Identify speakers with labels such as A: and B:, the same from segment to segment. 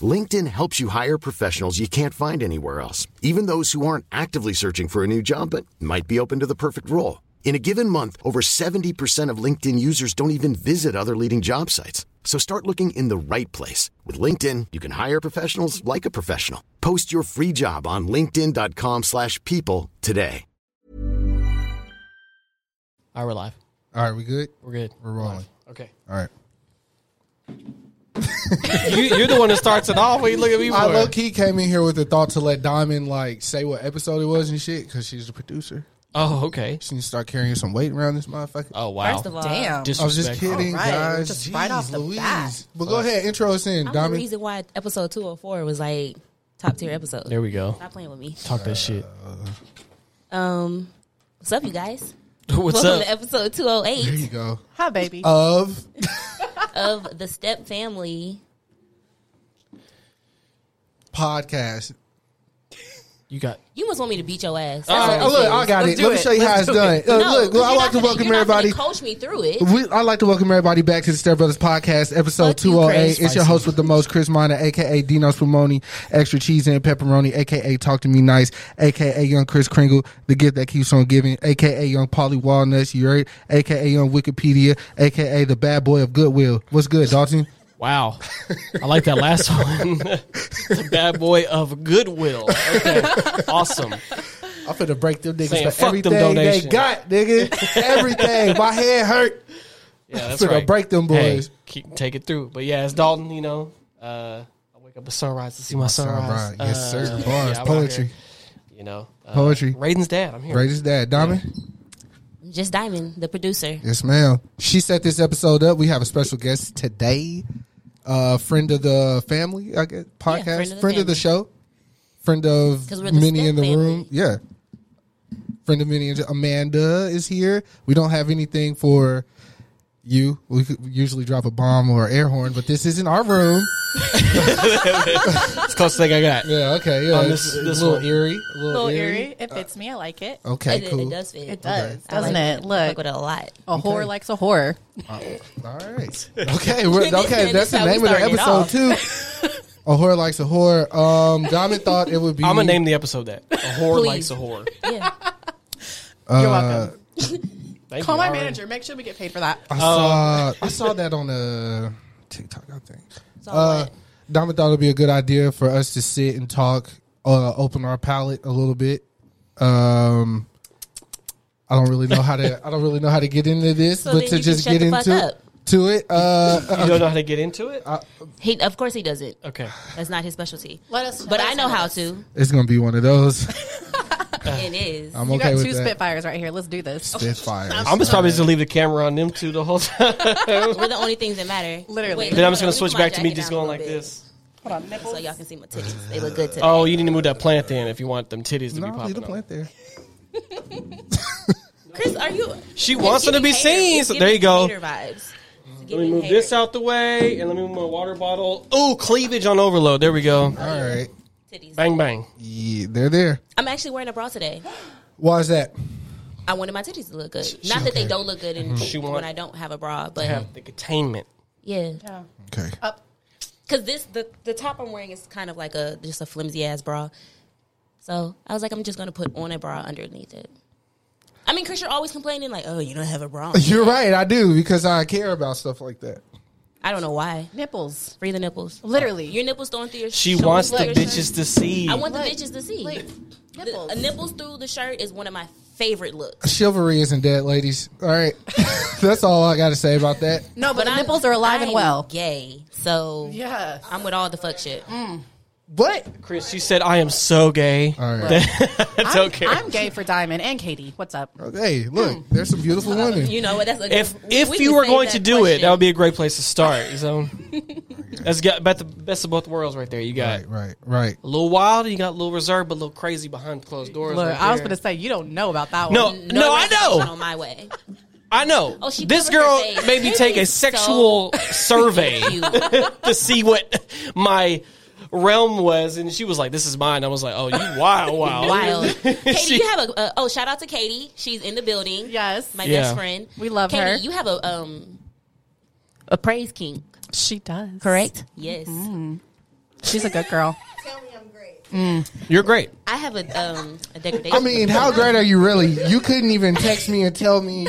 A: LinkedIn helps you hire professionals you can't find anywhere else, even those who aren't actively searching for a new job but might be open to the perfect role. In a given month, over 70% of LinkedIn users don't even visit other leading job sites. So start looking in the right place. With LinkedIn, you can hire professionals like a professional. Post your free job on linkedin.com/people slash people today.
B: All right, we're live.
C: All right, we good?
B: We're good.
C: We're rolling.
B: live. Okay.
C: All right.
B: you, you're the one that starts it off. What you look at me for?
C: I low key came in here with the thought to let Diamond like say what episode it was and shit because she's the producer.
B: oh, okay.
C: She needs to start carrying some weight around this motherfucker.
B: Oh, wow.
D: First of all,
E: Damn.
B: Disrespectful.
C: I was just kidding,
E: All right,
C: guys.
E: just
C: Jeez
E: right off the
C: Louise.
E: bat.
C: But go ahead, intro us in,
D: I'm the
C: Diamond.
D: reason why episode 204 was like top tier episode.
B: There we go.
D: Stop playing with me.
B: Talk that shit.
D: Um, what's up, you guys?
B: What's
D: Welcome
B: up?
D: to episode
C: There
D: 208
C: you go.
E: Hi,
C: uh,
E: baby.
C: Of
D: of the Step Family.
C: podcast.
B: You got.
D: You must want me to beat your ass.
C: All right, oh, look, I got
E: Let's
C: it.
E: do
C: Let me
E: it.
C: show you how
E: Let's
C: it's
E: do
C: done.
E: it.
C: Uh,
D: No,
C: look,
D: you're
C: well, I
D: not
C: like to
D: gonna-
C: welcome
D: you're not gonna
C: everybody. Mm-hmm.
D: Coach me through it.
C: We, I'd like to welcome everybody back to the Step Brothers Podcast, episode
D: Fuck you,
C: 208.
D: Chris.
C: It's your host with the most, Chris Minor, aka Dino Spumoni, Extra Cheese and Pepperoni, aka Talk to Me Nice, aka Young Chris Kringle, The Gift That Keeps On Giving, aka Young Polly Walnuts, you heard, aka Young Wikipedia, aka The Bad Boy of Goodwill. What's good, Dalton?
B: Wow. I like that last one. the bad boy of goodwill. Okay. awesome.
C: I'm finna break them niggas
B: Saying,
C: for
B: "Fuck them
C: everything they
B: donations."
C: got, nigga. everything. My head hurt.
B: Yeah, that's
C: Finna
B: right.
C: break them
B: Hey,
C: boys.
B: keep, take it through. But yeah, it's Dalton, you know. Uh, I wake up at sunrise to see my sunrise.
C: Right. Yes,
B: Uh,
C: sir.
B: yeah,
C: Bars,
B: I'm out
C: poetry.
B: here, you know. Uh,
C: Poetry.
B: Raiden's dad. I'm here.
C: Greatest dad, Diamond.
D: Just Diamond, the producer.
C: Yes, ma'am. She set this episode up. We have a special guest today, uh, friend of the family, I guess, podcast,
D: friend of
C: friend,
D: the
C: of, the
D: family.
C: show, friend of
D: 'Cause we're the
C: many in
D: Smith
C: the
D: family.
C: room. Yeah, friend of many. in- Amanda is here. We don't have anything for you. We could usually drop a bomb or air horn, but this isn't our room.
B: It's the closest thing I got.
C: Yeah, okay. Yeah,
B: On this-
C: Uh, it's- it's
B: this
C: a little
B: one.
C: eerie, a little,
E: little
C: eerie.
E: eerie. It fits me. I like it.
C: Uh, oh, Okay,
D: it,
C: cool.
D: it does fit.
E: It does,
D: I like
E: doesn't it?
D: I
E: Look,
D: fuck with it a lot.
E: a whore likes a whore.
C: All right. Okay. We're,
D: This-
C: okay.
D: this
C: That's the
D: how we
C: name of the
E: started
C: episode
E: off.
C: too. A whore likes a whore. Um, Diamond thought it would be.
B: I'm going to name the episode that. A whore
D: Please.
B: likes a whore.
D: Yeah.
C: Uh,
E: You're welcome.
B: Thank
E: Call
B: you,
E: my
B: Ari.
E: manager. Make sure we get paid for that.
C: I
B: Um,
C: saw. I saw that on a TikTok. I think.
D: So
C: Uh,
D: what?
C: Diamond thought it'd be a good idea for us to sit and talk, uh, open our palate a little bit. Um, I don't really know how to. I don't really know how to get into this,
D: So
C: but
D: then
C: to
D: you can
C: just
D: shut
C: get
D: the fuck
C: into
D: up.
C: to it. Uh,
B: You don't know how to get into it?
D: He, of course, he does it.
B: Okay.
D: That's not his specialty.
E: Let us-
D: But
E: let
D: I
E: us
D: know
E: know
D: how
E: this.
D: to.
C: it's gonna be one of those.
B: Uh.
D: It is.
C: I'm
E: You
C: okay
E: got
C: with
E: two
C: that.
E: Spitfires right here. Let's do this.
C: Spitfire.
B: I'm just probably just gonna leave the camera on them two the whole time.
D: We're the only things that matter.
E: Literally.
D: Wait,
B: then I'm just gonna
D: let
B: switch
D: put my
B: back to me
D: jacket
B: just
D: down a
B: going like
D: little bit
B: this.
E: Hold on, nipples.
D: So y'all can see my titties. They look good today.
B: Oh, you need to move that plant in if you want them titties to be
C: no, leave
B: popping.
C: the
B: up.
C: plant there.
D: Chris, are you?
B: She
D: It's
B: wants them to
D: giving
B: be
D: hater-
B: seen.
D: it's
B: So there you
D: giving
B: go.
D: hater vibes.
B: Let me move this out the way, and let me move my water bottle. Ooh, cleavage on overload. There we go.
C: All right.
D: Titties.
B: Bang bang.
C: Yeah, they're there.
D: I'm actually wearing a bra today.
C: Why is that?
D: I wanted my titties to look good. Not that they don't look good in,
B: Mm-hmm. She
D: when
B: want-
D: I don't have a bra, but
B: Have the containment.
D: yeah,
C: Okay.
E: Up.
D: because this the the top I'm wearing is kind of like a just a flimsy ass bra. So I was like, I'm just gonna put on a bra underneath it. I mean, Chris, you're always complaining like, oh, you don't have a bra. on.
C: You're right. I do because I care about stuff like that.
D: I don't know why.
E: Nipples.
D: Free the nipples.
E: Literally.
D: Your nipples going through your.
B: She
D: shoulders
B: wants the
D: through your shirt.
B: bitches to see.
D: I want the
E: Look,
D: bitches to see.
E: look,
D: The-
E: nipples.
D: a nipples through the shirt is one of my favorite looks.
C: Chivalry isn't dead, ladies. All right. That's all I got to say about that.
E: No, but,
D: I'm-
E: nipples are alive
D: I'm
E: and well.
D: Gay, so
E: Yes. Mm.
D: I'm with all the fuck shit.
C: What?
B: Chris, you said I am so gay.
C: All right.
B: That's
E: I'm,
B: okay.
E: I'm gay for Diamond and Katie. What's up?
C: Hey, look, there's some beautiful women.
D: You know what? That's a,
B: if
D: we-
B: if
D: we
B: you
D: can
B: were
D: save
B: going to do it,
D: question.
B: that would be a great place to start. So that's got about the best of both worlds right there. You got
C: Right, right, right.
B: a little wild, and you got a little reserved, but a little crazy behind closed doors.
E: Look,
B: right
E: I was
B: there.
E: gonna say you don't know about that
B: No,
E: one.
B: no, I
D: reservation
B: know,
D: On my way.
B: I know.
D: Oh, she
B: this
D: covered her
B: girl
D: face.
B: made me take a
D: It's so
B: sexual survey
D: You.
B: to see what my realm was, and she was like, "This is mine." I was like, "Oh, you wild, wild,
D: Wild. Katie,
B: She-
D: you have a uh, oh shout out to Katie. She's in the building.
E: Yes.
D: my
B: Yeah.
D: best friend.
E: We love
D: Katie,
E: her.
D: You have a um a praise king,
E: She does.
D: correct? Yes.
E: Mm. She's a good girl.
B: You're great."
D: I have a um a degradation.
C: I mean, how great are you really? You couldn't even text me and tell me.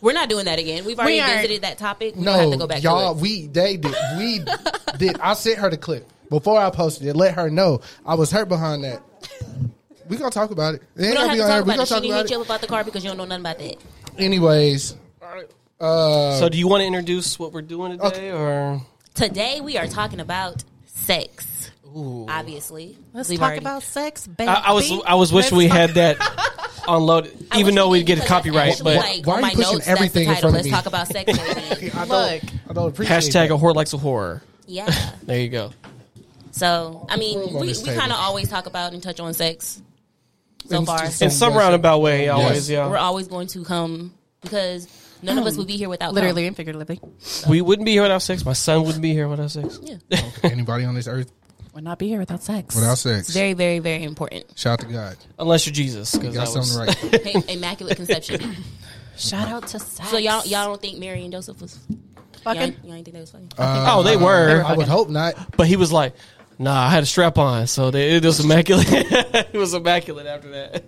D: We're not doing that again. We've already
E: aren't.
D: visited that topic. We don't have
C: No,
D: to go back
C: y'all,
D: to it.
C: we they did. We did. I sent her the clip before I posted it. Let her know I was hurt behind that. We gonna talk about it. It
D: We
C: ain't gonna
D: don't have
C: be
D: to
C: on her.
D: talk
C: We
D: about
C: gonna
D: it. She
C: talk
D: didn't
C: about
D: hit you
C: it.
D: up about the car because you don't know nothing about that.
C: Anyways,
B: so, do you want to introduce what we're doing today,
C: Uh, Okay.
B: or
D: Today we are talking about sex. Obviously,
E: Let's
D: We've
E: talk
D: already-
E: about sex, baby.
B: I, I was I was wishing we had that unloaded,
D: I
B: even
D: wish
B: though
D: we
B: we'd get
D: did
B: a
D: because that's
B: copyright,
D: actually,
B: but.
D: like,
C: Why
D: on
C: are you
D: my
C: pushing
D: notes, that's the
C: everything in
D: title.
C: front of
D: Let's talk about sex. baby.
C: I don't,
E: Look.
C: I don't appreciate
B: Hashtag
C: that.
B: a whore likes a whore.
D: yeah.
B: There you go.
D: So I mean,
C: Room on
D: we,
C: this
D: we
C: table.
D: kind of always talk about and touch on sex. So
C: And
D: far,
C: it's
B: In
C: just-
B: some roundabout way, always,
D: we're
B: yeah.
D: always going to come because none of us would be here without
E: literally and figuratively.
B: We wouldn't be here without sex. My son wouldn't be here without sex.
D: cum. Yeah.
C: Anybody on this earth
E: Would not be here without sex.
C: without
D: It's
C: sex?
D: very, very, very important.
C: Shout out to God.
B: Unless you're Jesus. 'cause
C: You got
B: that was-
C: something right.
D: Hey, immaculate conception.
E: Shout out to sex.
D: So y'all, y'all don't think Mary and Joseph was Y'all, ain't-
E: fucking.
D: y'all ain't think they was funny?
B: oh,
C: Uh,
B: they were.
C: I would hope not.
B: But he was like, nah, I had a strap on. So they, it was immaculate. it was immaculate after that.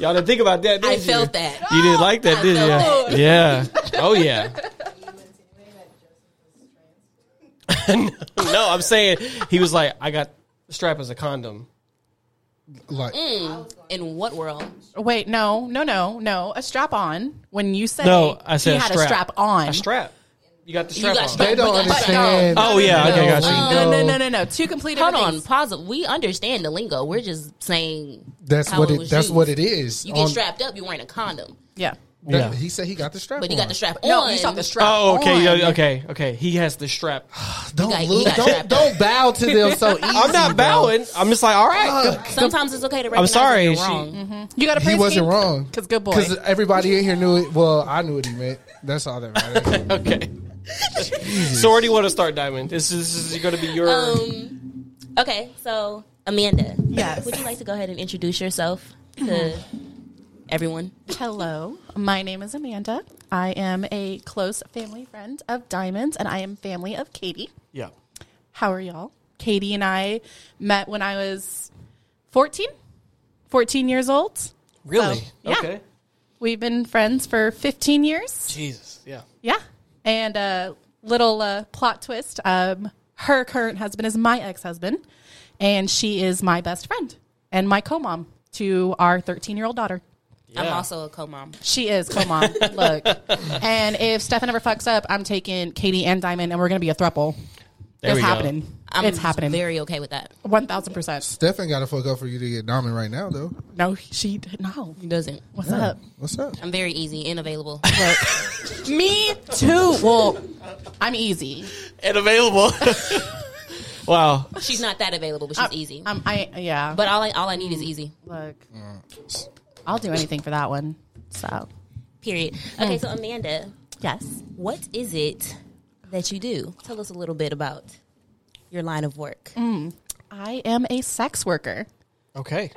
B: Y'all didn't think about that, did
D: I
B: you?
D: felt that.
B: You didn't like that, did
D: felt
B: you? Yeah. Oh, yeah. no, I'm saying he was like, I got the strap as a condom.
C: Like,
D: In what world?
E: Wait, no, no, no, no. A strap on. When you say
B: No, I said
E: he
B: a
E: had
B: strap.
E: a strap on.
B: A strap. You got the
D: You
B: strap
D: got
B: on.
D: strapped
C: they don't
D: But- but-
C: understand.
B: Oh, yeah, okay,
C: No,
B: gotcha.
E: No, no, no, no, no. Two complete.
D: Hold
E: different
D: on,
E: things.
D: pause. it. We understand the lingo. We're just saying
C: That's
D: how
C: what it.
D: was
C: That's
D: used.
C: what it is.
D: You get
B: Um,
C: On-
D: strapped up. You're wearing a condom,
E: Yeah.
C: that-
B: Yeah.
C: He said he got the strap.
D: but you got
C: on.
D: the strap on.
E: No, you saw the strap.
B: Oh, okay,
E: on.
B: yeah, okay, okay. He has the strap.
C: Don't
D: got- you
C: lose.
D: got
C: Don't
D: strapped on.
C: don't bow to them so easy.
B: I'm not bowing. I'm just like, all right.
D: Sometimes it's okay to. Recognize
B: sorry,
D: When you're
B: she- Mm-hmm.
D: wrong.
E: You got a
C: He
E: praise
C: wasn't
E: king?
C: wrong.
E: Cause good boy.
C: Because everybody in here knew it. Well, I knew what he meant. That's all that matters.
B: okay. so where do you want to start, Diamond? This is, this is going to be your.
D: Um, okay, so Amanda,
E: Yes. Mm-hmm.
D: would you like to go ahead and introduce yourself to everyone?
E: Hello, my name is Amanda. I am a close family friend of Diamonds, and I am family of Katie.
B: yeah.
E: How are y'all? Katie and I met when I was 14, 14 years old.
B: Really?
E: So, yeah.
B: Okay.
E: We've been friends for 15 years.
B: Jesus. Yeah.
E: Yeah. And a little uh, plot twist um, her current husband is my ex husband, and she is my best friend and my co mom to our 13 year old daughter.
D: I'm
B: Yeah.
D: also a co-mom.
E: She is co-mom. Look, and if Stefan ever fucks up, I'm taking Katie and Diamond, and we're gonna be a throuple.
B: There
E: it's
B: we go.
E: happening.
D: I'm
E: it's happening.
D: Very okay with that.
E: One thousand percent.
C: Stefan got to fuck up for you to get dominant right now, though.
E: No, she did- no.
D: He doesn't.
E: What's up?
C: What's up?
D: I'm very easy and available.
E: Look. Me too. Well, I'm easy.
B: And available. wow.
D: she's not that available, but she's easy.
E: I'm. Mm. I yeah. But
D: but all I all I need is easy.
E: look, I'll do anything for that one. So
D: Period. Okay, so Amanda,
E: yes.
D: what is it that you do? Tell us a little bit about your line of work.
E: I am a sex worker.
B: Okay.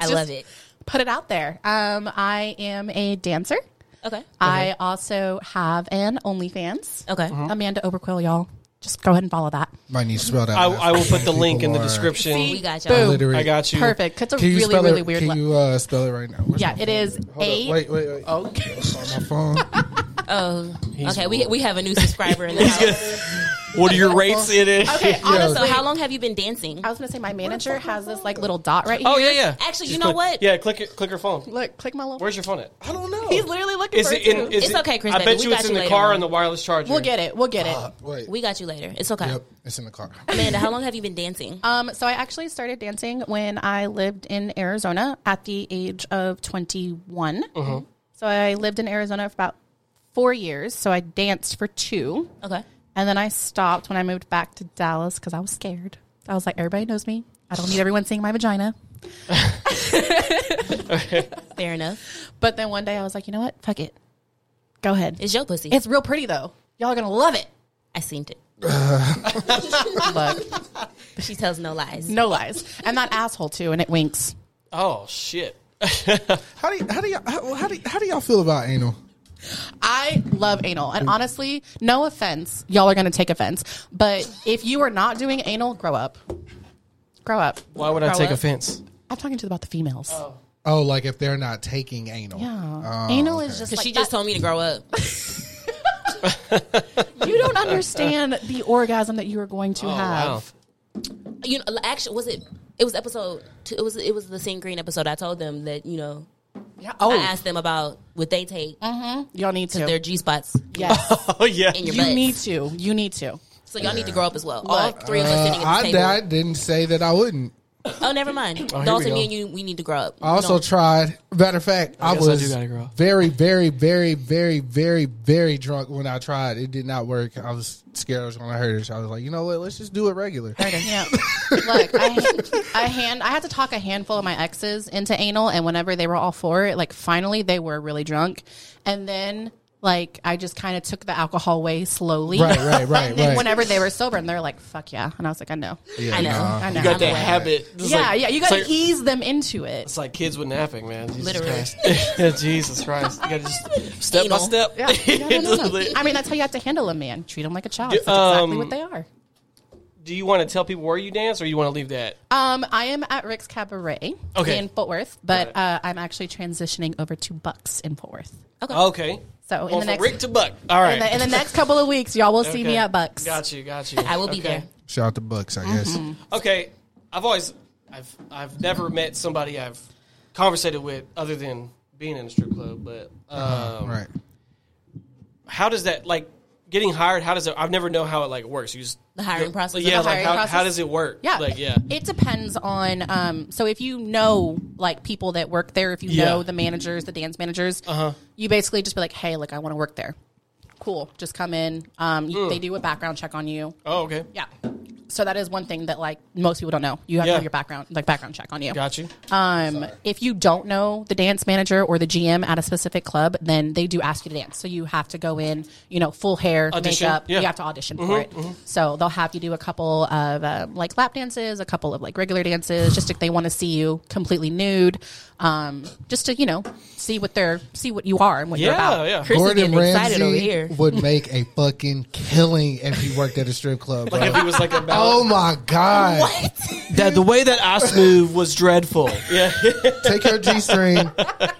D: I love it.
E: Put it out there. Um, I am a dancer.
D: Okay.
E: I also have an OnlyFans.
D: Okay.
E: Amanda Oberquill, y'all. Just go ahead and follow that.
C: Might need to spell that.
B: I,
C: last
B: I will
C: name.
B: put the link in the
C: People are-
B: description.
D: We got y'all.
E: Boom.
C: Literate.
B: I got you.
E: Perfect. It's a
C: Can you
E: really,
C: spell
E: really
C: it?
E: weird.
C: Can
E: la-
C: you uh, spell it right now? Where's
E: yeah,
C: my
E: it
C: phone?
E: is
C: Hold up.
E: a.
C: Wait, wait, wait.
E: Okay.
C: On my phone.
D: Oh. okay, we, we have a new subscriber in the house.
B: What are your rates in it?
E: Okay.
D: So
E: Honestly,
D: how long have you been dancing?
E: I was gonna say my manager has this like little dot right here.
B: Oh yeah, yeah.
D: Actually, you
B: Just
D: know
B: click-
D: what?
B: Yeah, click your, click your phone.
E: Look, click my little.
B: Where's your phone at?
C: I don't know.
E: He's literally looking
B: Is
E: for
B: it
E: it.
B: in?
E: too.
B: Is
D: It's
B: it-
D: okay, Chris,
B: I
D: baby.
B: bet
D: We
B: you
D: got
B: it's
D: you
B: in the
D: later
B: car
D: on.
B: on the wireless charger.
E: we'll get it. We'll get it.
C: Wait.
D: We got you later. It's okay.
C: Yep, it's in the car.
D: Amanda, how long have you been dancing?
E: Um, so I actually started dancing when I lived in Arizona at the age of 21. So I lived in Arizona for about four years. So I danced for two.
D: Okay.
E: And then I stopped when I moved back to Dallas because I was scared. I was like, everybody knows me. I don't need everyone seeing my vagina.
D: Fair enough.
E: But then one day I was like, you know what? Fuck it. Go ahead.
D: It's your pussy.
E: It's real pretty though. Y'all are gonna love it.
D: I seen it.
E: Look,
D: She tells no lies.
E: no lies. And that asshole too, and it winks.
B: Oh shit!
C: How do you, how do y'all how, how do y- how do y'all feel about anal?
E: I love anal, and honestly, no offense, y'all are gonna take offense. But if you are not doing anal, grow up. Grow up.
B: Why would I
E: Grow
B: take
E: up.
B: offense?
E: I'm talking to you about the females.
C: Oh, like if they're not taking anal.
E: Yeah, anal is just
D: Because
E: like
D: she just
E: that-
D: told me to grow up.
E: you don't understand the orgasm that you are going to
B: Oh,
E: have.
B: wow.
D: you know, actually, was it? It was episode. Two, it was it was the Sing Green episode. I told them that you know
E: Yeah.
D: I
E: Oh,
D: asked them about what they take because
E: y'all need to.
D: their G spots
E: yes,
B: Oh yeah.
D: in your
E: you
D: butts.
E: need to. You need to.
D: so y'all need to grow up as well. All three of us sitting at
C: Uh, I,
D: the table.
C: I didn't say that I wouldn't.
D: Oh, never mind.
B: here we
D: Dalton,
B: go.
D: me and you, we need to grow up.
C: I also
D: No.
C: tried. Matter of fact, I,
B: guess I
C: was
B: do gotta grow up.
C: very, very, very, very, very, very drunk when I tried. It did not work. I was scared I was going to hurt her. So I was like, you know what? Let's just do it regular.
E: Yeah. Look, I, I hand I had to talk a handful of my exes into anal, and whenever they were all for it, like finally they were really drunk, and then like I just kind of took the alcohol away slowly.
C: Right, right, right,
E: And then
C: right.
E: whenever they were sober, and they're like, "Fuck yeah," and I was like, "I know,
C: Yeah,
D: I know.
C: nah.
E: I know."
B: You got
E: I'm
B: that
E: aware.
B: habit. It's
E: Yeah,
B: like-
E: yeah. You got to
B: it's like,
E: ease them into it.
B: It's like kids with napping, man. Jesus
D: Literally.
B: Christ. Jesus Christ. You got to just step
D: Anal.
B: by step.
E: Yeah. No, no, no, no. I mean, that's how you have to handle a man. Treat him like a child.
B: Do-
E: That's exactly
B: um,
E: what they are.
B: Do you want to tell people where you dance, or you want to leave that?
E: Um, I am at Rick's Cabaret
B: Okay.
E: in Fort Worth, but uh, I'm actually transitioning over to Bucks in Fort Worth.
B: Okay.
E: So in
B: Well,
E: the
B: from
E: next
B: Rick to Buck. All right.
E: in, the, in the next couple of weeks, y'all will see
B: Okay.
E: me at Bucks.
B: Got you. Got you.
D: I will be
B: Okay.
D: there.
C: Shout out to Bucks, I guess.
E: Mm-hmm.
B: Okay. I've always, I've, I've never met somebody I've conversated with other than being in a strip club. But
D: Uh-huh.
B: um,
C: Right.
B: how does that like getting hired? How does it? I've never know how it like works. You just
D: The hiring process.
B: Yeah.
D: of the
B: Like
D: hiring
B: how,
D: process.
B: how does it work?
E: Yeah.
B: Like yeah.
E: It depends on um so if you know like people that work there, if you
B: Yeah.
E: know the managers, the dance managers, uh-huh. you basically just be like, "Hey, like I want to work there." Cool. Just come in. Um you,
B: Mm.
E: they do a background check on you.
B: Oh okay.
E: Yeah. So that is one thing that like most people don't know. You have to
B: Yeah.
E: have your background like background check on you.
B: Got you.
D: Uh,
E: Um, if you don't know the dance manager or the GM at a specific club, then they do ask you to dance. So you have to go in, you know, full hair,
B: Audition,
E: makeup.
B: yeah. Mm-hmm,
E: You have to audition for it. So they'll have you do a couple of um, like lap dances, a couple of like regular dances, just if they want to see you completely nude, um, just to you know see what they're see what you are and what you're
B: Yeah.
E: about.
B: Yeah.
D: Chris is
C: Gordon
D: getting excited over
C: Ramsay
D: here.
C: would make a fucking killing if he worked at a strip club.
B: Like if
C: bro.
B: he was like a
C: Oh my god!
B: that the way that I smooth was dreadful. Yeah,
C: Take your g string back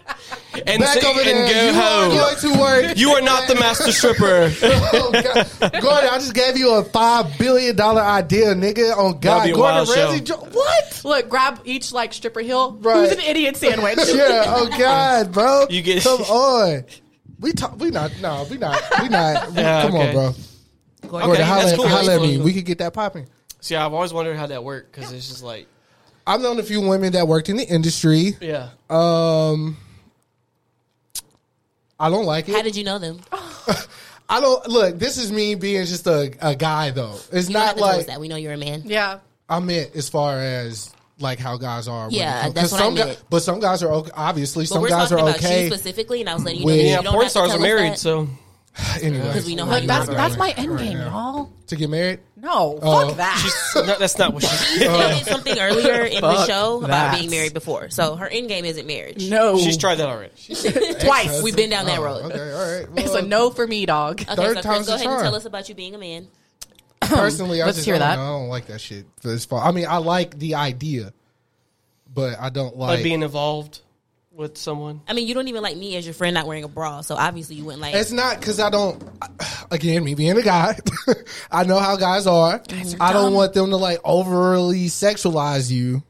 B: and, s-
C: over
B: and
C: there.
B: go
C: you
B: home.
C: are going to work.
B: you are not the master stripper.
C: oh, God. Gordon, I just gave you a five billion dollar idea, nigga.
B: That'll
C: On God,
B: be a
C: Gordon
B: wild show.
C: Ramsey, jo- what?
E: Look, grab each like stripper heel.
C: Right.
E: Who's an idiot sandwich?
C: Yeah. Oh God, bro.
B: You get-
C: come on. We talk. We not. No, we not. We not. we-
B: Yeah,
C: come
B: okay.
C: on, bro.
D: Gordon,
C: Gordon,
B: Okay,
C: holla,
B: that's cool.
C: holla at
B: That's
C: me.
B: cool.
C: We could get that popping.
B: See, I've always wondered how that worked because it's just like,
C: I've known a few women that worked in the industry.
B: yeah,
C: Um, I don't like it.
D: How did you know them?
C: I don't look. This is me being just a, a guy though. It's
D: You don't
C: not
D: have to tell us
C: like
D: that. We know you're a man.
E: yeah.
C: I meant as far as like how guys are. when it
D: Yeah,
C: comes-
D: that's
C: 'cause
D: what I
C: some guys,
D: meant.
C: but some guys are okay. Obviously,
D: But
C: some
D: we're
C: guys
D: talking
C: are
D: about
C: okay.
D: you specifically, and I was letting you know
C: With-
D: that
C: Yeah,
D: you don't
B: porn
D: have to
B: stars
D: tell
B: are
D: us
B: married,
D: that.
B: so
C: Anyway,
D: Because we know how
E: Look,
D: you
E: that's
D: operate.
E: that's my end game, y'all.
C: to get married.
E: No,
C: Oh.
E: fuck that.
B: no, that's not what she's.
D: stated something earlier in the
E: Fuck
D: show about
E: that.
D: being married before. So her end game isn't marriage.
E: No,
B: She's tried that already. She's-
E: twice.
D: We've been down that road.
C: Oh, Okay, all right.
E: It's a
C: Well,
E: no for me, dog.
D: Okay,
C: Third
D: so
C: time's
D: Chris, go
C: the
D: ahead
C: charm.
D: and tell us about you being a man.
C: personally, I
E: Let's
C: just
E: hear
C: don't
E: that.
C: know. I don't like that shit. For this far. I mean, I like the idea, but I don't like,
B: like being involved with someone.
D: I mean, you don't even like me as your friend not wearing a bra, so obviously you wouldn't like.
C: It's not because I don't. Again, me being a guy, I know how guys are. I don't want them to like overly sexualize you.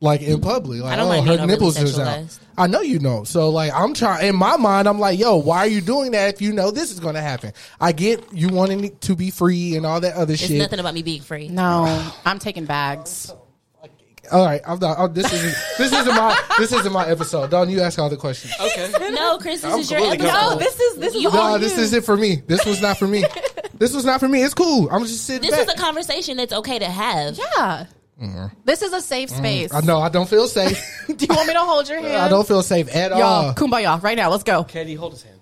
C: like in public. Like,
D: I don't
C: oh,
D: like
C: her
D: being overly
C: nipples is out.
D: sexualized.
C: I know you know. So like, I'm trying. In my mind, I'm like, yo, why are you doing that if you know this is going to happen? I get you wanting it to be free and all that other
D: It's
C: shit.
D: nothing about me being free.
E: No, I'm taking bags.
C: All right, I'm not. I'm, this isn't. This isn't my. This isn't my episode. Don, you ask all the questions.
B: Okay.
D: No, Chris, this is your
B: completely
D: episode.
E: Oh,
B: comfortable.
F: No, this is this is
D: Oh, You
F: all
C: Nah, this
F: you.
C: isn't for me. This was not for me. this was not for me. It's cool. I'm just sitting
D: This is
C: back.
D: a conversation that's okay to have.
E: Yeah. This is a safe space.
C: Mm-hmm. I know. I don't feel safe.
E: Do you want me to hold your hand?
C: I don't feel safe at
E: Y'all,
C: all.
E: kumbaya, right now. Let's go.
B: Katie, hold his hand.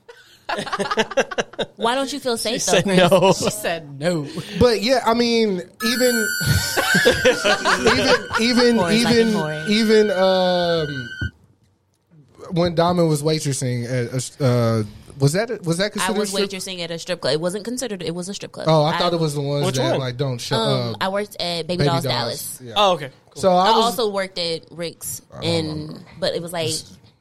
D: Why don't you feel safe though?
B: Said no.
E: She said no.
C: But yeah, I mean, even even even
D: Whores, I
C: even
D: hate whores.
C: even um, when Diamond was waitressing, at, a- uh, was that was that
D: I
C: considered?
D: was
C: a strip-
D: waitressing at a strip club. It wasn't considered. It was a strip club.
C: Oh, I thought it was the ones
B: Which
C: that
B: one?
C: like don't show
D: Um,
C: up.
D: I worked at Baby,
C: Baby
D: Dolls,
C: dolls.
D: Dallas.
C: Yeah.
B: Oh, okay. Cool.
C: So I
D: I,
C: was
D: also worked at Rick's,
B: Oh.
D: and but it was like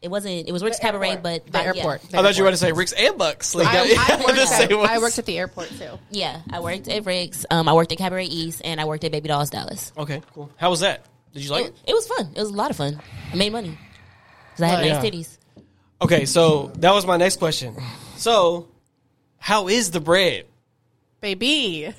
D: it wasn't. It was Rick's Cabaret, but
E: The
D: but yeah.
E: airport. The
B: I thought you were
E: airport.
B: going to say Rick's and Bucks. Like,
E: I, I,
B: the
E: worked at,
B: same
E: I
B: ones.
E: worked at the airport too.
D: Yeah, I worked at Rick's. Um, I worked at Cabaret East, and I worked at Baby Dolls Dallas.
B: Okay, cool. How was that? Did you like
D: It,
B: it?
D: it was fun. It was a lot of fun. I made money 'Cause I had
B: Oh,
D: nice
B: yeah.
D: titties.
E: Oh.
B: Okay, so that was my next question. So, how is the bread?
E: Baby.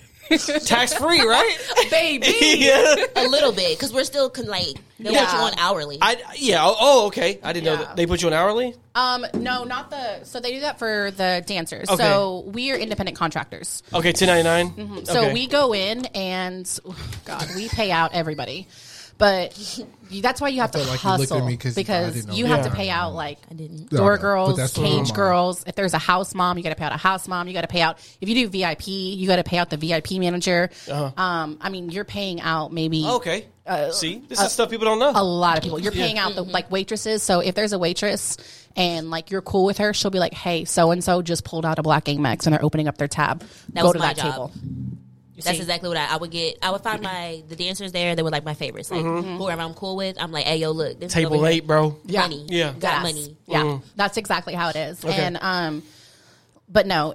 B: Tax free, right?
E: Baby.
B: yeah.
D: A little bit because we're still con- like they want you
E: Yeah.
D: on hourly.
B: I yeah. Oh, oh, okay. I didn't know
E: Yeah.
B: that they put you on hourly.
E: Um, no, not the. So they do that for the dancers.
B: Okay.
E: So we are independent contractors.
B: Okay, ten ninety nine.
E: Mm-hmm. So we go in and God, we pay out everybody. But you, that's why you have to
C: felt like you looked at
E: hustle
C: me 'cause you- I
E: because
C: didn't know
E: you
C: what
E: have
C: you
E: to
C: were
E: pay out like
D: didn't.
C: Yeah, I know,
E: door
C: but
E: girls,
C: that's what I'm
E: cage
C: on.
E: girls. If there's a house mom, you got to pay out a house mom. You got to pay out if you do VIP, you got to pay out the VIP manager.
D: Uh-huh.
E: Um, I mean, you're paying out maybe
B: okay.
E: Uh,
B: See, this is stuff people don't know.
E: a lot of people. You're paying out
D: Mm-hmm.
E: the like waitresses. So if there's a waitress and like you're cool with her, she'll be like, "Hey, so and so just pulled out a black Amex and they're opening up their tab.
D: That
E: Go
D: was
E: to
D: my
E: that
D: job.
E: table."
D: That's exactly what I, I would get. I would find my the dancers there. They were like my favorites, like whoever I'm cool with. I'm like, hey, yo, look, this
B: Table
D: eight,
B: eight, bro.
E: Yeah.
D: money,
B: Yeah.
D: got
E: Yes.
D: money. Mm.
E: Yeah, that's exactly how it is. And um, but no,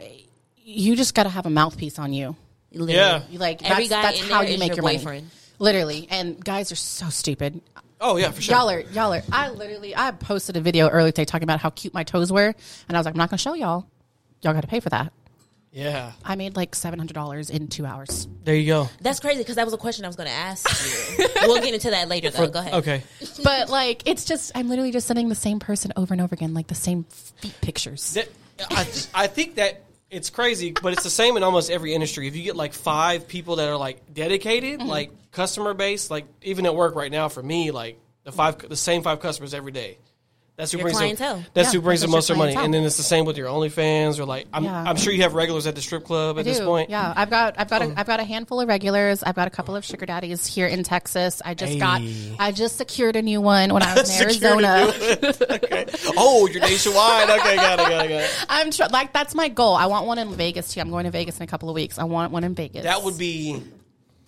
E: you just got to have a mouthpiece on you.
D: Literally.
B: Yeah.
E: You like
D: Every
E: that's,
D: guy
E: that's
D: in
E: how
D: there
E: you
D: is
E: make
D: your
E: your, money.
D: boyfriend.
E: Literally, and guys are so stupid.
B: Oh yeah, for sure.
E: Y'all are, y'all are. I literally, I posted a video earlier today talking about how cute my toes were, and I was like, I'm not gonna show y'all. Y'all got to pay for that.
B: yeah.
E: I made like seven hundred dollars in two hours.
B: There you go.
D: That's crazy because that was a question I was going to ask you. we'll get into that later, though. Go ahead.
B: Okay.
E: But like, it's just I'm literally just sending the same person over and over again, like the same feet pictures.
B: That, I I think that it's crazy, but it's the same in almost every industry. If you get like five people that are like dedicated,
E: Mm-hmm.
B: like customer base, like even at work right now for me, like the five the same five customers every day. That's who
D: Your
B: brings
D: clientele.
B: The, that's
E: Yeah,
B: who brings the
E: that's your
B: most of the money,
E: clientele.
B: and then it's the same with your OnlyFans or like I'm
E: Yeah.
B: I'm sure you have regulars at the strip club at
E: I
B: this
E: do.
B: point. Oh.
E: Yeah, I've got I've got a, I've got a handful of regulars. I've got a couple of sugar daddies here in Texas. I just got I just secured a new one when I was in
B: Secured a new
E: Arizona.
B: Oh, you're nationwide. Okay, got it, got it, got it.
E: I'm tr- like that's my goal. I want one in Vegas too. I'm going to Vegas in a couple of weeks. I want one in Vegas.
B: That would be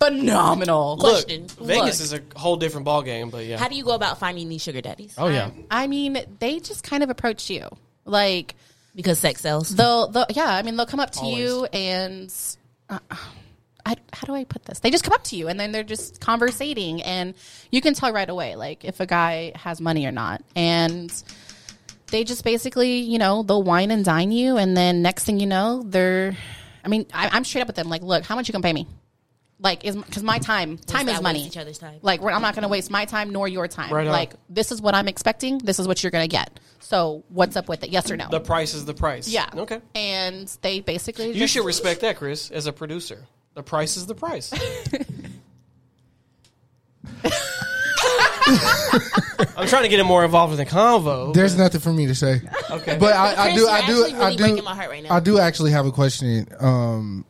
E: phenomenal.
B: look.
D: Question.
B: Vegas is a whole different ball game, but yeah.
D: How do you go about finding these sugar daddies?
B: oh yeah.
E: I mean, they just kind of approach you like
D: Because sex sells.
E: they'll, they'll yeah. I mean, they'll come up to you and. Uh, I, how do I put this? They just come up to you and then they're just conversating, and you can tell right away, like if a guy has money or not. And they just basically, you know, they'll wine and dine you, and then next thing you know, they're. I mean, I, I'm straight up with them. Like, look, how much you gonna pay me? Like, is because my time, time
D: that
E: is
D: waste
E: money.
D: each other's time.
E: Like, we're, I'm not gonna waste my time nor your time.
B: Right on.
E: like, this is what I'm expecting. This is what you're gonna get. So, what's up with it? Yes or no?
B: The price is the price.
E: yeah.
B: Okay.
E: And they basically
B: You
E: just-
B: should respect that, Chris, as a producer. The price is the price. I'm trying to get him more involved in the convo.
C: There's nothing for me to say.
B: Okay.
C: But I, I
D: Chris,
C: do,
D: you're
C: I do,
D: actually
C: I
D: really
C: do,
D: breaking my heart right now.
C: I do actually have a question. Um,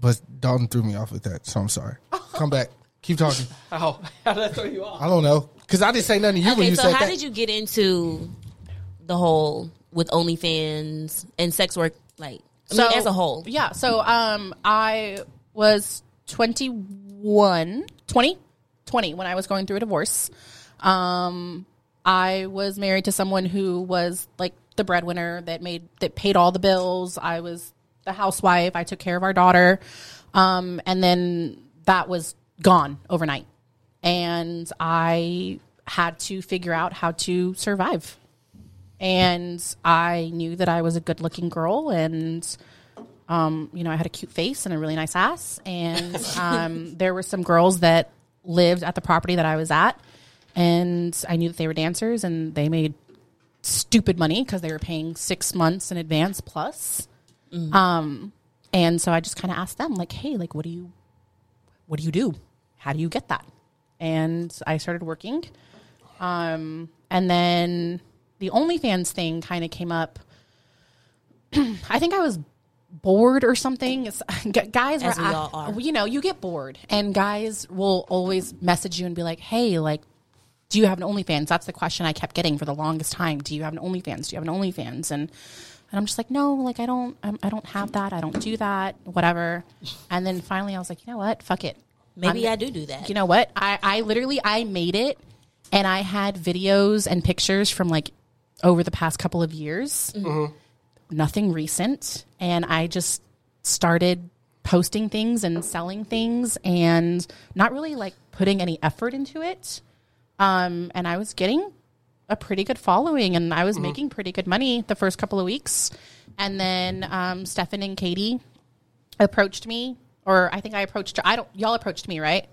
C: but Dalton threw me off with that, so I'm sorry. Come back. Keep talking.
B: Ow. how did I throw you off?
C: I don't know because I didn't say nothing to you when
D: okay,
C: you
D: so
C: said
D: how
C: that.
D: did you get into the whole with OnlyFans and sex work? Like, I mean, as a whole.
E: Yeah. So um, I was 21, 20, 20 when I was going through a divorce. Um, I was married to someone who was like the breadwinner that made that paid all the bills. I was the housewife. I took care of our daughter. Um, and then that was gone overnight. And I had to figure out how to survive. And I knew that I was a good looking girl and um, you know, I had a cute face and a really nice ass. And um, there were some girls that lived at the property that I was at. And I knew that they were dancers and they made stupid money because they were paying six months in advance plus. Um, and so I just kind of asked them, like, hey, like, what do you, what do you do? How do you get that? And I started working. Um, and then the OnlyFans thing kind of came up. I think I was bored or something. It's, gu- guys
D: As we
E: act-
D: all are.
E: You know, you get bored, and guys will always message you and be like, hey, like, do you have an OnlyFans? That's the question I kept getting for the longest time. Do you have an OnlyFans? Do you have an OnlyFans? And and I'm just like, no, like I don't, I'm, I don't have that. I don't do that. Whatever. And then finally, I was like, you know what? Fuck it.
D: Maybe
E: I'm-
D: I do do that.
E: You know what? I I literally I made it, and I had videos and pictures from like over the past couple of years. Nothing recent, and I just started posting things and selling things, and not really like putting any effort into it. Um, and I was getting a pretty good following and I was making pretty good money the first couple of weeks. And then um, Stefan and Katie approached me, or I think I approached, I don't, y'all approached me, right?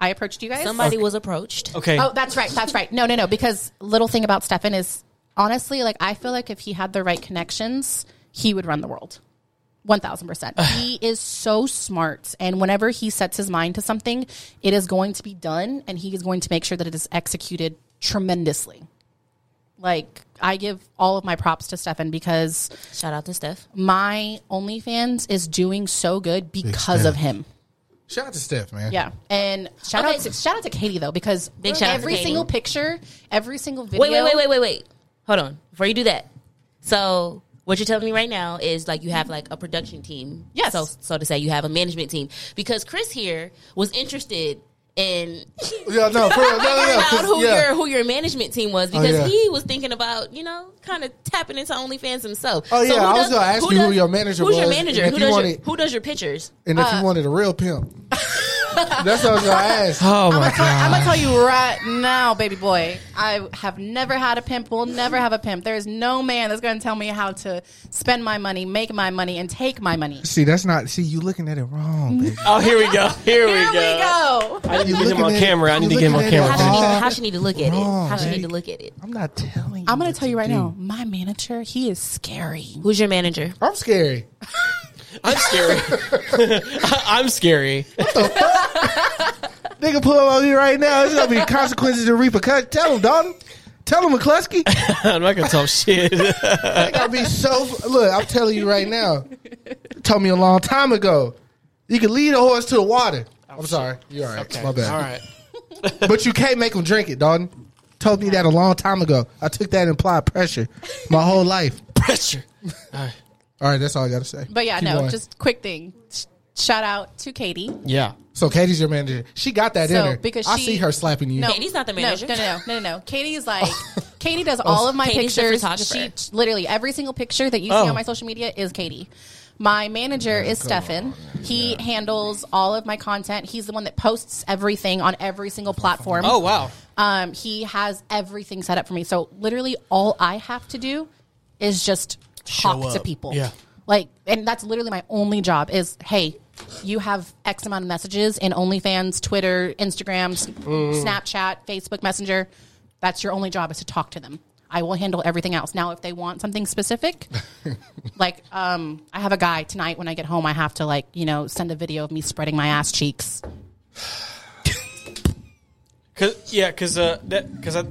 E: I approached you guys?
D: Somebody was approached.
B: Okay.
E: Oh, that's right. That's right. No, no, no. Because little thing about Stefan is honestly, like I feel like if he had the right connections, he would run the world. One thousand percent. He is so smart, and whenever he sets his mind to something, it is going to be done, and he is going to make sure that it is executed tremendously. Like I give all of my props to Stefan because
D: Shout out to Steph.
E: my OnlyFans is doing so good because of him.
C: Shout out to Steph, man.
E: Yeah, and shout
D: Okay.
E: out to, shout out to Katie though because
D: Big shout out to
E: every
D: Katie.
E: single picture, every single video.
D: Wait, wait, wait, wait, wait, wait. Hold on. Before you do that. So what you're telling me right now is like you have like a production team.
E: Yes.
D: So so to say you have a management team. Because Chris here was interested in
C: Yeah, no, for real. No, no, no. 'cause-
D: about who
C: yeah. Oh,
D: your who your management team was because
C: yeah.
D: he was thinking about you know kind of tapping into OnlyFans himself.
C: Oh,
D: So
C: yeah,
D: who
C: I was gonna ask you who your manager
D: who's your
C: was,
D: manager?
C: and
D: Who
C: if you
D: does, your,
C: wanted-
D: who does your pictures?
C: And if you wanted a real pimp, that's what I was gonna ask.
B: oh my
E: I'm gonna tell you right now, baby boy. I have never had a pimp. Will never have a pimp. There is no man that's gonna tell me how to spend my money, make my money, and take my money.
C: See, that's not. See, you looking at it wrong. Baby.
B: Oh, here we go. Here,
E: Here we go.
B: I need to
C: You're
B: get him
C: looking
B: on
C: at it-
B: camera. I need to
C: you're
B: get him on
C: looking at it
B: camera.
D: How she,
C: Uh,
D: need, how she need to look at
C: wrong,
D: it? How she
C: right.
D: need to look at it?
C: I'm not telling you.
E: I'm gonna
C: what
E: tell you right
C: do.
E: now. My manager, he is scary.
D: Who's your manager?
C: I'm scary.
B: I'm scary. I'm scary.
C: Nigga pull up on me right now. There's gonna be consequences and repercussions. Tell him, Don. Tell him, McCluskey.
B: I'm not gonna tell shit.
C: That gotta be so. Look, I'm telling you right now. Told me a long time ago. You can lead a horse to the water. I'm sorry. You're all right. My bad.
B: Oh, All right.
C: But you can't make them drink it, Don. Told me that a long time ago. I took that implied pressure my whole life.
B: Pressure.
C: All right, that's all I gotta say.
E: But yeah,
C: Keep
E: no,
C: going.
E: just quick thing. Sh- Shout out to Katie.
B: Yeah.
C: so Katie's your manager. She got that in
E: So,
C: her.
E: because
C: I
E: she-
C: see her slapping you.
E: No,
D: Katie's not the
E: no,
D: manager.
E: No, no, no, no, no. Katie is like Katie does all of my
D: Katie's the
E: pictures. She
D: photographer.
E: literally every single picture that you see on my social media is Katie. My manager is Stefan. He handles all of my content. He's the one that posts everything on every single platform.
B: Oh wow.
E: Um, he has everything set up for me. So literally, all I have to do is just talk to
B: up.
E: people.
B: Yeah.
E: Like, and that's literally my only job is, hey, you have X amount of messages in OnlyFans, Twitter, Instagram, S-
B: Mm.
E: Snapchat, Facebook Messenger. That's your only job is to talk to them. I will handle everything else. Now, if they want something specific, like um, I have a guy tonight when I get home, I have to like you know send a video of me spreading my ass cheeks.
B: Cause yeah, cause uh, that cause I.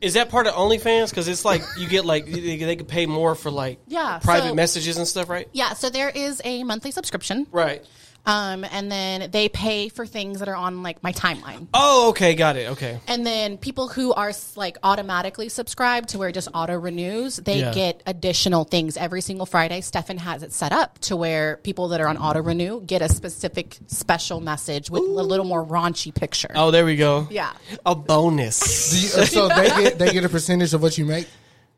B: Is that part of OnlyFans? Because it's like you get like they, they could pay more for like
E: Yeah,
B: private
E: so-
B: messages and stuff, right?
E: Yeah, so there is a monthly subscription.
B: Right.
E: Um, and then they pay for things that are on like my timeline.
B: Oh, okay, got it. Okay.
E: And then people who are s- like automatically subscribed to where it just auto renews, they
B: Yeah.
E: get additional things every single Friday. Stefan has it set up to where people that are on auto renew get a specific special message with a little more raunchy picture.
B: Oh, there we go.
E: Yeah.
B: A bonus.
C: Do you- so they get they get a percentage of what you make,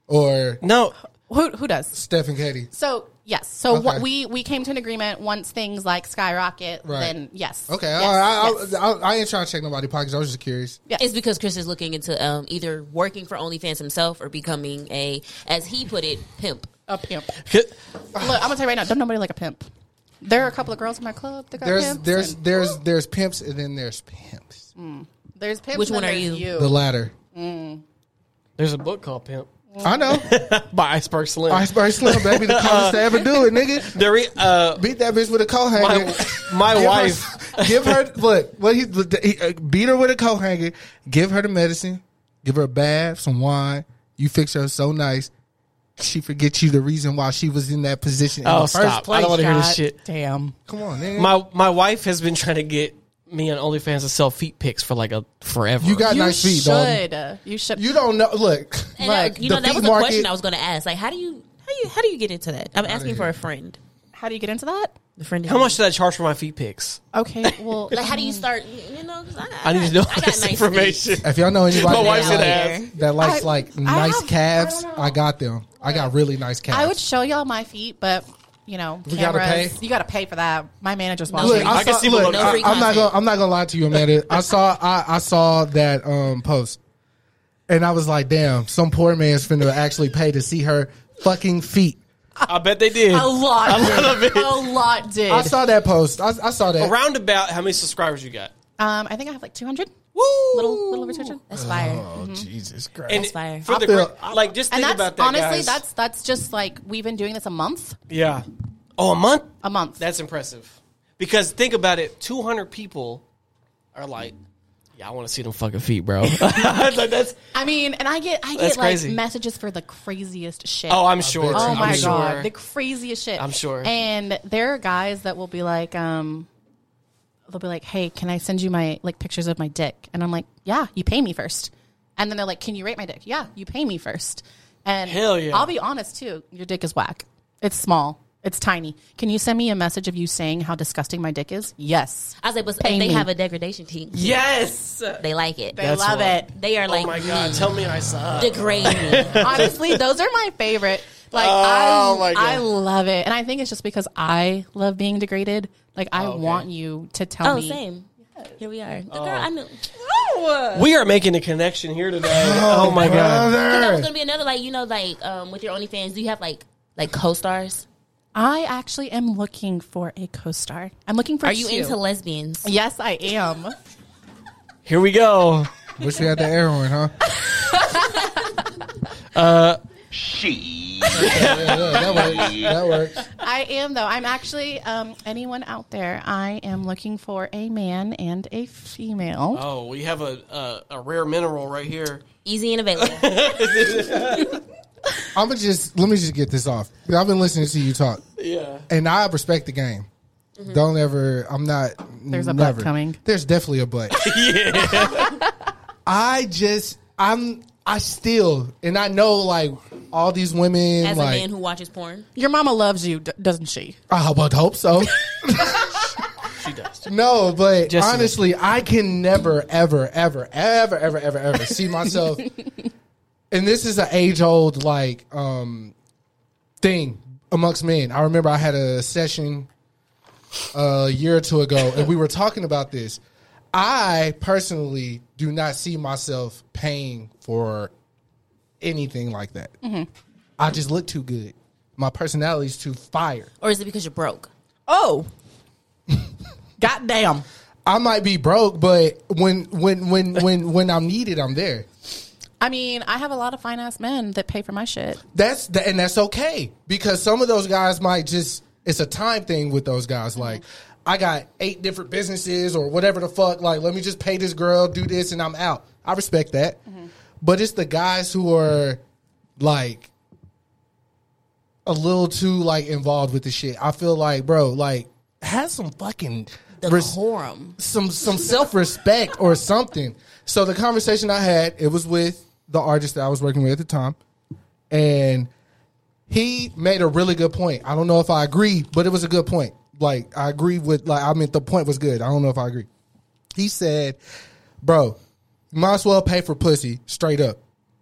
C: or
B: No.
E: Who who does?
C: Steph and Katie.
E: So yes. So what
C: Okay.
E: we we came to an agreement once things like skyrocket.
C: Right.
E: Then yes.
C: Okay,
E: Yes,
C: all right.
E: yes.
C: I, I, I, I ain't trying to check nobody's pockets. I was just curious.
D: It's because Chris is looking into um, either working for OnlyFans himself or becoming a, as he put it, pimp.
E: a pimp. Look, I'm gonna tell you right now. Don't nobody like a pimp. There are a couple of girls in my club that got
C: There's
E: pimps.
C: there's
E: and-
C: there's there's pimps and then there's pimps.
E: there's pimps.
D: Which
E: and
D: one are
E: there's
D: you?
C: The latter.
D: Mm.
B: There's a book called Pimp
C: I know.
B: by Iceberg Slim.
C: Iceberg Slim, baby, the coldest to ever do it, nigga.
B: The re- uh,
C: Beat that bitch with a coat hanger.
B: My- my
C: Give her-
B: wife.
C: give her look. What he, he uh, beat her with a coat hanger. Give her the medicine. Give her a bath, some wine. You fix her so nice. She forgets you the reason why she was in that position in
B: oh,
C: the first
B: stop. I
C: place.
B: don't want to hear this
E: God
B: shit.
E: Damn.
C: Come on, nigga.
B: My my wife has been trying to get me on OnlyFans to sell feet pics for like a forever.
C: you got
E: You
C: nice feet, dog.
E: should. You should.
C: You don't know. Look,
D: And
E: Like,
D: uh, you
C: the
D: know, that
C: feet
D: was a
C: market-
D: question I was going to ask. Like, how do you, how do you, how do you get into that? I'm asking for a friend.
E: How do you get into that?
D: The friend.
B: how much did I charge for my feet pics?
E: Okay. Well,
D: Like, how do you start? You know, 'cause I, got-
B: I need to know
D: got
B: this
D: nice
B: information.
C: if y'all know anybody
B: My wife's
C: that,
B: gonna
C: like-
B: ask.
C: that likes
E: I-
C: like
E: I
C: nice
E: have- I
C: calves,
E: don't know.
C: I, got them. I got really nice calves.
E: I would show y'all my feet, but you know,
C: We gotta
E: cameras.
C: pay.
E: You gotta pay for that. My manager's
D: No.
E: watching.
C: Look, I,
B: I can
C: saw,
B: see
C: look,
B: below. No
C: I,
D: free
C: am not
D: content.
C: gonna. I'm not gonna lie to you, Amanda. I saw. I, I saw that um, post, and I was like, "Damn, some poor man's finna actually pay to see her fucking feet."
B: I bet they did.
E: a lot. did. A lot did.
C: I saw that post. I, I saw that.
B: Around about how many subscribers you got?
E: Um, I think I have like 200.
B: Woo!
E: Little little over 200.
D: That's fire.
B: Oh.
C: Mm-hmm. Jesus Christ!
B: and
D: That's fire.
B: For
C: I
B: the
C: feel-
B: gra- like, just
E: And
B: think
E: that's
B: about that,
E: honestly,
B: guys.
E: that's that's just like we've been doing this a month,
B: yeah. Oh, a month.
E: a month.
B: That's impressive. Because think about it, 200 people are like, yeah, I want to see them fucking feet, bro. Like, that's,
E: I mean, and I get I
B: That's
E: get like
B: crazy.
E: messages for the craziest shit.
B: oh, I'm sure.
C: Oh
E: Oh
B: I'm
E: my
B: sure.
E: god, the craziest shit.
B: I'm sure.
E: And there are guys that will be like, um, they'll be like, "Hey, can I send you my like pictures of my dick?" And I'm like, "Yeah, you pay me first. And then they're like, "Can you rate my dick?" Yeah, you pay me first. And
B: Hell yeah.
E: I'll be honest too. Your dick is whack. It's small. It's tiny. Can you send me a message of you saying how disgusting my dick is? Yes.
D: I was like, but
E: Pay
D: if they
E: me.
D: have a degradation team.
B: yes.
D: They like it.
E: I love
B: what-
E: it.
D: They are like
B: oh my god, tell me I suck.
D: degrade me. Oh,
E: Honestly, those are my favorite. Like
B: Oh,
E: I,
B: my God.
E: I love it, and I think it's just because I love being degraded. Like I want you to tell
D: Oh,
E: me.
D: same. Here we are. The
E: Oh.
D: girl I knew.
B: We are making a connection here today. Oh, my god.
D: That was gonna be another like you know like um, with your OnlyFans. Do you have like like co-stars?
E: I actually am looking for a co-star. I'm looking for.
D: Are you
E: two.
D: into lesbians?
E: Yes, I am.
B: Here we go.
C: Wish we had the air horn, huh? uh, she. that works. That works.
E: I am though. I'm actually. Um, anyone out there? I am looking for a man and a female.
B: Oh, we have a a, a rare mineral right here.
D: Easy and available.
C: I'm gonna just let me just get this off. I've been listening to you talk.
B: Yeah.
C: and I respect the game. Don't ever. I'm not.
E: Mm-hmm. There's a butt
C: never.
E: coming.
C: There's definitely a butt. I just. I'm. I still, and I know like all these women.
D: As a
C: like
D: man who watches porn,
E: Your mama loves you, d- doesn't she?
C: I would hope so.
B: She does.
C: no, but
B: Just-
C: honestly, I can never, ever, ever, ever, ever, ever, ever see myself. and this is an age old like um thing amongst men. I remember I had a session a year or two ago, and we were talking about this. I personally do not see myself paying for anything like that. I just look too good. My personality's too fire.
D: or is it because you're broke?
C: Mm-hmm.
E: Oh, goddamn.
C: I might be broke, but when when when when when I'm needed, I'm there.
E: I mean, I have a lot of fine ass men that pay for my shit.
C: That's th- and that's okay because some of those guys might just it's a time thing with those guys. Like I got eight different businesses or whatever the fuck. Like let me just pay this girl, do this, and I'm out. I respect that, but it's the guys who are like a little too like involved with the shit. I feel like, bro, like have some fucking res-
D: Decorum.
C: some some self respect or something. So the conversation I had, it was with the artist that I was working with at the time, and he made a really good point. I don't know if I agree, but it was a good point. Like I agree with like I mean the point was good. I don't know if I agree. He said, "Bro, you might as well pay for pussy straight up.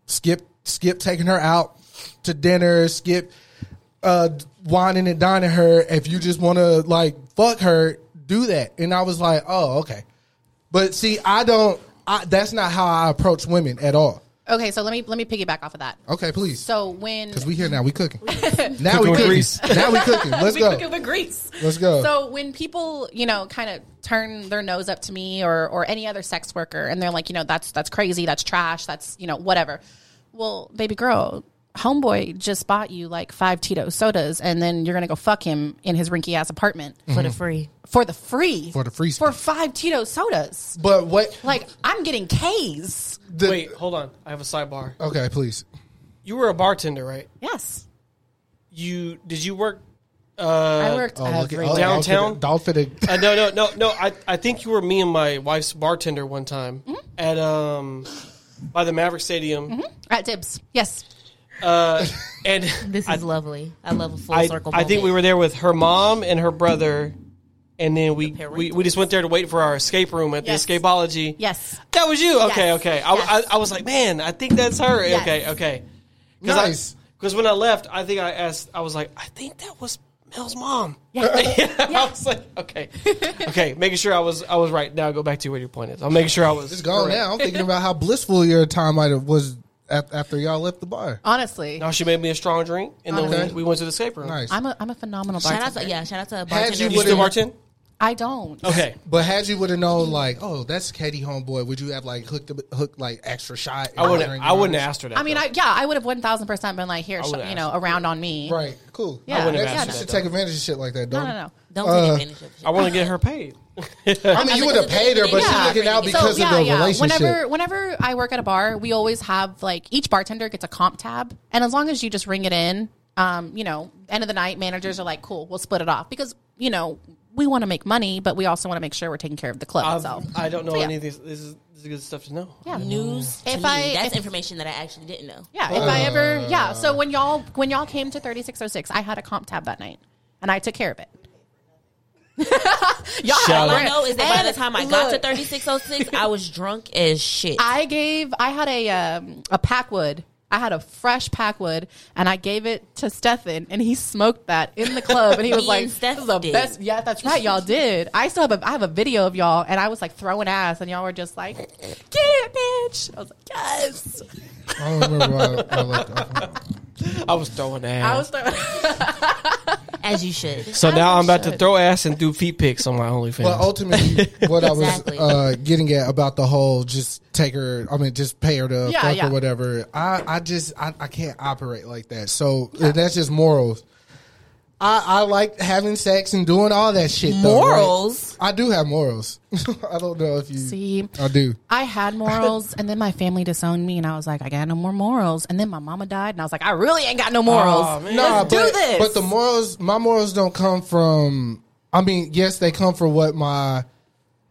C: Skip skip taking her out, to dinner, skip uh whining and dining her. If you just want to like fuck her, do that. And I was like, oh okay. But see, I don't. I, that's not how I approach women at all.
E: Okay, so let me let me piggyback off of that.
C: Okay, please.
E: So when
C: Because we here now, we cooking. now we
F: with
C: cooking.
F: grease.
C: Now we cooking. Let's
D: We
C: go.
D: cooking with grease.
C: Let's go.
E: So when people, you know, kind of turn their nose up to me or or any other sex worker, and they're like, you know, that's that's crazy, that's trash, that's you know, whatever. Well, baby girl, homeboy just bought you like five Tito sodas, and then you're gonna go fuck him in his rinky ass apartment
D: For the free.
E: for the free
C: For the free
E: for
C: stuff.
E: five Tito sodas.
C: but what?
E: Like I'm getting K's.
C: The,
B: Wait, hold on. I have a sidebar.
C: Okay, please.
B: You were a bartender, right?
E: Yes,
B: You did you work?
E: I
B: Uh,
E: worked
C: Oh, look at
E: every
C: oh,
E: day.
B: Downtown?
C: Dolphin. and-
B: uh, no, no, no, no. I, I think you were me and my wife's bartender one time
D: Mm-hmm.
B: at um by the Maverick Stadium, Uh,
E: at Dibs. Yes,
B: and
D: This is lovely. I love a full
B: I,
D: circle.
B: I think
D: moment.
B: we were there with her mom and her brother, and then we we, we just went there to wait for our escape room at
E: Yes.
B: the escapology.
E: yes.
B: That was you. Okay,
E: Yes.
B: okay. I,
E: Yes.
B: I, I was like, man, I think that's her.
E: Yes.
B: Okay, okay.
C: Nice.
B: Because when I left, I think I asked. I was like, I think that was Mel's mom. I was like, okay, okay. Making sure I was I was right. Now go back to what your point is. I'm making sure I was.
C: It's gone now. I'm thinking about how blissful your time might have was af- after y'all left the bar.
E: Honestly,
B: Now she made me a strong drink, and then
C: Okay.
B: we, we went to the escape room.
C: Nice.
E: I'm a I'm a phenomenal
D: Shout out
E: bartender.
D: to yeah, shout out to
C: Had you
D: bartender.
B: You
C: would've-
B: still bartend?
E: I don't.
B: Okay.
C: But had you would have known, like, oh, that's Katie homeboy, would you have like hooked up, hooked like extra shot? and
B: I wouldn't.
C: drink
B: I wouldn't
C: and all
B: ask her that.
E: I mean,
B: though.
E: I yeah, I would have one thousand percent been like, here, sh-
B: would've
E: you know, around on me.
C: this? Right. Cool.
E: Yeah. I wouldn't have
C: Next
E: asked
C: you
E: her
C: should
B: that,
C: take advantage of shit like that.
E: No,
C: Don't.
E: no, no.
D: Don't
C: Uh,
D: take advantage of it.
B: I want to get her paid.
C: I mean, you would have paid her, but
E: Yeah.
C: she's looking out because
E: so
C: of
E: yeah,
C: the
E: yeah.
C: relationship.
E: Whenever whenever I work at a bar, we always have like each bartender gets a comp tab, and as long as you just ring it in, um, you know, end of the night, managers are like, cool, we'll split it off because you know we want to make money, but we also want to make sure we're taking care of the club
B: I've-
E: itself.
B: I don't know
E: So, yeah.
B: any of these. This is, this is good stuff to know.
E: Yeah.
D: news. To
E: If
D: me.
E: I-
D: that's
E: if-
D: information that I actually didn't know.
E: Yeah, if I ever, yeah. So when y'all when y'all came to thirty six oh six, I had a comp tab that night, and I took care of it. y'all had
B: Shout
D: All
B: out.
D: I
E: rent.
D: know is that by the
E: And
D: time I got to
E: look,
D: 3606, I was drunk as shit.
E: I gave I had a um, a packwood. I had a fresh packwood, and I gave it to Stefan, and he smoked that in the club, and he was
D: Me
E: like,
D: and
E: "This
D: Steph
E: is the
D: did.
E: best." Yeah, that's right, y'all did. I still have a I have a video of y'all, and I was like throwing ass, and y'all were just like, "Get it, bitch!" I was like, "Yes."
C: I don't remember why I, I left. I-
B: I was throwing ass.
E: I was throwing.
D: as you should.
B: so now I'm about to
E: should.
B: throw ass and do feet pics on my OnlyFans.
C: But ultimately, what I was
D: Exactly.
C: uh, getting at about the whole just take her, I mean, just pay her to
E: Yeah,
C: fuck
E: yeah.
C: or whatever. I, I just, I, I can't operate like that. So and that's just morals. I, I like having sex and doing all that shit. though, right?
D: Morals?
C: I do have morals. I don't know if you
E: See.
C: I do.
E: I had morals, and then my family disowned me, and I was like, I got no more morals. And then my mama died, and I was like, I really ain't got no morals.
B: Aw, man.
C: Nah,
E: Let's do
C: but,
E: this.
C: But the morals, my morals don't come from. I mean, yes, they come from what my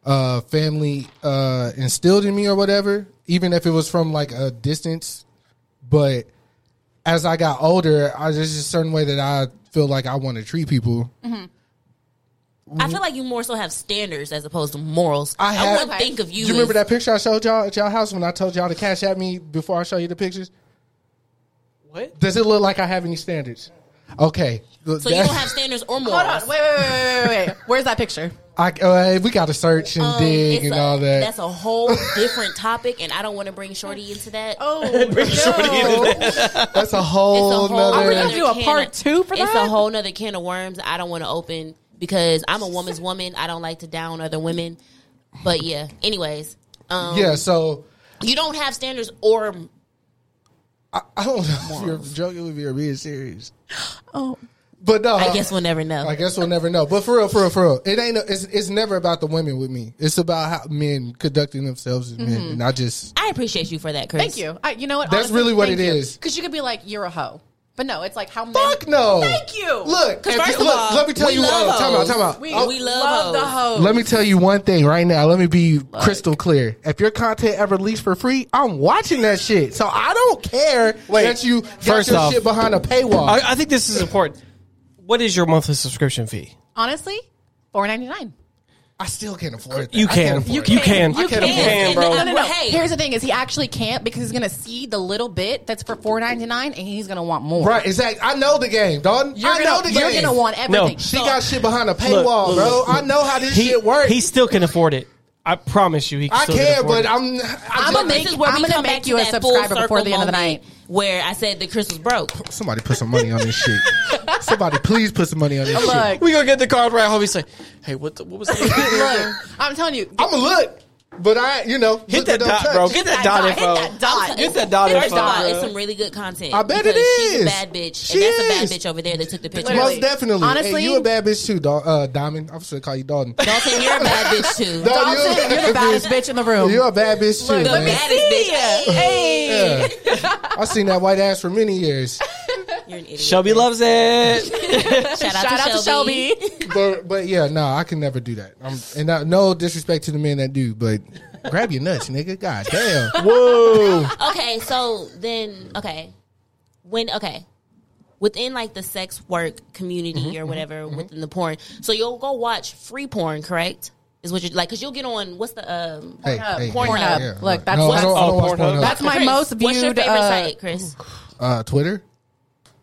C: uh, family uh, instilled in me or whatever. Even if it was from like a distance, but as I got older, I, there's just a certain way that I feel like I want to treat people.
D: Mm-hmm. I feel like you more so have standards as opposed to morals.
C: I
D: I,
C: have-
D: wouldn't
E: Okay.
D: think of you.
C: Do you remember
D: as-
C: that picture I showed y'all at y'all house when I told y'all to cash at me before I show you the pictures?
B: what?
C: Does it look like I have any standards? Okay,
D: So you don't have standards or morals.
E: Hold on, wait, wait, wait, wait, wait, wait. Where's that picture?
C: I, uh, we got to search and
D: Um,
C: dig
D: it's
C: and
D: a-
C: all that.
D: That's a whole different topic, and I don't want to bring Shorty into that.
E: Oh, no.
C: That's a whole,
D: it's a whole.
C: nother.
E: Are we gonna do a
D: can
E: part
D: of-
E: two for
D: It's
E: that?
D: a whole nother can of worms. I don't want to open because I'm a woman's woman. I don't like to down other women. But yeah. Anyways, um,
C: yeah, so
D: you don't have standards or
C: I don't know if you're joking with me or being serious.
E: Oh.
C: But no,
D: I guess we'll never know.
C: I guess we'll never know. But for real, for real, for real, it ain't. It's it's never about the women with me. It's about how men conducting themselves as men, and I just
D: I appreciate you for that, Chris.
E: Thank you. I, you know what?
C: That's really what it is.
E: Because you could be like, you're a hoe. But no, it's like how men-
C: fuck no.
E: Thank you.
C: Look,
D: 'Cause
C: if
D: first
C: you-
D: of
C: look,
D: all,
C: let me tell
D: we
C: you.
D: love
C: Oh, time out,
D: hoes.
C: time out.
E: We,
C: Oh,
E: we
D: we love
E: love, the hoe.
C: let me tell you one thing right now. Let me be crystal clear. If your content ever leaks for free, I'm watching that shit. So I don't care
B: Wait,
C: that you got
B: first
C: your
B: off-
C: shit behind a paywall.
B: I, I think this is important. What is your monthly subscription fee?
E: Honestly, four ninety nine.
C: I still can't afford that.
B: You
C: I can't
B: can.
C: afford
B: You
C: that.
B: can. You
D: You
B: can.
D: can.
B: You can,
D: And
B: bro.
D: the-
E: No, no, no.
D: Hey.
E: Here's the thing: is he actually can't because he's gonna see the little bit that's for four ninety nine, and he's gonna want more.
C: Right, exactly. I know the game, dog.
E: You're
C: I
E: gonna,
C: know the
E: you're
C: game.
E: gonna want everything.
B: No.
C: She
E: So-
C: got shit behind a paywall,
B: look,
C: bro.
B: look,
C: I know how this
B: He,
C: shit works.
B: he still can afford it. I promise you, he
C: I
B: still can,
C: can,
B: afford
C: but
B: it.
C: I'm.
E: I'm
C: I'm
E: gonna
D: But
E: make
D: this is
E: you.
D: where
E: I'm
D: we
E: gonna
D: come
E: make
D: back
E: you
D: to
E: a
D: that full
E: subscriber before
D: circle
E: the end of the night.
D: moment Where I said that Chris was broke.
C: Somebody put some money on this shit. Somebody please put some money on this shit.
E: Look,
B: we gonna get the card right home. He say, "Hey, what? The, what was that?
E: look. I'm telling you.
C: I'm gonna look, but I, you know,
B: Hit
C: look, but
B: that
C: don't
B: dot,
C: touch.
B: bro. Get that dot
E: Hit that
B: info.
E: dot.
B: Get that dot
D: First
B: info.
D: of all,
B: bro.
D: it's some really good content.
C: I bet it
D: because She's
C: is.
D: a bad bitch.
C: She
D: and that's a bad
C: is.
D: bitch over there that took the picture.
E: Literally.
C: Most definitely. Honestly,
E: Honestly-
C: and you a bad bitch too, dog. Uh, Diamond. I'm gonna call you Dalton.
D: Dalton, you're a bad bitch too.
C: Dog,
E: Dawson,
C: you a
E: you're
C: bad
E: the baddest bitch in the room.
C: You a bad bitch too,
D: the
C: man.
D: baddest bitch. Hey.
C: Yeah. I seen that white ass for many years,
D: You're an idiot.
B: Shelby loves it.
D: Shout out,
E: Shout
D: to, Shelby.
C: but but yeah, no, I can never do that. I'm, and I, no disrespect to the men that do, but grab your nuts, nigga. God damn.
B: Whoa.
D: okay, so then okay, when okay, within like the sex work community
C: Mm-hmm,
D: or whatever within the porn, so you'll go watch free porn, correct? Is what you're like because you'll get on what's the um
C: Hey,
E: Pornhub.
C: hey, hey,
E: Pornhub.
C: yeah,
E: Look, that's
C: no, I
E: what-
C: don't, I don't
B: Oh,
C: watch
B: Pornhub.
C: Pornhub.
E: That's my
D: Chris,
E: most viewed.
D: What's your favorite
E: uh,
D: site, Chris?
C: uh, Twitter.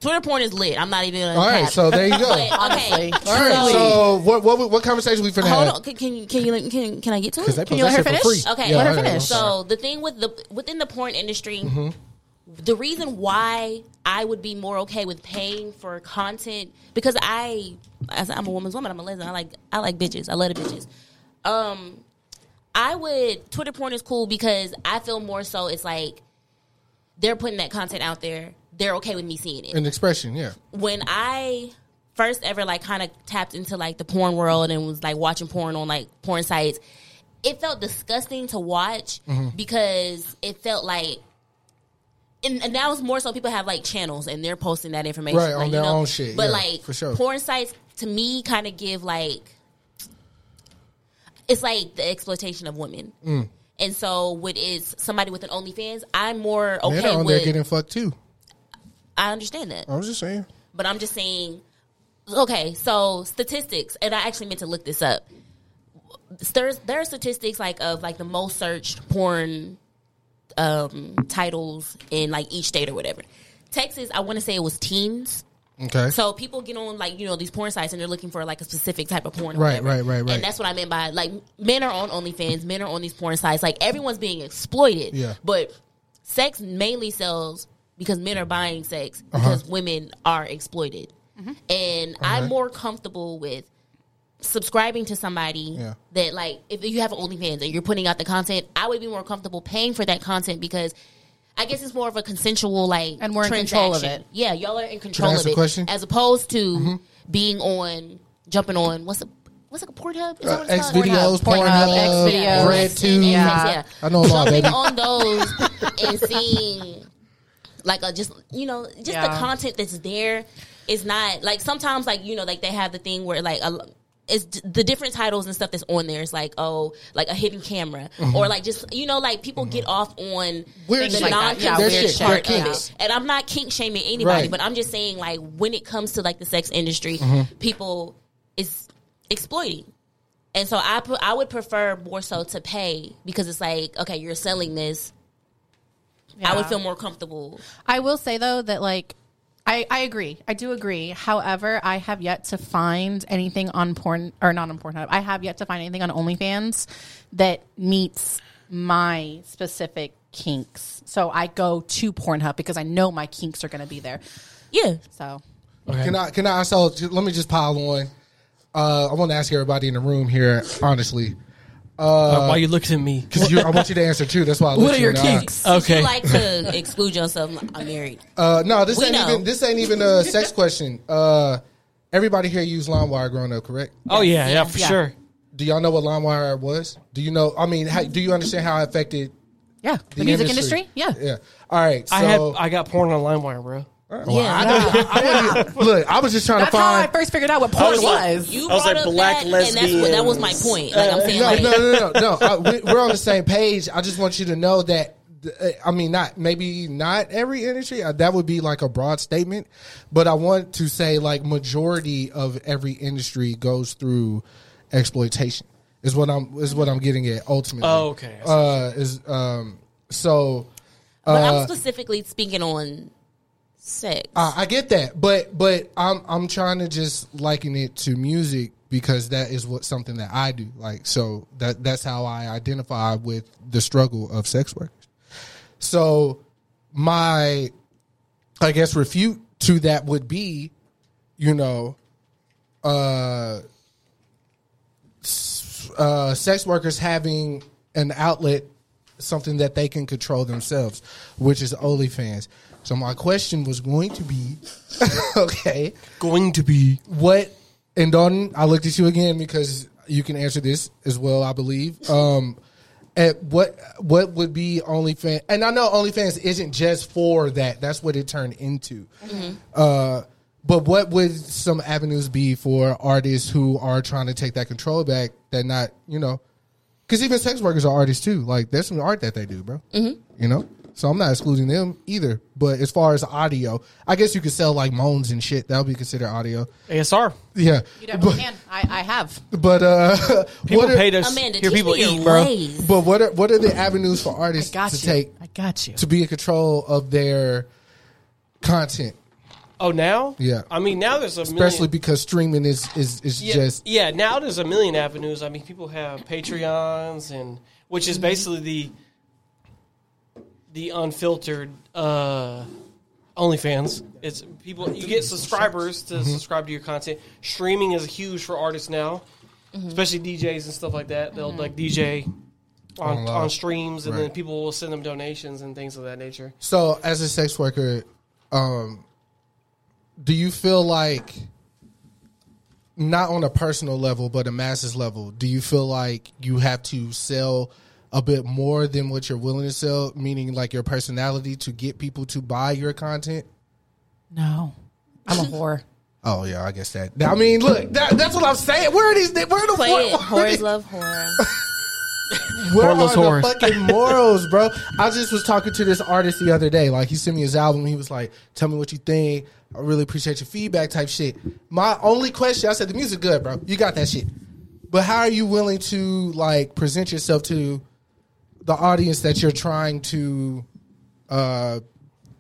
D: Twitter porn is lit. I'm not even. Gonna
C: All right,
D: cap.
C: so there you go.
D: But,
E: Honestly.
D: okay,
C: All right, so what what what conversation we finna
D: hold
C: have?
D: on. Can, can you can you let- can, can I get to it?
C: Because they
E: you
C: post
E: let her
C: that shit for
E: finish?
C: free.
D: Okay,
C: Yeah, Mm-hmm.
E: Let her
C: all right,
E: finish.
C: I'm sorry.
D: So the thing with the within the porn industry, the reason why I would be more okay with paying for content because I, as I'm a woman's woman, I'm a lesbian. I like I like bitches. I love the bitches. Um, I would Twitter porn is cool because I feel more so it's like they're putting that content out there. They're okay with me seeing it
C: An expression, yeah.
D: when I first ever like kind of tapped into like the porn world and was like watching porn on like porn sites, it felt disgusting to watch
C: Mm-hmm.
D: because it felt like. And, and now it's more so people have like channels and they're posting that information
C: Right, on
D: like,
C: their own shit,
D: But
C: yeah,
D: like
C: for sure.
D: porn sites to me kind of give like it's like the exploitation of women.
C: Mm.
D: And so with is somebody with an OnlyFans, I'm more
C: Man,
D: okay
C: they're on there
D: with.
C: getting fucked too.
D: I understand that.
C: I was just saying.
D: But I'm just saying, okay, so statistics, and I actually meant to look this up. There's there are statistics like of like the most searched porn um, titles in like each state or whatever. Texas, I want to say it was teens.
C: Okay.
D: So people get on like you know these porn sites and they're looking for like a specific type of porn. or
C: Right,
D: whatever.
C: right, right, right.
D: And that's what I meant by like men are on OnlyFans, men are on these porn sites. Like everyone's being exploited.
C: Yeah.
D: But sex mainly sells because men are buying sex
C: Uh-huh.
D: because women are exploited.
E: Mm-hmm.
D: And I'm more comfortable with subscribing to somebody
C: Yeah.
D: that like if you have OnlyFans and you're putting out the content, I would be more comfortable paying for that content because. I guess it's more of a consensual like
E: And we're in control of
D: transaction.
E: it.
D: Yeah, y'all are in control
C: Can I
D: control
C: ask
D: of
C: a
D: it,
C: question? Mm-hmm.
D: as opposed to being on jumping on what's a what's like a port hub? Is that what
C: Uh, X
D: it's called?
C: videos,
E: Pornhub,
C: Pornhub,
E: Xvideos,
C: Red
D: X videos,
C: Tube.
D: yeah.
C: I know a lot,
D: Jumping
C: baby.
D: on those and seeing like a just you know just
E: Yeah.
D: the content that's there is not like sometimes like you know like they have the thing where like a. It's d- the different titles and stuff that's on there. It's like oh, like a hidden camera, or like just you know, like people get off on
C: Mm-hmm. Weird
D: the
C: shit.
D: non
E: Yeah,
C: weird
D: consent
C: shit.
D: part
C: They're
D: of
C: kinks.
D: it. And I'm not kink shaming anybody,
C: Right.
D: but I'm just saying like when it comes to like the sex industry,
B: Mm-hmm.
D: people is exploiting. And so I pr- I would prefer more so to pay because it's like okay, you're selling this. I would
E: Yeah.
D: feel more comfortable.
E: I will say though that like I, I agree. I do agree. However, I have yet to find anything on porn or not on Pornhub. I have yet to find anything on OnlyFans that meets my specific kinks. So I go to Pornhub because I know my kinks are going to be there.
D: Yeah.
E: So
C: Can I? Can I? So j- let me just pile on. Uh, I want to ask everybody in the room here, honestly, Uh,
B: Why you looking at me?
C: because I want you to answer too. That's why. I looked you in the eye.
D: You
B: Okay.
D: like to exclude yourself. I'm married.
C: Uh, no, this
D: We
C: ain't
D: know.
C: even. This ain't even a sex question. Uh, everybody here used LimeWire growing up, correct?
B: Oh yeah, yeah, for
E: Yeah.
B: sure.
C: Do y'all know what LimeWire was? Do you know? I mean, how, do you understand how it affected
E: yeah, the,
C: the
E: music industry. Yeah.
C: Yeah. All right. So
B: I had I got porn on LimeWire, bro.
D: yeah.
C: I wasn't- look, I was just trying
E: That's
C: to
E: how I
C: find.
E: first figured out what porn was.
B: was like,
D: You
B: I was
D: brought
B: like
D: up
B: black
D: that, and that's what, that was my
B: lesbians. Uh,
D: point. Like I'm saying,
C: no,
D: like,
C: no, no, no, no. Uh, we, we're on the same page. I just want you to know that. uh, I mean, not maybe not every industry. Uh, That would be like a broad statement, but I want to say like majority of every industry goes through exploitation. Is what I'm is what I'm getting at ultimately.
B: Oh, okay.
C: Uh, is um so
D: But
B: uh,
D: I'm specifically speaking on sex.
C: I, I get that, but but I'm I'm trying to just liken it to music because that is what something that I do. Like so that that's how I identify with the struggle of sex workers. So my I guess refute to that would be, you know, uh, s- uh, sex workers having an outlet, something that they can control themselves, which is OnlyFans. So my question was going to be, okay,
B: Going to be
C: what? And Don, I looked at you again because you can answer this as well, I believe. Um, at what what would be OnlyFans? And I know OnlyFans isn't just for that. That's what it turned into. Uh, but what would some avenues be for artists who are trying to take that control back? That not you know, because even sex workers are artists too. Like there's some art that they do, bro. Mm-hmm. You know, so I'm not excluding them either. But as far as audio, I guess you could sell like moans and shit. That would be considered audio.
B: ASR.
C: Yeah,
E: You don't
C: but
E: can. I, I have.
C: but uh,
B: People
C: what are,
B: pay to s-
D: Amanda,
B: hear
D: teach
B: people
D: me your
B: eat, bro.
D: ways.
C: but what are what are the avenues for artists
E: Got
C: to
E: you.
C: take
E: I got you.
C: to be in control of their content,
B: Oh, now?
C: Yeah.
B: I mean, now there's a
C: especially
B: million,
C: because streaming is is is
B: yeah,
C: just
B: yeah. Now there's a million avenues. I mean, people have Patreons and which is basically the the unfiltered uh, OnlyFans. It's people you get subscribers to
C: Mm-hmm.
B: subscribe to your content. Streaming is huge for artists now, especially DJs and stuff like that. They'll like DJ on,
C: Online.
B: on streams, and then
C: Right.
B: people will send them donations and things of that nature.
C: So, as a sex worker, um, do you feel like, not on a personal level, but a masses level, do you feel like you have to sell a bit more than what you're willing to sell, meaning like your personality to get people to buy your content?
E: No, I'm a whore.
C: Oh yeah, I guess that. I mean, look, that, that's what I'm saying. Where are these? Where are the
D: Play
C: where,
D: it. Whores love horror.
C: Where
B: Hornless
C: are
B: whores.
C: the fucking morals, bro? I just was talking to this artist the other day. Like, he sent me his album. He was like, "Tell me what you think. I really appreciate your feedback." Type shit. My only question, I said, "The music good, bro. You got that shit." But how are you willing to like present yourself to the audience that you're trying to uh,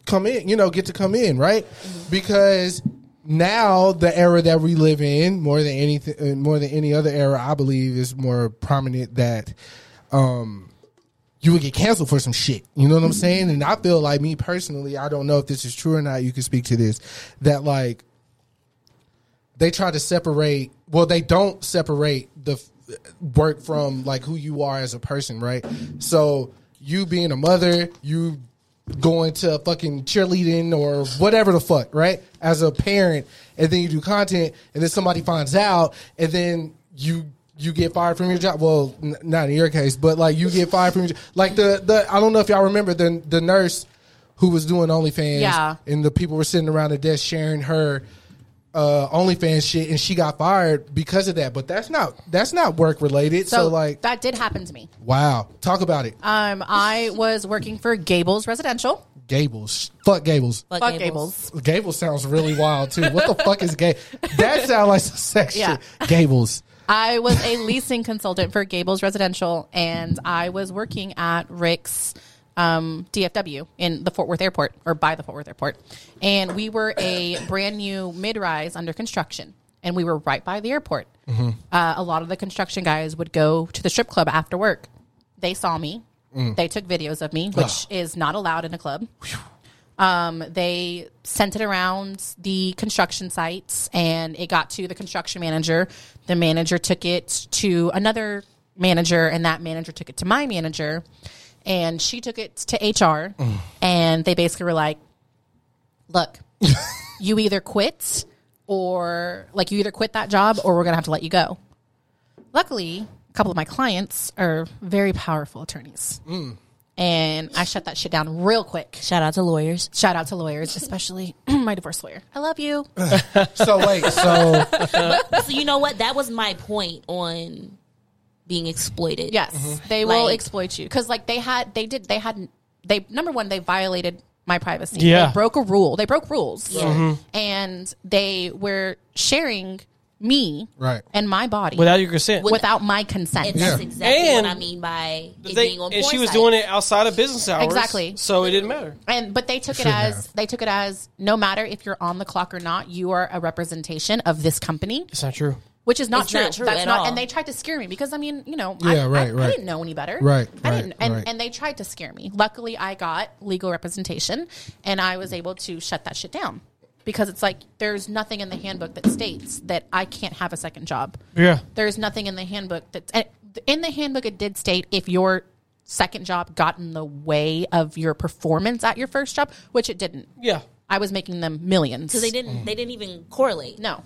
C: come in? You know, get to come in, right? Because now the era that we live in, more than anything, uh, more than any other era, I believe, is more prominent that you would get canceled for some shit. You know what I'm saying? And I feel like me personally, I don't know if this is true or not. You can speak to this. That like they try to separate. Well, they don't separate the f- work from like who you are as a person, right? So you being a mother, you going to fucking cheerleading or whatever the fuck, right? As a parent, and then you do content, and then somebody finds out, and then you you get fired from your job. Well, n- not in your case, but like you get fired from your job. Like the the I don't know if y'all remember the the nurse who was doing OnlyFans,
E: Yeah.
C: and the people were sitting around the desk sharing her uh OnlyFans shit and she got fired because of that. But that's not that's not work related. So,
E: So,
C: like
E: like that did happen to me.
C: wow. Talk about it.
E: Um, I was working for Gables Residential.
C: Gables. Fuck Gables.
E: Fuck Gables.
C: Gables sounds really wild too. What the fuck is gay? That sounds like some sex
E: Yeah.
C: shit. Gables.
E: I was a leasing consultant for Gables Residential, and I was working at Rick's um, DFW in the Fort Worth Airport or by the Fort Worth Airport. And we were a brand new mid rise under construction, and we were right by the airport. Uh, a lot of the construction guys would go to the strip club after work. They saw me, they took videos of me, which is not allowed in a club. Um, they sent it around the construction sites and it got to the construction manager. The manager took it to another manager, and that manager took it to my manager. And she took it to HR. And they basically were like, look, you either quit or like you either quit that job or we're going to have to let you go. Luckily, a couple of my clients are very powerful attorneys. And I shut that shit down real quick.
D: Shout out to lawyers.
E: Shout out to lawyers, especially my divorce lawyer. I love you.
C: So wait, so
D: So you know what? That was my point on being exploited.
E: Yes,
C: Mm-hmm.
E: they will
D: Like-
E: exploit you because, like, they had, they did, they had, they number one, they violated my privacy.
B: Yeah.
C: Mm-hmm.
E: they broke a rule. They broke rules, and they were sharing me
C: Right.
E: and my body
B: without your consent.
D: With-
E: without my
D: And
E: consent.
D: that's
C: Yeah.
D: exactly
B: And
D: what I mean by
B: The
D: it
B: thing-
D: being on
B: and
D: porn
B: she was
D: sites.
B: doing it outside of business hours.
E: Exactly.
B: So it didn't matter.
E: And but they took it
C: Should
E: as
C: have.
E: they took it as no matter if you're on the clock or not, you are a representation of this company.
B: It's not true.
E: Which is not
D: It's
E: true.
D: not true
E: That's
D: at
E: not,
D: all.
E: and they tried to scare me because I mean, you know,
C: Yeah,
E: I, I-
C: right,
E: I
C: right.
E: didn't know any better.
C: Right,
E: I
C: right,
E: didn't, and,
C: right.
E: and they tried to scare me. Luckily, I got legal representation, and I was able to shut that shit down because it's like there's nothing in the handbook that states that I can't have a second job.
B: Yeah.
E: There's nothing in the handbook that and in the handbook it did state if your second job got in the way of your performance at your first job, which it didn't.
B: Yeah.
E: I was making them millions.
D: because they didn't they didn't even correlate.
E: No.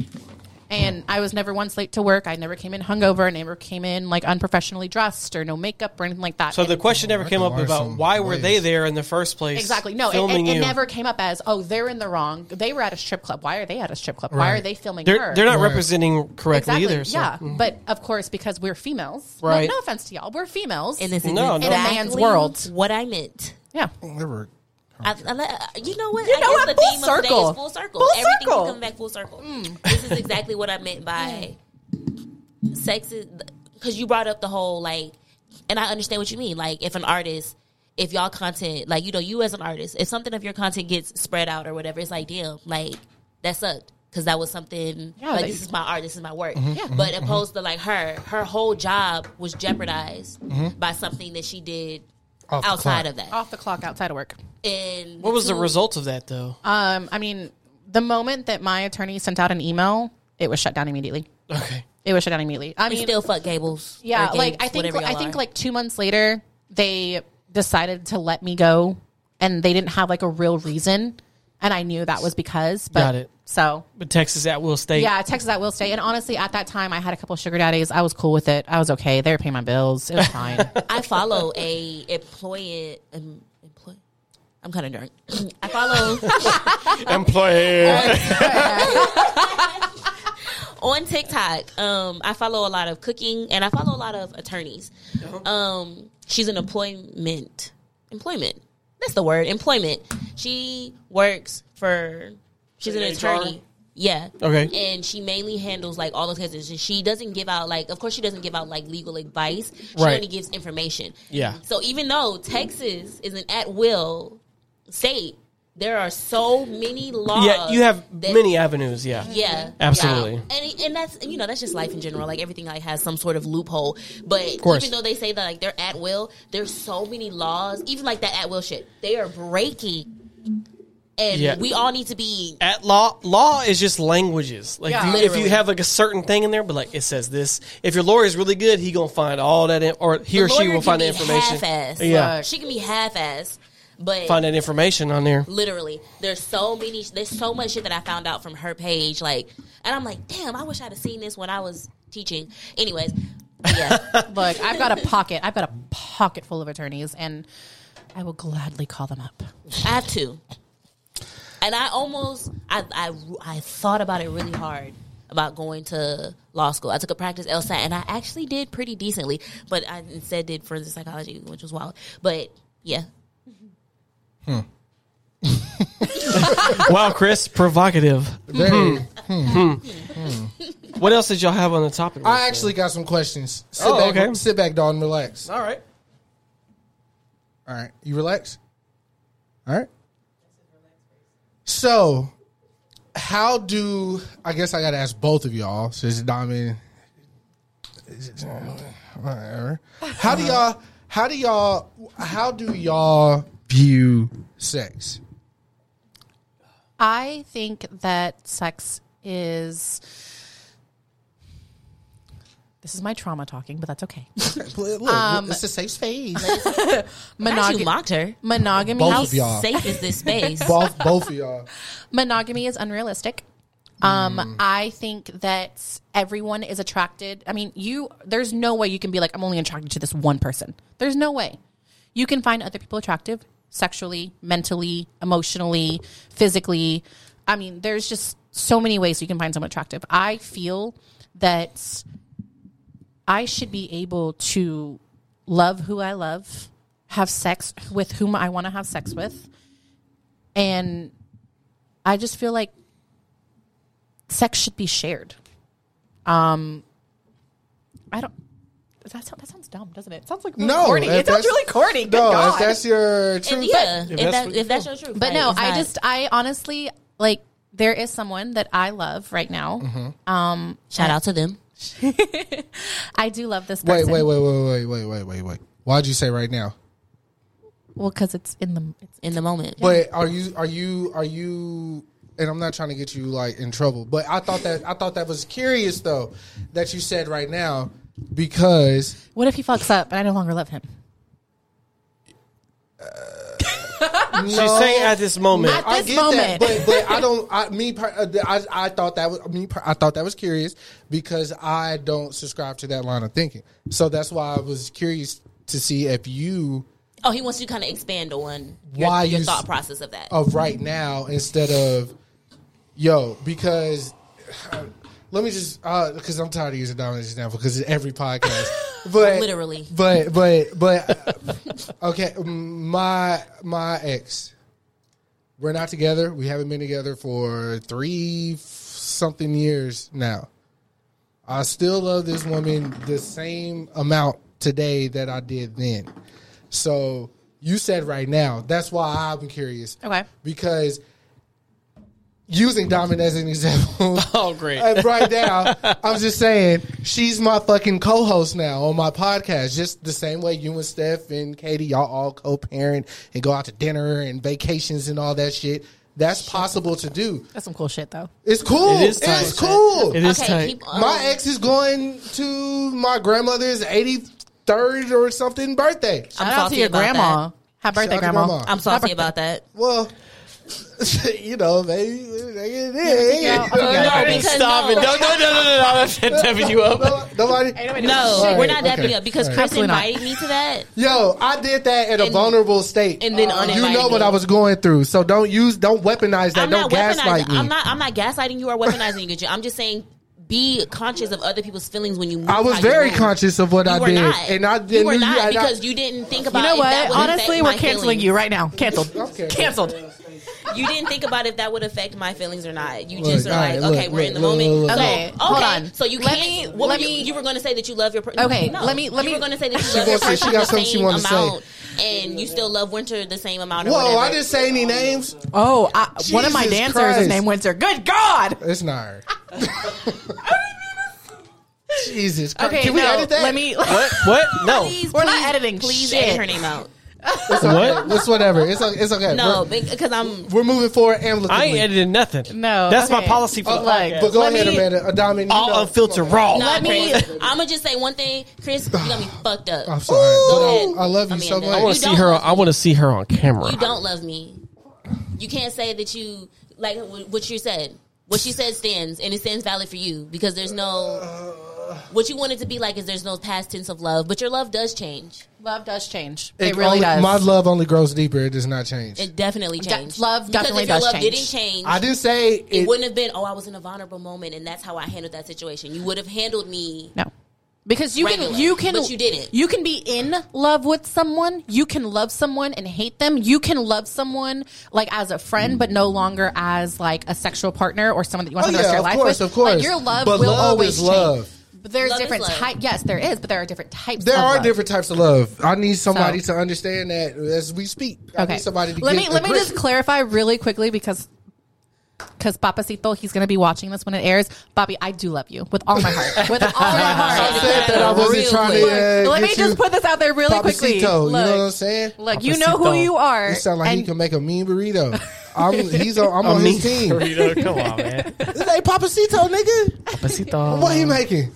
E: And I was never once late to work. I never came in hungover. I never came in like unprofessionally dressed or no makeup or anything like that.
B: So the
E: And-
B: question never came up
C: There are
B: about
C: some
B: why were
C: ways.
B: they there in the first place?
E: exactly no, it,
B: filming
E: it, it
B: you.
E: never came up as oh they're in the wrong. They were at a strip club. Why are they at a strip club? Why are
C: Right.
E: they filming
B: They're
E: her?
B: they're not
C: Right.
B: representing correctly
E: exactly.
B: either. So. Mm-hmm.
E: Yeah, but of course because we're females. No-
B: Right.
E: No, offense to y'all, we're females.
D: And this is
B: No, no.
D: exactly
B: In a
E: man's world.
D: What I meant.
E: yeah,
C: Never.
D: I, I, I- you know what?
E: You
D: I
E: know
D: guess
E: what?
D: the
E: Full
D: theme of today
E: circle.
D: is full circle.
E: Full
D: Everything
E: circle. Mm.
D: will come back full circle. This is exactly what I meant by sex is because you brought up the whole like, and I understand what you mean. Like, if an artist, if y'all content, like you know, you as an artist, if something of your content gets spread out or whatever, it's like, damn, like that sucked. Cause that was something
E: Yeah, Mm-hmm.
D: like
E: they-
D: this is my art, this is my work. But opposed to like her, her whole job was jeopardized by something that she did
C: Off the
D: outside
C: clock.
D: of that.
E: off the Mm-hmm. clock Oh. outside of work.
D: And
B: What was the
D: two-
B: result of that though?
E: Um, I mean, the moment that my attorney sent out an email, it was shut down immediately.
B: okay.
E: It was shut down immediately. I
D: You
E: mean,
D: still fuck Gables.
E: Yeah,
D: Or
E: like
D: Gables,
E: I think
D: whatever y'all
E: I think
D: are.
E: like two months later they decided to let me go, and they didn't have like a real reason, and I knew that was because. But,
B: Got it.
E: So
B: But Texas at will state.
E: yeah, Texas at will stay. And honestly, at that time, I had a couple sugar daddies. I was cool with it. I was okay. They were paying my bills. It was fine.
D: I follow a employee um, employ I'm kind of drunk. I follow
B: Employee.
D: on TikTok. Um, I follow a lot of cooking and I follow a lot of attorneys. Um, she's an employment employment. That's the word employment. She works for. She's an
B: Like HR?
D: attorney. Yeah.
B: Okay.
D: And she mainly handles like all those cases. And she doesn't give out like, of course, she doesn't give out like legal advice. She
B: Right.
D: only gives information.
B: Yeah.
D: So even though Texas is an at will state, there are so many laws.
B: Yeah, you have
D: that-
B: many avenues, yeah.
D: Yeah,
B: Absolutely.
D: yeah. and and that's you know that's just life in general. Like everything like has some sort of loophole. But
B: course.
D: even though they say that like they're at will, there's so many laws. Even like that at will shit, they are breaking, and
B: Yeah.
D: we all need to be
B: At law, law is just languages. Like if
E: Yeah.
B: you- if you
D: Literally.
B: have like a certain thing in there, but like it says this. If your lawyer is really good, he gonna find all that, in, or he
D: The
B: or she
D: lawyer
B: will find the
D: can be
B: information.
D: half-assed.
B: Yeah,
E: Fuck.
D: She can be half assed, but
B: find that information on there.
D: literally there's so many there's so much shit that i found out from her page like and i'm like damn i wish i'd have seen this when i was teaching anyways yeah
E: Look, I've got a pocket. I've got a pocket full of attorneys, and I will gladly call them up.
D: i have to and i almost I, I i thought about it really hard about going to law school i took a practice lsat and i actually did pretty decently but i instead did forensic psychology which was wild but yeah
B: wow, Chris, provocative. Hmm.
C: Very-
B: What else did y'all have on the topic?
C: I actually got some questions. Sit
B: Oh,
C: back,
B: okay.
C: sit back, dog, and relax.
B: all right.
C: All right. You relax? All right. So, how do I guess I got to ask both of y'all since Diamond whatever. How do y'all how do y'all how do y'all view sex?
E: I think that sex is. This is my trauma talking, but that's okay.
C: Look,
E: Um,
C: it's a safe space.
D: Not
E: Monog-
D: you mocked her
E: monogamy.
C: Both
D: how
C: of y'all.
D: safe is this space
C: both both of y'all.
E: monogamy is unrealistic. Um,
C: Mm.
E: I think that everyone is attracted. I mean, you there's no way you can be like, I'm only attracted to this one person. There's no way. You can find other people attractive sexually, mentally, emotionally, physically. I mean, there's just so many ways you can find someone attractive. I feel that I should be able to love who I love, have sex with whom I want to have sex with, and I just feel like sex should be shared. Um, I don't. does That, sound, that sounds dumb, doesn't it? It sounds like really
C: No,
E: corny.
C: if
E: It sounds
C: that's-
E: really corny. Good
C: No,
E: God.
C: if that's your
D: If,
C: truth.
D: yeah,
B: If
D: if,
B: that's
D: that,
B: what-
D: if that's your truth.
E: But
D: like,
E: no,
D: it's
E: I
D: not-
E: just, I honestly, like, there is someone that I love right now.
C: Mm-hmm.
E: Um,
D: shout out to them.
E: I do love this
C: Wait,
E: person.
C: wait, wait, wait, wait, wait, wait, wait, wait. Why'd you say right now?
E: Well, because it's in the. It's,
D: in the moment.
C: But are you are you are you and I'm not trying to get you like in trouble, but I thought that I thought that was curious though that you said right now because
E: what if he fucks up and I no longer love him?
B: She's saying at this moment.
E: I-
C: I
E: This
C: get that,
E: moment.
C: but, but I don't. I, me, per- uh, I, I thought that was me. per- I thought that was curious because I don't subscribe to that line of thinking. So that's why I was curious to see if you
D: oh, he wants you to kind of expand on
C: Why
D: your, your
C: you s- Oh,
D: thought process of that.
C: of right now instead of yo because let me just because I'm tired of using Dominic's example because it's every podcast, but
D: Literally.
C: but but but uh, okay, my my ex, we're not together. We haven't been together for three f- something years now. I still love this woman the same amount today that I did then. So you said right now. That's why I'm curious.
E: Okay.
C: Because using Diamond as an example.
B: Oh, great.
C: uh, right now, I'm just saying she's my fucking co-host now on my podcast. Just the same way you and Steph and Katie, y'all all co-parent and go out to dinner and vacations and all that shit. That's possible to do.
E: That's some cool shit, though.
C: It's cool.
B: It is tight.
C: it's cool.
B: It is
D: okay,
B: tight.
D: keep um,
C: My ex is going to my grandmother's 83rd or something birthday.
D: I'm
E: Shout out
D: salty
E: to your
D: about
E: grandma.
D: that.
E: Happy
C: Shout
E: birthday,
C: out to
E: grandma.
C: grandma.
D: I'm salty about that.
C: Well, you know, maybe nigga, it is.
B: No,
D: No,
B: no,
D: because
B: stop
D: no.
B: it. No, no, no, no, no, no. That's dapping you up.
C: Nobody.
D: No,
C: All
D: we're
C: right,
D: not
C: okay.
D: dapping up because
C: All right.
D: Chris
E: Absolutely not.
D: invited me to that.
C: Yo, I did that in a vulnerable state. Uh,
D: and then
C: you
D: uninvited
C: know what
D: me.
C: I was going through, so don't use, don't weaponize that.
D: I'm
C: don't
D: not
C: gaslight
D: weaponizing.
C: me.
D: I'm not. I'm not gaslighting you or weaponizing you. I'm just saying, be conscious of other people's feelings when you. Move
C: I was
D: how you
C: very
D: move.
C: conscious of what
D: You
C: I
D: were
C: did,
D: not.
C: and I
D: You
C: didn't.
D: were not
C: I-
D: because you didn't think about.
E: You know
D: if that
E: what?
D: would affect
E: Honestly,
D: my
E: we're canceling
D: feelings.
E: you right now. Canceled.
C: Okay.
E: Canceled.
D: You didn't think about if that would affect my feelings or not. You
C: Look,
D: just are
C: all
D: like,
C: right, look,
D: okay, we're in the
C: look, look,
D: moment.
C: look,
D: So,
E: look.
D: okay,
E: Hold on.
D: So you
E: Let
D: can't.
E: me-
D: what
E: let
D: were you,
E: me-
D: you were going to say that you love your person.
E: Okay,
D: no.
E: let me- let
D: You
E: me-
D: were going to say that you love your
C: gonna say- she
D: person
C: got
D: the
C: something she
D: same
C: wanna say.
D: amount, and you still love Winter the same amount. Or
C: Whoa!
D: whatever.
C: I didn't say any names.
E: Oh, I, one of my
C: Jesus
E: dancers
C: Christ.
E: is named Winter. Good God.
C: It's not. her. Jesus Christ!
E: Okay,
C: Can we
E: no,
C: edit that?
E: let me.
B: What? What? No.
D: Please,
E: We're not
D: please-
E: editing
D: Please
E: shit.
D: edit her name out.
C: It's okay.
B: What?
C: It's whatever. It's okay. It's okay.
D: No,
C: We're,
D: because I'm
C: we're moving forward and looking.
B: I ain't editing nothing.
E: No,
B: That's my
E: okay.
B: policy for the
E: Oh, like,
B: podcast.
C: But go
E: Let
C: ahead,
E: me-
C: Amanda. Uh, Diamond, you know-
B: All unfiltered raw.
D: No,
E: Let me-
D: I'm gonna just say one thing, Chris. You got me fucked up.
C: I'm sorry.
D: Go
C: but
D: ahead.
C: I, I love you
D: Amanda.
C: so
B: I
D: You
B: want
C: much.
B: to
D: don't
B: see her.
D: love
B: I want to see her on camera.
D: You don't love me. You can't say that you like wh- what you said. What she said stands, and it stands valid for you because there's no. What you want it to be like is there's no past tense of love, but your love does change.
E: Love does change. It,
C: It
E: really
C: only-
E: does.
C: My love only grows deeper. It does not change.
D: It definitely
E: De-
D: changed.
E: love
D: because
E: definitely
D: if your
E: does
D: love
E: change.
D: didn't change,
C: I didn't say it.
D: it wouldn't have been. Oh, I was in a vulnerable moment, and that's how I handled that situation. You would have handled me.
E: No. Because you
D: Regular,
E: can you can
D: but you didn't.
E: You can be in love with someone. You can love someone and hate them. You can love someone like as a friend, but no longer as like a sexual partner or someone that you want
C: Oh,
E: to spend
C: yeah,
E: the
C: of
E: rest
C: course,
E: of your life with.
C: of course.
E: Like, your love
C: But
E: will
C: love
E: always
C: is love.
E: change. But there's
D: Love is
E: different
D: love.
E: types. Yes, there is, but there are different types.
C: There
E: of
C: are
E: love.
C: different types of love. I need somebody
E: So-
C: to understand that as we speak. I
E: Okay.
C: need somebody to
E: let
C: get
E: me
C: a
E: let me
C: grip.
E: just clarify really quickly because because Papacito, he's going to be watching this when it airs. Bobby, I do love you with all my heart. With all my heart.
C: I said that I wasn't
D: Real
C: trying
D: quick.
C: to. Uh, get
E: Let me
C: you
E: just put this out there really
C: Papacito, you
E: quickly.
C: know
E: Look.
C: what I'm saying?
E: Look, you know who you are.
C: It sound like he
E: and
C: can make a mean burrito. I'm he's on, I'm on his team. this
B: Come on, man.
C: ain't Papacito, nigga.
B: Papacito.
E: Um,
C: What he making?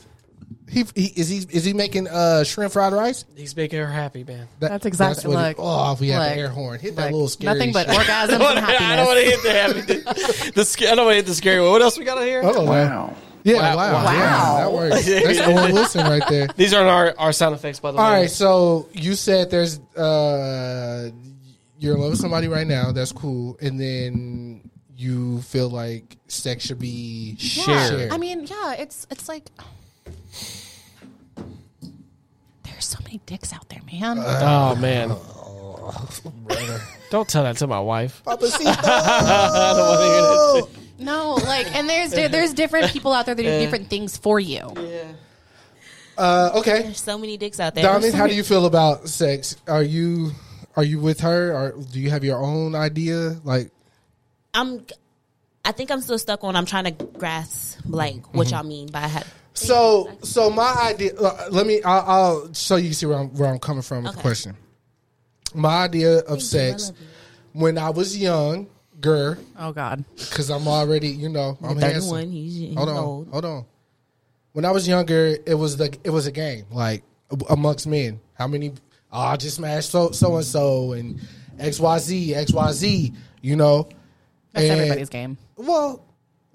C: He, he is he is he making uh, shrimp fried rice?
B: He's making her happy, man.
C: That-
E: That's exactly-
C: what it-
E: look,
C: oh, if we had
E: look,
C: the air horn, hit that
E: like,
C: little scary.
E: nothing but
C: shit.
E: orgasms
B: I
E: and
B: don't want
E: happiness.
B: to hit the happy. The sc- I don't want to hit the scary one. What else we got out here?
C: Oh, wow. Yeah, wow.
B: Wow.
C: Yeah, that works. That's Owen Wilson right there.
B: These aren't our, our sound effects, by the
C: All
B: way.
C: right, so you said there's uh you're in love with somebody right now, that's cool, and then you feel like sex should be
B: Yeah.
C: shared.
E: I mean, yeah, it's it's like there's so many dicks out there, man.
C: Uh,
B: Oh man. Oh. Don't tell that to my wife.
C: Papacito. uh,
B: I don't want to hear that shit.
E: No, like, and there's di- there's different people out there that do different things for you.
C: Uh, okay.
D: There's so many dicks out there.
C: Diamond, how do you feel about sex? Are you are you with her or do you have your own idea? Like
D: I'm. I think I'm still stuck on. I'm trying to grasp like what
C: Mm-hmm.
D: y'all mean by. Ha-
C: so so my idea uh, let me I'll, I'll so you can see where I'm where I'm coming from with the
D: Okay.
C: question. My idea of sex
D: love
C: when I was young, girl,
E: Oh God,
C: cuz I'm already, you know, I'm handsome.
D: 31. He's, he's
C: hold on,
D: old.
C: hold on. When I was younger, it was the it was a game like amongst men. How many? Oh, I just smashed so so and so and X Y Z X Y Z. You know,
E: that's
C: And-
E: everybody's game.
C: Well,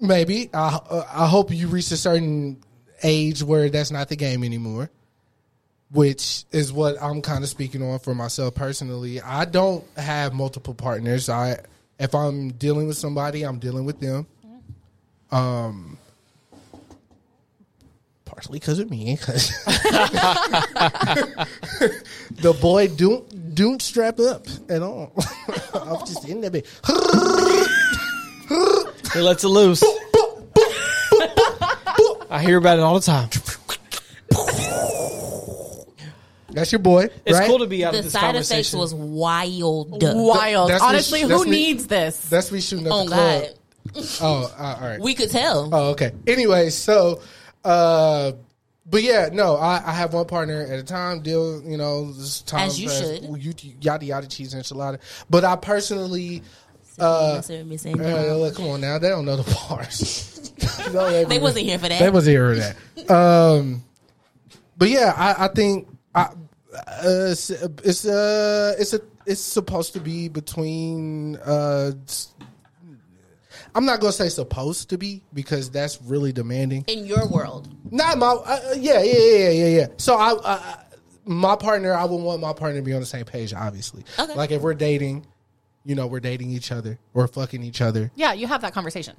C: maybe I uh, I hope you reach a certain age where that's not the game anymore, which is what I'm kind of speaking on for myself personally. I don't have multiple partners. I if I'm dealing with somebody, I'm dealing with them. Um, partially because of me, 'cause- the boy don't don't strap up at all. I'm just in that bit.
B: He lets it loose. I hear about it all the time.
C: That's your boy.
B: It's
C: right?
B: cool to be out
D: The
B: of this
D: side effects
B: conversation.
D: was wild.
E: Wild.
C: That's what
E: Honestly,
C: she-
E: who
C: that's what-
E: needs this?
C: That's me shooting at
D: Oh
C: the club.
D: God,
C: Oh, uh, all right.
D: we could tell.
C: oh, okay. Anyway, so, uh, but yeah, no, I, I have one partner at a time. Deal, you know, this time
D: As you
C: pass-
D: should.
C: Ooh, you- yada yada cheese enchilada. But I personally,
D: That's what we're saying.
C: uh, look, come on now, they don't know the bars. No,
D: they wasn't here for that.
C: That was the era of that. Um, but yeah, I, I think I, uh, it's it's uh, it's a it's supposed to be between. Uh, s- I'm not gonna say supposed to be because that's really demanding.
D: in your world.
C: Not my uh, yeah yeah yeah yeah yeah. So I, I- I my partner, I would want my partner to be on the same page. Obviously,
D: Okay.
C: like if we're dating, you know, we're dating each other or fucking each other.
E: Yeah, you have that conversation.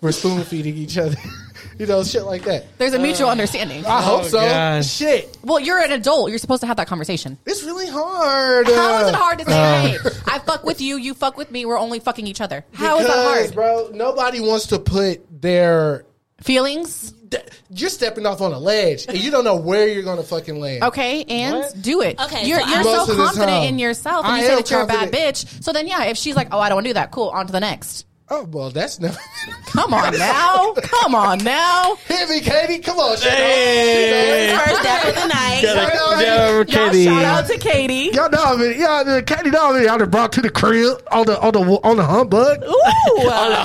C: We're spoon feeding each other. you know, shit like that.
E: There's a mutual
D: Uh.
E: understanding.
C: I hope so.
B: God.
C: Shit,
E: Well, you're an adult. You're supposed to have that conversation.
C: it's really hard.
E: How is it
C: uh,
E: hard to say, hey, I fuck with you, you fuck with me, we're only fucking each other? How is that
C: because,
E: hard?
C: bro? Nobody wants to put their.
E: Feelings?
C: th- You're stepping off on a ledge, and you don't know where you're gonna fucking land.
E: Okay, and do it.
D: Okay,
E: you're,
D: so
E: you're
D: I-
C: Most
E: so
C: of the time.
E: confident in yourself, and
C: I
E: you say
C: am
E: that you're a bad
C: confident.
E: bitch. So then, yeah, if she's like, "Oh, I don't want to do that," cool. On to the next.
C: Oh well, that's never.
E: Come on now, come on now.
C: Hit me, Katie. Come on, shit.
B: Hey.
D: First dap of the night.
B: Yeah,
E: Y'all
B: Katie.
E: shout out to Katie.
C: Y'all know I mean, y'all, uh, Katie know I mean, y'all done brought to the crib on the on the on the humbug.
E: Ooh,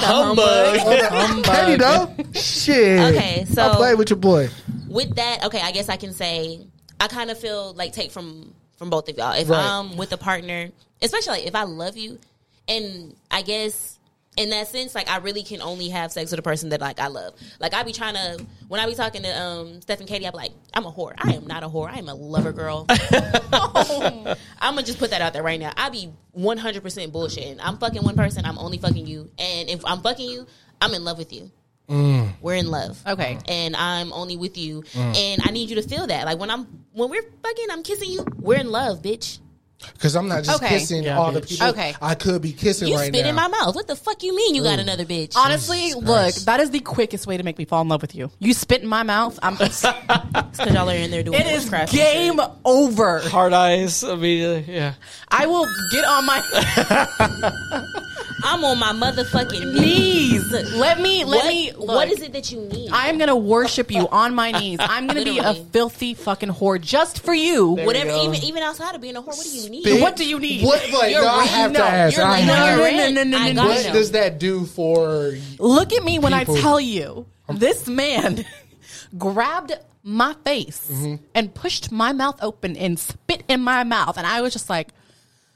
B: Humbug.
C: Katie know, shit.
D: Okay, so-
C: I play with your boy.
D: With that, okay, I guess I can say I kind of feel like take from from both of y'all. If
C: Right.
D: I'm with a partner, especially if I love you, and I guess in that sense, like I really can only have sex with a person that like I love. Like I be trying to when I be talking to um Steph and Katie, I'm like, I'm a whore. I am not a whore. I am a lover girl. I'm gonna just put that out there right now. I be 100 percent bullshitting. I'm fucking one person. I'm only fucking you. And if I'm fucking you, I'm in love with you. We're in love.
E: Okay.
D: And I'm only with you.
E: Mm.
D: And I need you to feel that. Like when I'm when we're fucking, I'm kissing you. We're in love, bitch.
C: Because I'm not just
E: Okay.
C: kissing
B: Yeah,
C: all the
B: bitch.
C: people
E: Okay.
C: I could be kissing
D: You
C: right
D: spit
C: now.
D: in my mouth. What the fuck you mean? You
E: Mm.
D: got another bitch?
E: Honestly, look, that is the quickest way to make me fall in love with you. You spit in my mouth. I'm. it
D: Because y'all are in there doing
E: is
D: bullcrap and shit.
E: game over.
B: Hard eyes. I mean, uh, yeah.
E: I will get on my
D: I'm on my motherfucking knees.
E: knees. Let me. Let
D: What-
E: me. Look.
D: what is it that you need?
E: I am gonna worship you on my knees. I'm gonna be a
D: Literally.
E: filthy fucking whore just for you.
D: Whatever. Even even outside of being a whore, what do you need?
C: Spit.
E: What do you need?
C: What? Wait,
D: You're
C: no, I
D: right.
C: have
D: No,
C: to ask.
D: you're
C: I
D: right.
C: have-
D: No,
E: No,
D: you're
E: no,
D: right.
E: no, no,
D: I
E: no,
D: got
C: What
D: you.
C: does that do for?
E: Look at me when I
C: People-
E: tell you this man grabbed my face and pushed my mouth open and spit in my mouth, and I was just like,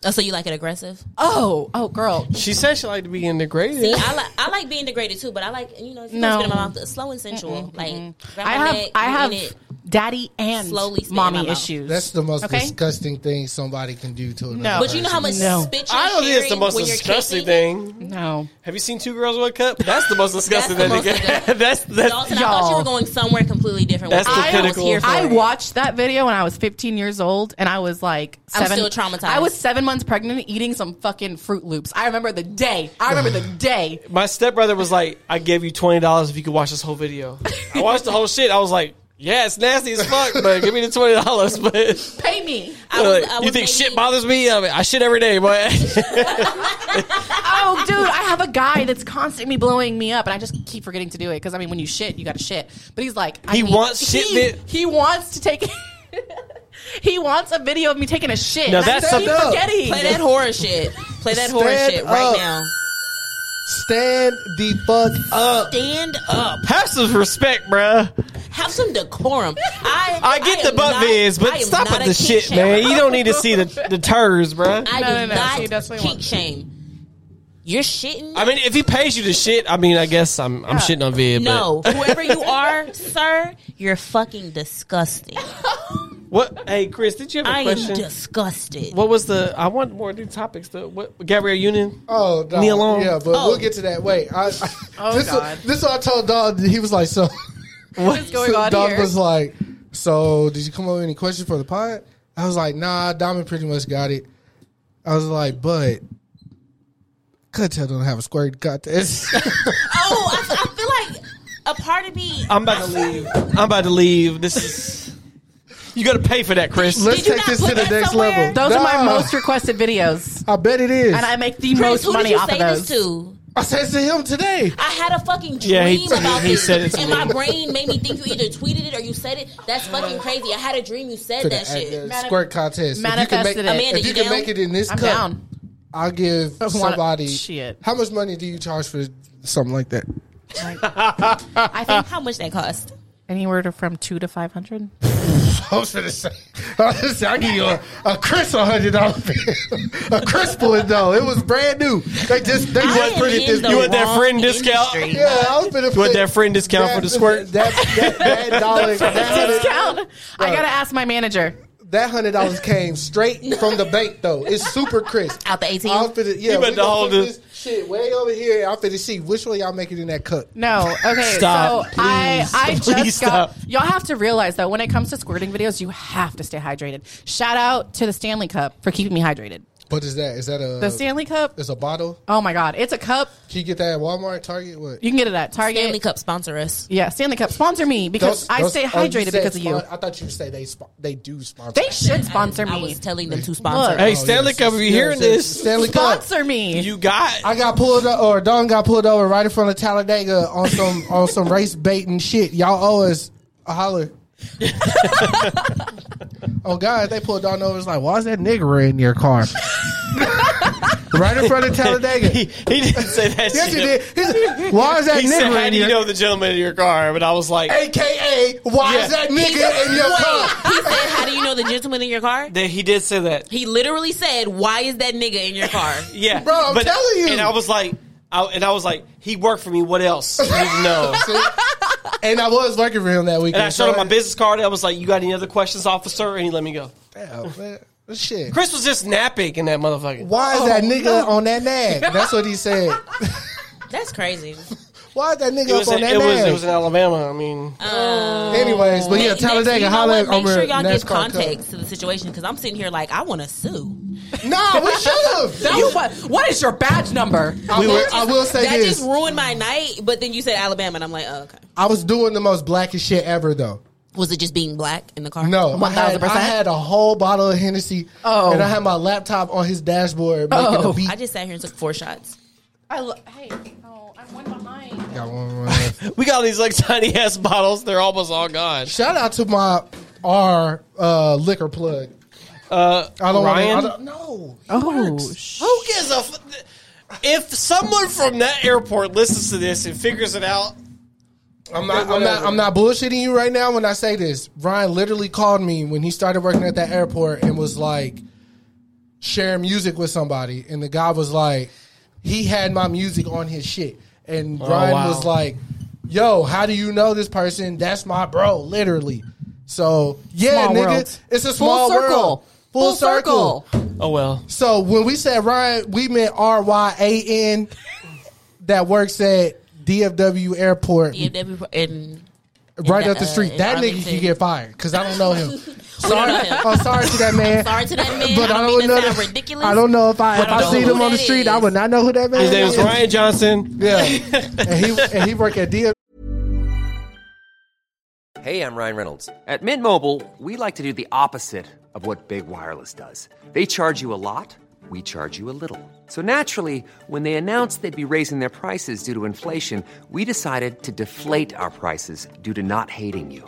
D: Oh, so you like it aggressive?
E: "Oh, oh, girl,
B: She said she liked to be integrated.
D: See, I like I like being degraded too, but I like you know if you
E: No.
D: no. spit in my mouth, it's slow and sensual. Like grab
E: I
D: my
E: have,
D: neck,
E: I
D: you
E: have,
D: in it.
E: daddy and
D: Slowly spit in my
E: mommy
D: mouth.
E: issues.
C: That's the most
E: Okay?
C: disgusting thing somebody can do to another.
E: No.
D: But you know how much
E: No.
D: spit you're
B: I don't think it's the
D: hearing
B: most
D: when you're
B: disgusting
D: kissing?
B: thing.
E: no.
B: Have you seen Two Girls One Cup? That's the most disgusting
D: the
B: thing. to
D: most
B: get.
D: disgusting.
B: that's that's
D: Dalton, I thought you
E: Y'all.
D: were going somewhere completely different.
B: That's
D: with
B: the
D: this. I was
B: pinnacle.
D: here for
E: I
D: it.
E: watched that video when I was 15 years old, and I was like,
D: I'm
E: seven,
D: still traumatized.
E: I was seven months pregnant, eating some fucking Fruit Loops. I remember the day. I remember the day.
B: my stepbrother was like, I gave you twenty dollars if you could watch this whole video. I watched the whole shit. I was like, Yeah, it's nasty as fuck, but give me the twenty dollars. But
E: Pay me.
D: I was-
B: uh,
D: I
B: you
D: was
B: think shit
D: maybe-
B: bothers me? I, mean, I shit every day, but
E: Oh, dude, I have a guy that's constantly blowing me up, and I just keep forgetting to do it because I mean, when you shit, you got to shit. But he's like, I
B: He
E: need-
B: wants shit
E: He,
B: vid-
E: he wants to take. he wants a video of me taking a shit.
B: Now
E: and
B: that's
E: I keep
B: something-
E: forgetting.
D: Play that horror shit. Play that horror
C: Stand
D: shit right
C: up.
D: now.
C: Stand the fuck up.
D: Stand up.
B: have some respect, bruh.
D: Have some decorum. I
B: I get
D: I
B: the
D: am
B: butt
D: not-
B: vids,
D: I
B: but
D: am
B: stop
D: not
B: with
D: a
B: the
D: kink
B: shit,
D: shamer.
B: man. You don't need to see the the turds, bruh.
D: I
E: No, no,
D: do
E: no. She
D: not
E: definitely
D: kink
E: wants-
D: shame. You're shitting.
B: I mean, if he pays you to shit, I mean, I guess I'm I'm shitting on vid.
D: no,
B: but-
D: whoever you are, sir, you're fucking disgusting.
B: What? Hey, Chris, did you have a
D: I am
B: question?
D: disgusted.
B: what was the? I want more new topics. though. what? Gabrielle Union.
C: Oh, dog.
B: Me alone.
C: Yeah, but
D: Oh.
C: we'll get to that. Wait, I, I,
E: Oh,
C: this,
E: God.
C: Is, this is what I told dog. He was like, so
E: What is going
C: so
E: on
C: dog
E: here?
C: was like, so did you come up with any questions for the pod? I was like, nah, Diamond pretty much got it. I was like, but could tell don't have a square got this.
D: oh, I, I feel like a part of me.
B: I'm about to leave. I'm about to leave. This is. You got to pay for that, Chris.
C: Let's
D: Did you
C: take
D: not
C: this
D: put
C: to the
D: that
C: next
D: somewhere?
C: level.
E: Those are
C: Nah,
E: my most requested videos,
C: I bet it is.
E: and I make the
D: Chris,
E: most
D: who did
E: money
D: you
E: off
D: say
E: of those.
D: this to?
C: I said to him today.
D: I had a fucking dream
B: Yeah, he-
D: about
B: he
D: this,
B: said it to
D: and
B: me.
D: my brain made me think you either tweeted it or you said it. That's fucking crazy. I had a dream you said
C: To
D: that
C: the,
D: shit.
C: uh, squirt contest. If you can make,
E: manifested it.
D: Amanda,
C: if you
D: you
C: can
D: down?
C: make it in this
E: I'm
C: cup,
E: down.
C: I'll give
E: I wanna-
C: somebody.
E: shit.
C: How much money do you charge for something like that?
D: I think how much that cost.
E: Anywhere to from two to five hundred.
C: I was gonna say, I was gonna say, I'll give you a, a crisp hundred dollar bill, a crisp one though. It was brand new. They just they
D: I
C: just
D: am
C: printed
D: in
C: this.
D: the
B: You want that
D: wrong
B: friend discount?
D: industry.
C: yeah, I was gonna.
B: want that friend discount for the squirt?
C: That that, that dollar that,
E: Discount. I gotta ask my manager.
C: that hundred dollars came straight from the bank though. It's super crisp.
D: Out the ATM?
C: I'll fit it. Yeah,
B: You better
C: we gonna
B: hold
C: put
B: it.
C: this shit way over here. I'll fit it. See which way y'all make it in that cup.
E: No. Okay.
B: Stop.
E: So I I
B: Please.
E: just
B: Please
E: got.
B: stop.
E: Y'all have to realize that when it comes to squirting videos, you have to stay hydrated. Shout out Oh, to the Stanley Cup for keeping me hydrated.
C: What is that? Is that a
E: The Stanley Cup.
C: Is a bottle?
E: Oh my God, it's a cup.
C: Can you get that at Walmart, Target? What?
E: You can get it at Target.
D: Stanley Cup sponsor us.
E: Yeah, Stanley Cup sponsor me
C: Those-
E: because I
C: those-
E: stay
C: oh, you
E: hydrated
C: said
E: because of you.
C: spon- I thought you say they spo- they do sponsor.
E: They should sponsor
D: I
E: me.
D: was telling them to sponsor.
E: Look.
B: Hey,
C: Oh,
B: Stanley Cup, if you're hearing this,
C: Stanley Cup.
E: Sponsor me.
B: you got.
C: I got pulled up, or Don got pulled over right in front of Talladega on some on some race baiting shit. Y'all owe us a holler. oh God, they pulled Don over. It's like, why is that nigger in your car? right in front of
B: he,
C: Talladega.
B: he didn't say that
C: Yes,
B: shit.
C: he did. He said, why is that
B: He said,
C: nigger
B: "How
C: in
B: do you
C: your
B: know the gentleman in your car?" But I was like,
C: AKA, why
B: Yeah.
C: is that nigga in your car?
D: He said, "How do you know the gentleman in your car?"
B: that he did say that.
D: He literally said, "Why is that nigga in your car?"
B: Yeah,
C: Bro, I'm telling you.
B: And I was like, I, and I was like, he worked for me. What else? You need to know.
C: and I was working for him that weekend.
B: And I showed him my
C: so-
B: business card. I was like, "You got any other questions, officer?" And he let me go.
C: Damn, oh, man. Shit.
B: Chris was just napping in that motherfucker.
C: Why is
B: Oh,
C: that nigga on that nag? That's what he said.
D: That's crazy.
C: Why is that nigga
B: It was,
C: up on
B: in,
C: that
B: it, was,
C: nag?
B: it was in Alabama. I mean,
C: Anyways, but yeah,
D: Next- you
C: Talladega,
D: know
C: holla
D: what? Make
C: over
D: sure y'all give
C: NASCAR Cup.
D: context to the situation because I'm sitting here like I want to sue.
C: Nah, we should have.
E: You what? What is your badge number?
C: I will, I will say
D: that
C: this.
D: just ruined my night. But then you said Alabama, and I'm like, oh, okay.
C: I was doing the most blackest shit ever, though.
D: Was it just being black in the car?
C: No, I had,
E: 1000%?
C: I had a whole bottle of Hennessy,
E: Oh.
C: and I had my laptop on his dashboard making
E: Oh.
C: a beat.
D: I just sat here and took four shots.
E: I lo- hey, oh, I'm one behind.
C: Got one more left.
B: we got all these like tiny ass bottles. They're almost all gone.
C: Shout out to my our uh, liquor plug.
B: Uh,
C: I don't
B: Ryan,
C: want to. No,
E: Oh,
B: who gives a? F- if someone from that airport listens to this and figures it out,
C: I'm not, I'm not. I'm not bullshitting you right now when I say this. Ryan literally called me when he started working at that airport and was like, share music with somebody, and the guy was like, he had my music on his shit, and Ryan
B: wow.
C: was like, yo, how do you know this person? That's my bro, literally. So yeah,
E: Small
C: nigga,
E: world.
C: it's a
E: Full
C: small
E: circle.
C: world. Full,
E: Full
C: circle.
E: circle.
B: Oh well.
C: So when we said Ryan, we meant R Y A N that works at DFW Airport
D: Yeah, that'd be- and
C: right
D: in
C: up the
D: the, uh,
C: street.
D: in
C: that nigga
D: Arlington.
C: can get fired because I don't know him. sorry,
D: know him.
C: I'm sorry to that man.
D: sorry to that man.
C: But
D: I
C: I
D: don't,
C: don't
D: mean
C: know
D: to sound
C: that-
D: ridiculous.
C: I don't know if I, if
D: don't
C: I,
D: know
C: see
D: who
C: them on the
D: that
C: street, I
D: is.
C: would not know who that man
B: His name
C: is.
B: is Ryan Johnson.
C: Yeah, and he and he work at DFW.
F: Hey, I'm Ryan Reynolds. At Mint Mobile, we like to do the opposite of what Big Wireless does. They charge you a lot, we charge you a little. So naturally, when they announced they'd be raising their prices due to inflation, we decided to deflate our prices due to not hating you.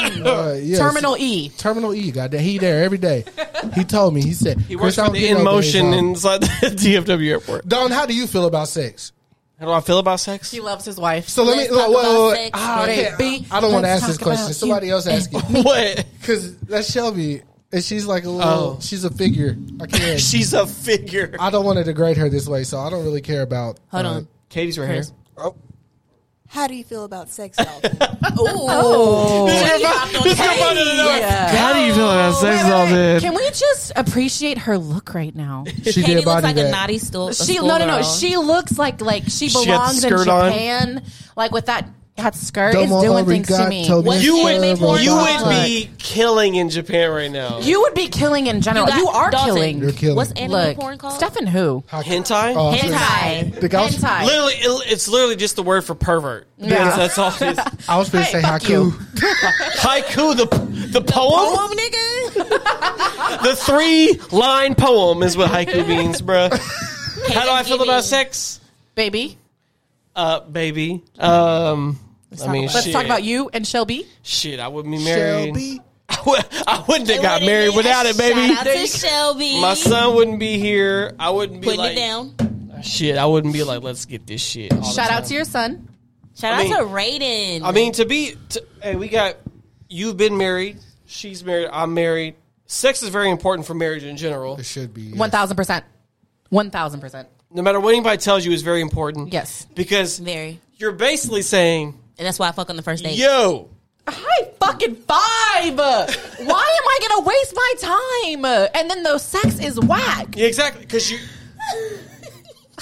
C: Uh, yes.
E: Terminal E.
C: Terminal E. Got that. He there every day. He told me. He said
B: He works for the In Motion inside the DFW airport.
C: Don, how do you feel about sex?
B: How do I feel about sex?
E: He loves his wife.
C: So let me.
D: Let's talk
C: wait, wait,
D: about
C: wait.
D: sex,
C: Ah, I, can't-
E: baby.
C: I don't want to
E: Let's
C: ask this
E: talk
C: question.
E: about
C: Somebody
E: you
C: else ask it
B: What?
C: because that's Shelby, and she's like a little.
B: Oh.
C: She's a figure. I can't.
B: She's a figure.
C: I don't want to degrade her this way, so I don't really care about.
D: Hold
C: uh,
D: on.
B: Katie's right here.
G: How do you feel about sex, Dalton?
B: How do you feel about sex,
E: Can we just appreciate her look right now?
C: She
D: Katie
C: did
D: looks
C: body
D: like
C: that.
D: a naughty stool.
E: She no no no. She looks like like she
B: got the
E: belongs in
B: skirt on.
E: Japan. Like with that that skirt,
C: Domo
E: it's doing things to
C: arigato,
E: me.
C: Miss
D: You would-
C: Shelby.
D: you would
B: You
E: Fuck.
B: would be killing in Japan right now.
E: You would be killing in general. You,
D: got-
E: are
D: Dalton,
E: killing.
C: You're killing.
D: What's anime
E: Look,
D: porn called?
E: Stefan, who?
B: hentai.
C: Oh, shit.
D: Hentai.
C: The guy was-
B: Literally, it, it's literally just the word for pervert.
E: Yeah.
B: That's, that's all. It is.
C: I was going to say
E: fuck
C: haiku.
B: Haiku, the the poem,
D: Poem, nigga.
B: the three line poem is what haiku means, bruh. How do I feel about sex,
E: baby.
B: uh, baby? Um, I mean,
E: Let's
B: shit.
E: talk about you and Shelby.
B: Shit, I wouldn't be married.
C: Shelby.
B: I, would, I wouldn't have got married without it, baby.
D: Shout out to Shelby.
B: My son wouldn't be here. I wouldn't be
D: putting
B: like
D: it down.
B: shit. I wouldn't be like, let's get this shit. all the
E: Shout
B: time.
E: out to your son.
D: Shout
B: I mean-
D: out to Raiden.
B: I mean, to be, to, hey, we got you've been married, she's married, I'm married. Sex is very important for marriage in general.
C: It should be.
E: One thousand percent. One thousand percent.
B: No matter what anybody tells you is very important.
E: Yes.
B: because
D: very,
B: you're basically saying,
D: and that's why I fuck on the first date.
B: "Yo,
E: High fucking five. Why am I gonna waste my time? And then the sex is whack.
B: yeah, exactly," because you,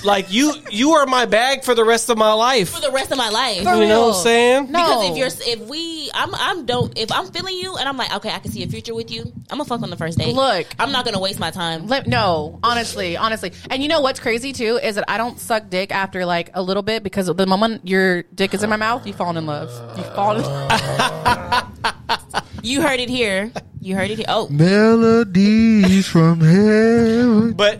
B: like you, you are my bag for the rest of my life.
D: For the rest of my life.
B: you know what I'm saying?
E: No.
D: Because if you're, if we, I'm, I'm don't. If I'm feeling you, and I'm like, okay, I can see a future with you. I'm gonna fuck on the first date.
E: Look.
D: I'm not gonna waste my time.
E: Let, no, honestly, honestly. And you know what's crazy too is that I don't suck dick after like a little bit because the moment your dick is in my mouth, you fall in love. You fall in love.
D: You heard it here. You heard it here. Oh,
C: Melodies from heaven.
B: But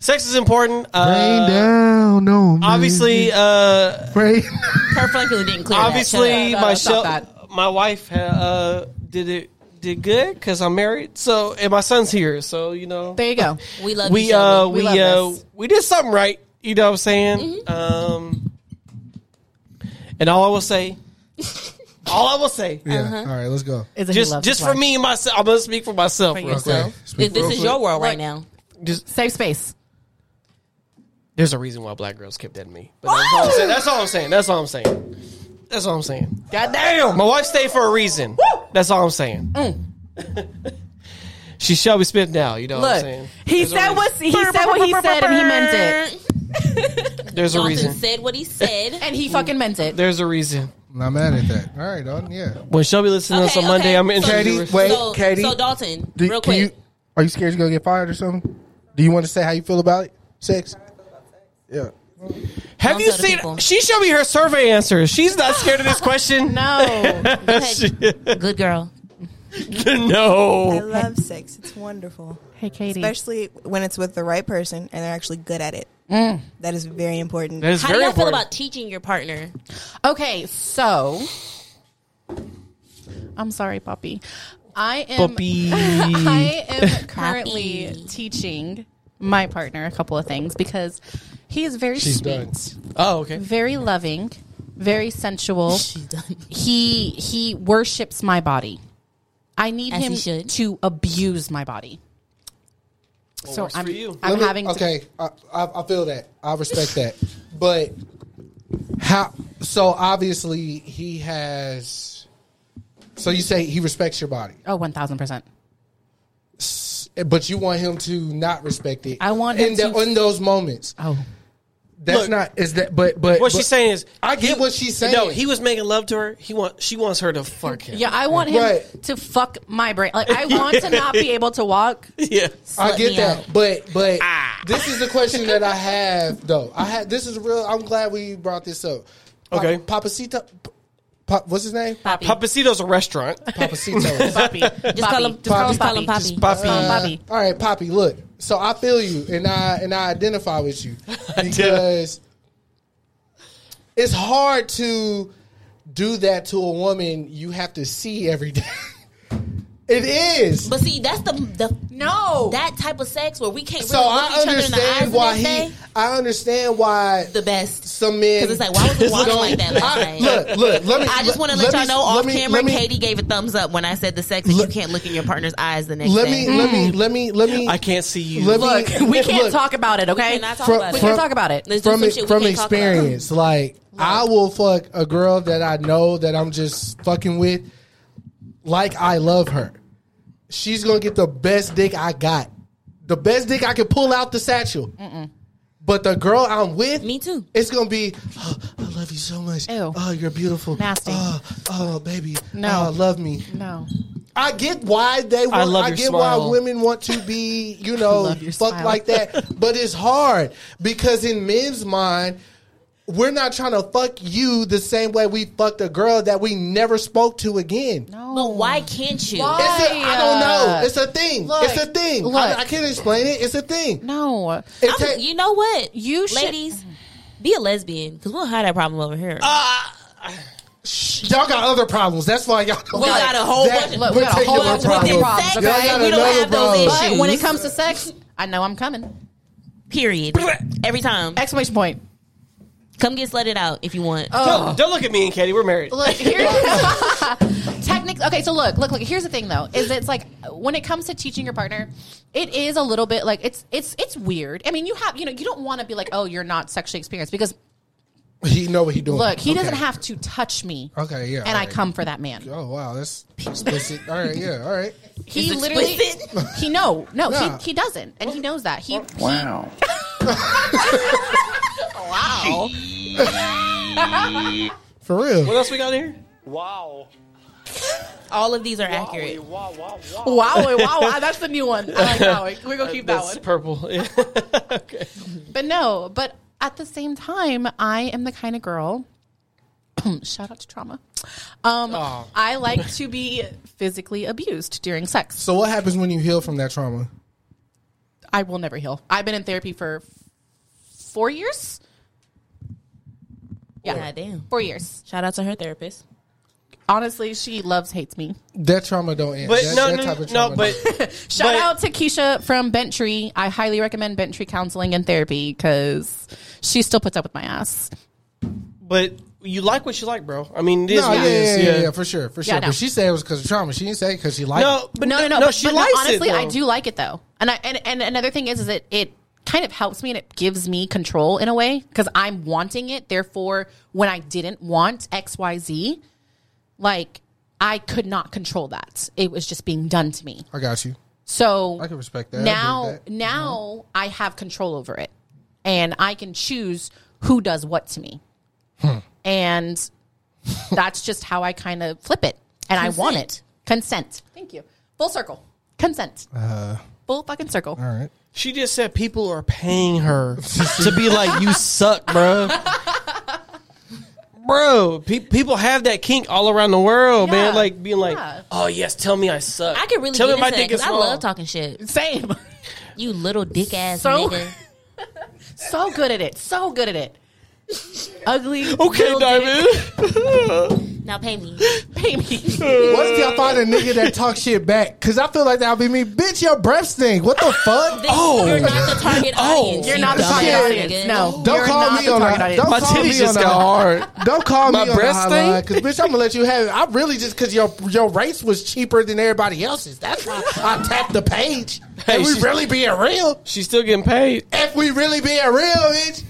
B: sex is important. Uh,
C: down on me.
B: obviously, uh,
C: Rain-
D: her flankula didn't clear.
B: obviously
E: up.
B: my
E: No, stop
B: shel- my wife uh, did it did good because I'm married. So and my son's here. So you know
E: There you go.
D: that. we love
B: we
D: you,
B: uh
D: Shelby.
B: we,
E: love
B: uh
E: this.
B: we did something right. You know what I'm saying? Um, and all I will say, all I will say,
C: yeah.
D: Uh-huh.
C: All right, let's go.
E: Is it he
B: just
E: loves
B: just
E: his
B: for
E: wife.
B: me and myself, I'm gonna speak for myself.
D: for
B: real quick.
D: yourself.
C: Speak
D: If this
C: real
D: is
C: quick.
D: your world right now.
E: Safe space.
B: There's a reason why black girls kept at me. But that's, all I'm saying. that's all I'm saying. That's all I'm saying. That's all I'm saying.
E: God damn.
B: My wife stayed for a reason. That's all I'm saying. she Shelby Smith now. You know what I'm saying?
E: Look, he said what he said what he said and he meant it.
B: There's a
D: Johnson
B: reason.
D: said what he said.
E: And he fucking meant it.
B: There's a reason.
C: Not mad at that. All right, Don. Yeah.
B: When Shelby listens to us on
D: Okay,
B: Monday,
D: okay.
B: I'm gonna
C: Katie,
B: introduce her.
C: wait,
D: so,
C: Katie.
D: So Dalton,
C: Do-
D: real
C: can
D: quick.
C: you- are you scared you're gonna get fired or something? Do you want to say how you feel about it? Sex. Yeah.
B: Have
D: Don't
B: you
D: tell the
B: seen?
D: people.
B: She showed me her survey answers. She's not scared of this question.
E: No.
D: Good, good girl.
G: I
B: no.
G: love sex. It's wonderful.
E: hey, Katie.
G: Especially when it's with the right person and they're actually good at it.
F: Mm.
G: That is very important.
B: That is
D: How do
B: very
D: y'all feel
B: important.
D: about teaching your partner?
E: Okay, so I'm sorry, Poppy. I am
B: Puppy.
E: I am currently
D: Poppy.
E: teaching my partner a couple of things because he is very
C: She's
E: sweet,
C: done.
B: Oh, okay.
E: very loving, very sensual. He he worships my body. I need
D: As he
E: him
D: should.
E: to abuse my body. so
B: works
E: I'm,
B: for you.
E: I'm
C: Let me-
E: having to-
C: okay. I, I, I feel that. I respect that. But how? So obviously he has. So you say he respects your body,
E: oh, one thousand percent.
C: but you want him to not respect it.
E: I want
C: in
E: him
C: the,
E: to-
C: in those moments.
E: Oh,
C: That's
B: Look,
C: not is that. But but
B: What
C: but-
B: she's saying is,
C: I get
B: he-
C: what she's saying.
B: No, he was making love to her. He want, she wants her to fuck him.
E: yeah. I want him
C: Right.
E: to fuck my brain. Like I want to not be able to walk.
B: yeah.
C: I
D: me
C: get that,
D: out.
C: but but
B: Ah.
C: this is the question that I have though. I had this is real. I'm glad we brought this up. Pa-
B: Okay.
C: Papacito. Pa, what's his name?
D: Poppy.
B: Papacito's a restaurant.
C: Papacito.
E: Poppy. Just
D: call him- just
C: call him-
D: call him Poppy.
E: Just call him
C: Uh,
E: Poppy.
C: all right, Poppy. Look, so I feel you, and I and I identify with you because it's hard to do that to a woman you have to see every day. it is.
D: But see, that's the the
E: No.
D: that type of sex where we can't really
C: so I
D: look each other in the eyes
C: understand
D: the
C: why
D: next
C: he.
D: day.
C: I understand why
D: The best.
C: some men.
D: 'Cause it's like, why was we walking
C: don't-
D: like that last
C: I-
D: night?
C: Look, look. Let me.
D: I just want to let,
C: me-
D: y'all know off
C: let me-
D: camera,
C: let me-
D: Katie gave a thumbs up when I said the sex that you
C: Let-
D: can't look in your partner's eyes the next
C: Let
D: day.
C: me. Let me. Let me. Let me.
B: I can't see you.
C: Let me-
E: Look, we can't
C: Look,
E: talk about it, okay?
D: We cannot talk
C: From-
D: about
E: We
D: it.
E: can't
C: from-
E: talk about it.
D: Let's do
C: from e-
D: some shit we
C: from
D: can't talk about.
C: experience. Like I will fuck a girl that I know that I'm just fucking with, like I love her. She's gonna get the best dick I got, the best dick I can pull out the satchel. But the girl I'm with,
D: Me too.
C: It's gonna be, "Oh, I love you so much.
E: Ew.
C: Oh, you're beautiful.
E: Nasty.
C: Oh, oh, baby.
E: No.
C: Oh, love me.
E: No.
C: I get why they want. I,
B: love your
C: get
B: smile.
C: why women want to be, you know,
E: Love your
C: fucked
E: smile.
C: like that. But it's hard because in men's mind, we're not trying to fuck you the same way we fucked a girl that we never spoke to again. No.
D: But why can't you?
E: Why?
C: It's a, I don't know. It's a thing.
E: Look,
C: it's a thing.
E: look.
C: I, I can't explain it. It's a thing.
E: No.
C: It
D: I'm-
C: take-
D: you know what?
E: You should-
D: ladies, be a lesbian because we don't have that problem over here.
C: Uh, y'all got other problems. That's why y'all.
D: we got a whole bunch of
E: Look, we got a whole
C: particular
E: bunch of other
C: problem.
E: problems,
C: Y'all
D: okay?
C: got
D: We don't
C: another
D: have those
C: problem.
D: issues.
E: But
D: Shoes.
E: when it comes to sex, I know I'm coming.
D: period. Every time,
E: Exclamation point. Oh.
D: come get slutted out if you want.
B: Don't, don't look at me and Katie. We're married.
E: Look, here. Technically, okay, so look, look, look. Here's the thing, though, is it's like when it comes to teaching your partner, it is a little bit like it's it's it's weird. I mean, you have you know you don't want to be like, oh, you're not sexually experienced because
C: He know what he doing.
E: look, he
C: Okay.
E: doesn't have to touch me.
C: Okay, yeah,
E: and I
C: alright.
E: come for that man.
C: Oh wow, that's explicit. all right, yeah, all right.
E: He
D: It's
E: literally,
D: explicit.
E: he no, no,
C: Nah.
E: he, he doesn't, and he knows that. He
F: Wow.
E: wow,
C: For real.
B: What else we got here?
H: Wow.
D: All of these are accurate.
H: Wow, wow, wow.
E: wow, wow, wow. That's the new one. I like that one. We're gonna keep that
B: That's
E: one.
B: purple. Yeah.
E: But no, but at the same time, I am the kind of girl. shout out to trauma. Um, I like to be physically abused during sex.
C: So what happens when you heal from that trauma?
E: I will never heal. I've been in therapy for four years. Yeah,
D: God damn.
E: four years.
D: Shout out to her therapist.
E: Honestly, she loves hates me.
C: That trauma don't end.
B: But
C: that,
B: no,
C: that
B: no,
C: type
B: no,
C: of trauma
B: no,
C: don't
B: but
E: Shout
B: But-
E: out to Keisha from Bent Tree. I highly recommend Bent Tree counseling and therapy because she still puts up with my ass.
B: but you like what you like, bro. I mean, it is
C: No,
B: what it
C: yeah, yeah,
B: is.
C: yeah, yeah, for sure, for sure.
E: no.
C: But she said it was because of trauma. She didn't say because she liked.
B: No, but
E: no, no, no.
B: no
E: but,
B: she
E: but no,
B: likes
E: honestly,
B: it.
E: I
B: though.
E: do like it though. And I and, and another thing is, is it it kind of helps me and it gives me control in a way because I'm wanting it. Therefore, when I didn't want X Y Z, like I could not control that. It was just being done to me.
C: it. I got you.
E: So
C: I can respect that. I agree
E: Now,
C: with that. Mm-hmm.
E: now I have control over it, and I can choose who does what to me,
C: Hmm.
E: and that's just how I kind of flip it, and I
C: Uh.
E: want it. Consent. Thank you. Full circle. Consent. Full fucking circle.
C: All right.
B: She just said people are paying her to be like, you suck, bro. Bro, pe- people have that kink all around the world, man.
E: Yeah.
B: Like being like,
E: Yeah.
B: "Oh yes, tell me I suck."
D: I can really
B: tell
D: get
B: me my
D: into that
B: dick is
D: because I
B: small.
D: love talking shit.
E: Same.
D: You little dick ass
E: So-
D: nigga.
E: so good at it. So good at it. Ugly.
B: Okay,
E: little dick.
B: Diamond.
D: Now pay me.
E: Pay me.
C: What if y'all find a nigga that talks shit back? Cause I feel like that'll be me. Bitch, your breath stink. What the fuck?
D: Oh, you're not the target
B: Oh.
D: audience.
E: You're
D: you
E: not the
D: dumb
E: target
D: ass
E: audience.
D: nigga.
E: No.
C: Don't
E: You're
C: call
E: not
C: me
E: the
C: on
E: target
C: that.
E: audience.
C: Don't
B: My
C: call
B: titties
C: me on
B: just
C: that.
B: got hard.
C: Don't call
B: My
C: me on the
B: breast
C: hotline, cause bitch, I'm gonna let you have it. I really just cause your your race was cheaper than everybody else's. That's why I tapped the page.
B: Hey,
C: if we
B: she-
C: really being real,
B: She's still getting paid.
C: if we really being real, bitch,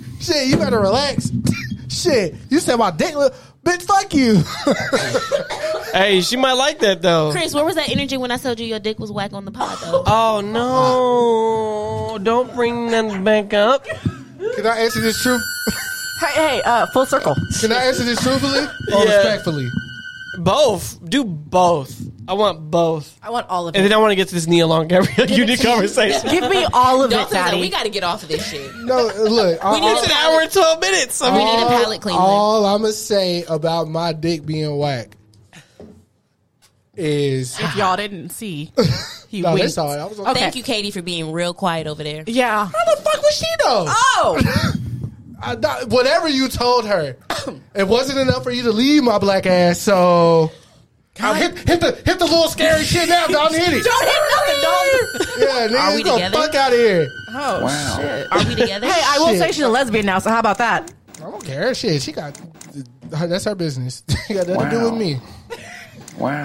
C: shit, you better relax. shit, you said my dick, look- bitch, fuck you.
B: Hey, she might like that though.
D: Chris, where was that energy when I told you your dick was whack on the pod though?
B: Oh no! Don't bring that back up.
C: Can I answer this truth?
E: Hey, hey, uh, full circle.
C: Can I answer this truthfully or
B: Yeah.
C: respectfully?
B: Both. Do both. I want both.
E: I want all of
B: And then
E: it.
B: I want to get to this Nia Long Gabrielle unit conversation.
E: Give me all of it,
D: Dalton's like,
E: Daddy.
D: we got to get off of this shit.
C: No, look, uh, I,
D: We need
B: It's an hour and twelve minutes. I
D: We
B: mean,
D: need a palate cleanser.
C: All I'm gonna say about my dick being whack is
E: if y'all didn't see, he
C: no,
E: winked.
C: that's all. right. I was like,
E: Okay.
D: Thank you, Katie, for being real quiet over there.
E: Yeah.
C: How the fuck was she though?
E: Oh,
C: I thought- whatever you told her, it wasn't enough for you to leave my black ass. So I hit, hit the hit the little scary shit now. Don't hit it.
E: don't hit nothing, dog.
C: Yeah,
D: Are
C: nigga,
D: we
C: get the
D: together?
C: fuck out of here.
E: Oh shit.
D: Are we together?
E: Hey, I will say she's a lesbian now. So how about that?
C: I don't care. Shit, she got that's her business. She got nothing to do with me.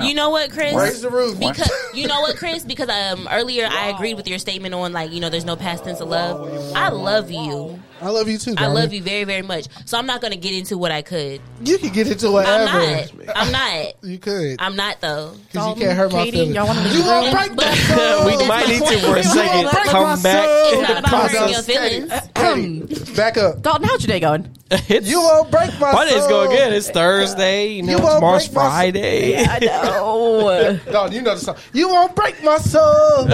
D: You know what, Chris?
C: Raise the roof.
D: Because you know what, Chris? Because um earlier I agreed with your statement on like you know there's no past tense of love. I love you.
C: I love you too.
D: I
C: darling.
D: love you very very much. So I'm not gonna get into what I could.
C: You can get into whatever.
D: I'm not. I'm not.
C: You could.
D: I'm not though.
C: Because you can't hurt my
E: Katie,
C: feelings.
E: y'all wanna leave
C: you
E: the
C: gonna
E: room?
C: break
D: But-
C: that soul.
D: That's
B: we might
D: my
B: need to
D: point.
B: for a second.
C: Break my
B: Come back.
C: soul.
D: It's not about
C: Process.
D: hurting your feelings.
C: Katie, back up.
E: Dalton, how's your day going?
B: Oh, It's,
C: You won't break my
B: Why
C: soul.
B: did it go again? It's Thursday. You know,
C: You won't
B: tomorrow's
C: break my soul.
B: Friday.
E: I know.
C: No, you know the song. You won't break my soul.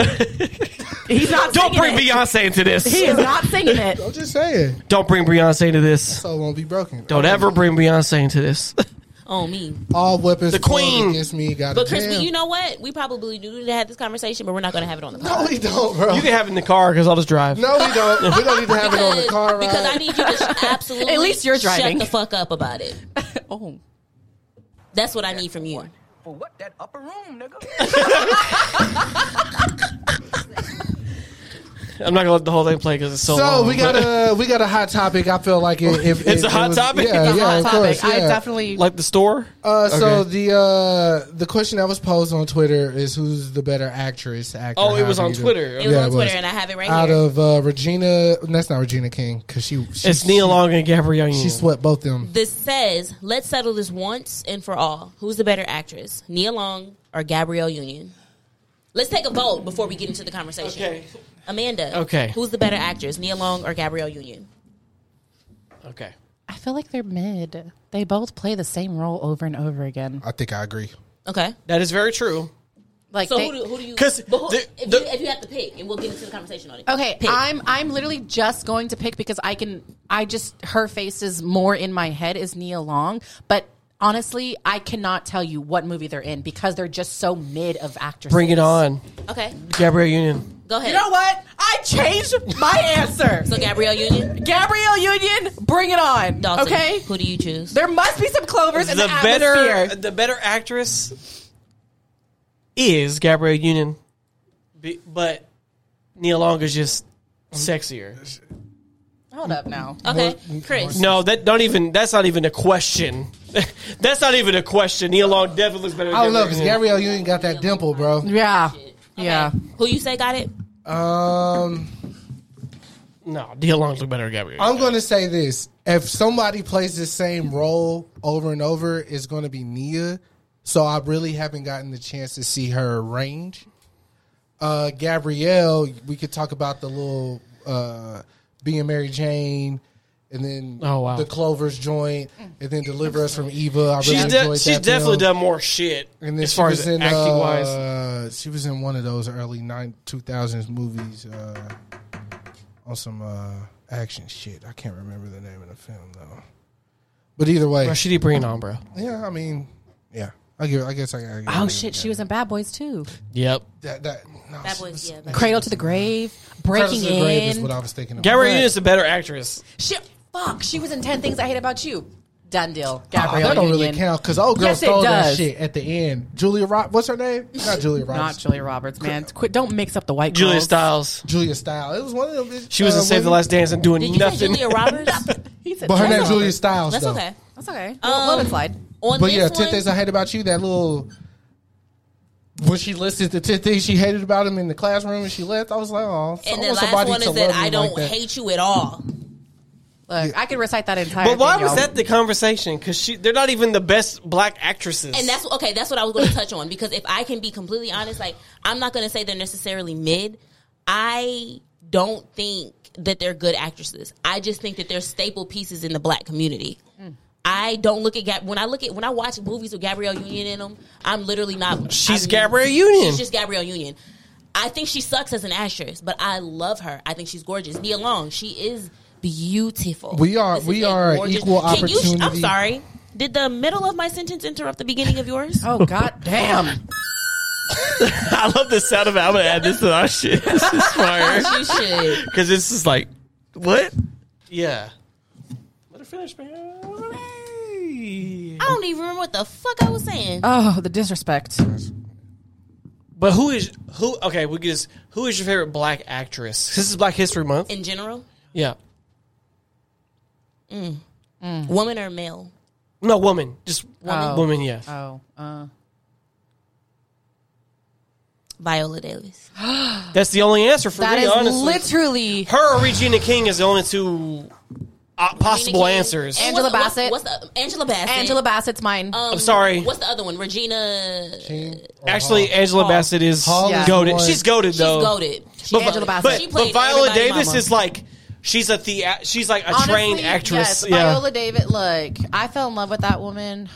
E: He's not
B: Don't
E: singing
B: bring
E: it.
B: Beyonce into
E: He
B: this.
E: is not singing it.
C: I'm just saying.
B: Don't bring Beyonce into this.
C: Soul won't be broken.
B: Don't ever bring Beyonce into this.
D: Oh me.
C: All weapons
B: The queen.
C: formed against me got
D: But Chris, you know what? We probably do need to have this conversation, but we're not gonna have it on the podcast.
C: No, we don't, bro.
B: You can have it in the car because I'll just drive.
C: no, we don't. We don't need to have it on the car ride.
D: because I need you to absolutely
E: At least you're driving.
D: shut the fuck up about it.
E: Oh,
D: That's what I need from you.
F: For what? That upper room, nigga.
B: I'm not gonna let the whole thing play because it's so.
C: so
B: long,
C: we got a we got a hot topic. I feel like it. it
B: It's
C: it-
B: a
C: it
B: hot
C: was-
B: topic?
C: Yeah,
B: It's
E: hot
C: yeah, of
E: topic.
C: course. Yeah.
E: I definitely.
B: like the store.
C: Uh, So
B: Okay.
C: the uh, the question that was posed on Twitter is who's the better actress? Actor,
B: Oh, it was
C: however
B: on
C: you do
B: Twitter.
D: It was
C: Yeah,
D: on
C: it
D: Twitter,
C: was.
D: and I have it right
C: Out
D: here.
C: of uh, Regina, that's not Regina King because she, she
B: It's Nia Long and Gabrielle Union.
C: She swept both them.
D: this says, "Let's settle this once and for all. Who's the better actress, Nia Long or Gabrielle Union?" Let's take a vote before we get into the conversation.
B: Okay.
D: Amanda.
B: Okay.
D: Who's the better actress, Nia Long or Gabrielle Union?
B: Okay.
E: I feel like they're mid. They both play the same role over and over again.
C: I think I agree.
D: Okay.
B: That is very true.
E: Like
D: So
E: they-
D: who do, who do you?
B: 'Cause
D: but who-
B: the-
D: if, you
B: the-
D: if you have to pick, and we'll get into the conversation on it.
E: Okay,
D: Pick.
E: I'm I'm literally just going to pick because I can I just her face is more in my head is Nia Long, but honestly, I cannot tell you what movie they're in because they're just so mid of actresses.
B: Bring it on,
D: okay.
B: Gabrielle Union.
D: Go ahead.
E: You know what? I changed my answer.
D: So Gabrielle Union.
E: Gabrielle Union, bring it on.
D: Dalton.
E: Okay?
D: Who do you choose?
E: There must be some clovers in the, atmosphere.
B: better, the better actress is Gabrielle Union, Be- but Nia Long is just sexier.
E: Hold up now.
D: Okay. Chris.
B: No, that don't even. That's not even a question. that's not even a question. Nia Long definitely looks better. Than
C: I don't know because
B: Gabrielle
C: Gabrielle, you ain't got that dimple, bro.
E: Yeah. Yeah.
D: Who you say got it?
C: Um,
B: Union. No, Nia Long looks better than Gabrielle.
C: I'm going to say this: if somebody plays the same role over and over, it's going to be Nia. So I really haven't gotten the chance to see her range. Uh, Gabrielle, we could talk about the little uh, being Mary Jane and then
B: Oh, wow.
C: the Clovers joint, and then Deliver Us from Eva. I
B: She's
C: really
B: de-
C: enjoyed
B: she's
C: that
B: definitely
C: film.
B: done more shit
C: And then
B: as
C: she
B: far
C: was
B: as
C: in,
B: acting wise.
C: uh, she was in one of those early nine two thousands movies uh, on some uh, action shit. I can't remember the name of the film though. But either way,
B: Bro, she did bring it on, bro.
C: yeah, I mean, yeah, I give. I guess I. I give
E: Oh shit, she was in Bad Boys too.
B: Yep.
C: That, that, no,
D: That
C: she
D: was- yeah, that-
E: Cradle to the Grave,
C: Cradle
E: Breaking
C: to the Grave is what
E: In.
C: I was thinking. About.
B: Gabrielle Union's a better actress.
E: Shit, fuck, she was in Ten Things I Hate About You. Done deal.
C: Ah,
E: Gabrielle
C: that don't really
E: Union.
C: count because old girl
E: Yes, it
C: stole that
E: does.
C: shit at the end. Julia Rob, what's her name? Not Julia
E: Not
C: Roberts.
E: Julia Roberts, man. Quit, don't mix up the white
B: Julia
E: girls.
B: Styles.
C: Julia Stiles. It was one of them. bitches,
B: She was
C: uh,
B: in Save the
C: wasn't-
B: Last Dance and doing
D: Did you say
B: nothing.
D: Julia Roberts?
E: He said
C: But her
E: Julia
C: name's Julia
E: Roberts.
C: Stiles.
D: That's
C: though.
D: okay.
E: That's okay. Oh, We'll- let it slide.
D: On
C: But
D: this
C: yeah,
D: one,
C: ten things I hate about you. That little when she listed the ten things she hated about him in the classroom and she left. I was like, oh.
D: and
C: I
D: the
C: want
D: last
C: somebody
D: one
C: to
D: is that
C: love me
D: I don't
C: like that.
D: hate you at all.
E: Look, I could recite that entire.
B: But why
E: thing,
B: was
E: y'all.
B: that the conversation? Because she, they're not even the best black actresses.
D: And that's okay. That's what I was going to touch on because if I can be completely honest, like I'm not going to say they're necessarily mid. I don't think that they're good actresses. I just think that they're staple pieces in the black community. I don't look at Gab- when I look at when I watch movies with Gabrielle Union in them. I'm literally not.
B: She's
D: I'm-
B: Gabrielle Union.
D: She's just Gabrielle Union. I think she sucks as an actress, but I love her. I think she's gorgeous. Nia Long, she is beautiful.
C: We are-
D: This is
C: we
D: a
C: are equal
D: Can you-
C: opportunity-
D: I'm sorry. Did the middle of my sentence interrupt the beginning of yours?
E: Oh god damn!
B: I love the sound of it. I'm gonna add this to our shit. This is fire.
D: you should.
B: Because it's just like, what? Yeah. Let her finish, man.
D: I don't even remember what the fuck I was saying.
E: Oh, the disrespect.
B: But who is who? Okay, we just who is your favorite black actress? This is Black History Month.
D: In general,
B: Yeah,
D: woman or male?
B: no woman, just woman.
E: Oh.
B: Woman, yeah.
E: Oh, uh,
D: Viola Davis.
B: That's the only answer for
E: that
B: me,
E: is
B: honestly.
E: literally
B: her or Regina King is the only two uh, possible
D: Regina King.
B: answers.
E: And- Angela
D: What's the-
E: Bassett.
D: What's, what's the Angela Bassett?
E: Angela Bassett's mine.
D: Um,
B: I'm sorry.
D: What's the other one? Regina.
C: King
D: Uh-huh.
C: or
B: Actually,
C: Hall?
B: Angela Bassett is
C: Hall
E: is
B: goaded.
C: one.
B: She's goaded
D: She's
B: though.
D: goaded.
B: But,
E: Angela
B: but-
E: Bassett. She
B: but
D: played
B: Viola
D: everybody's
B: Davis
D: mama.
B: is like she's a thea- she's like a
E: Honestly,
B: trained actress.
E: Yes,
B: yeah.
E: Viola David. Look, I fell in love with that woman.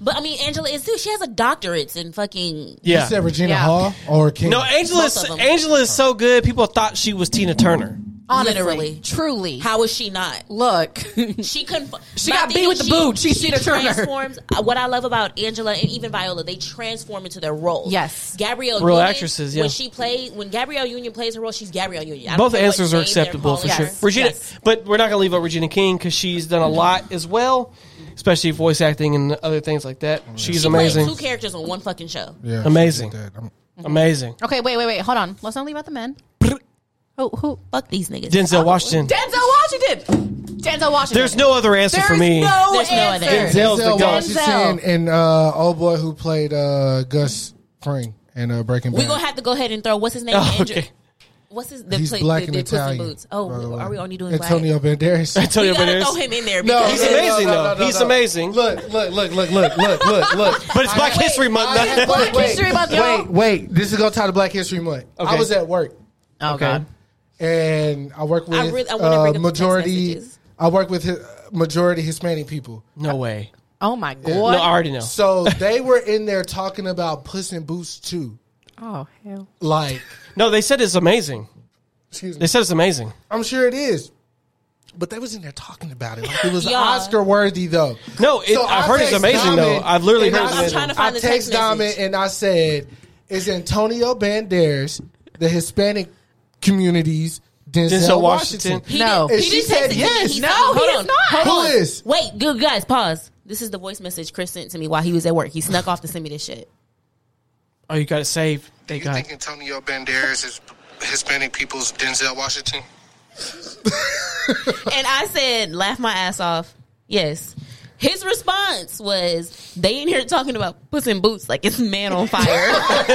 D: But I mean, Angela is too. She has a doctorate in fucking.
C: You
B: yeah.
C: said Regina
E: Yeah.
C: Hall or King.
B: No, Angela
D: Both
B: is,
D: of 'em.
B: Angela is so good. People thought she was Tina Turner.
E: Honestly,
D: Literally.
E: truly.
D: How is she not?
E: look,
D: She couldn't.
E: She got beat with the boot. She's Tina Turner.
D: Transforms. uh, What I love about Angela and even Viola, they transform into their roles.
E: Yes.
D: Gabrielle.
B: Real
D: Union,
B: actresses, yeah.
D: When she plays, when Gabrielle Union plays her role, she's Gabrielle Union. I don't
B: Both
D: care what
B: answers are
D: name they're
B: acceptable for
D: calling
B: sure.
D: her.
B: Regina,
E: Yes.
B: but we're not going to leave out Regina King because she's done a lot as well, especially voice acting and other things like that. She's
D: She played
B: amazing,
D: two characters on one fucking show.
C: Yeah,
B: Amazing.
C: she did that. I'm-
B: amazing.
E: okay, wait, wait, wait. Hold on. Let's not leave out the men.
D: Who? Who? Fuck these niggas.
B: Denzel Washington.
E: Denzel Washington. Denzel Washington.
B: There's no other answer
E: There's
B: for me.
E: No
D: There's no other
E: answer.
D: answer.
B: Denzel's the
C: Denzel
B: goat.
C: Washington and uh, old boy who played uh, Gus Fring and uh, Breaking Bad.
D: We're gonna have to go ahead and throw what's his name?
B: Oh,
D: Andrew.
B: okay.
D: What's his? The
C: He's
D: play-
C: black
D: the,
C: and
D: the Twisted
C: Italian.
D: Boots. Oh,
C: by the way.
D: are we only doing
C: Antonio Banderas?
D: Black?
B: Antonio
D: We gotta
B: Banderas.
D: throw him in there.
C: No,
D: Because
B: He's amazing, though. He's amazing.
C: Look, look, look, look, look, look, look, look.
B: But it's Black History Month.
C: I had-
E: Black History Month, y'all.
C: Wait, wait. This is gonna tie to Black History Month. I
B: Okay.
C: was at work
E: Oh god.
C: and I work with
D: I really- I wanna bring up
C: uh,
D: the text
C: majority.
D: messages.
C: I work with hi- majority Hispanic people.
B: no way.
E: Oh my god.
B: No, I already know.
C: So they were in there talking about Puss in Boots too.
E: oh hell.
C: Like,
B: No, they said it's amazing.
C: excuse
B: They
C: me.
B: said it's amazing.
C: I'm sure it is. But they was in there talking about it. Like it was
D: Yeah.
C: Oscar worthy though.
B: No, it, I've heard it's
C: text
B: amazing though.
C: Diamond,
B: I've literally
C: and
B: heard
C: I-
B: it's
D: I'm
B: amazing.
D: trying to find
C: I
D: the text
C: text Diamond
D: message.
C: and I said, "Is Antonio Banderas the Hispanic communities Denzel,
B: Denzel Washington.
C: Washington?"
D: He
E: No.
D: did-
C: And
D: he
C: she
D: did
C: said
D: text it to me.
C: yes.
D: He
E: No,
D: said-
E: he
D: hold
E: is
D: on.
E: not.
D: Hold
C: Who
D: on.
C: is?
D: Wait, good guys, pause. This is the voice message Chris sent to me while he was at work. He snuck off to send me this shit.
B: Oh, you got it saved. Thank
H: You
B: God.
H: think Antonio Banderas is Hispanic people's Denzel Washington?
D: And I said, laugh my ass off. Yes. His response was, they in here talking about puss in boots like it's man on fire.
B: Uh,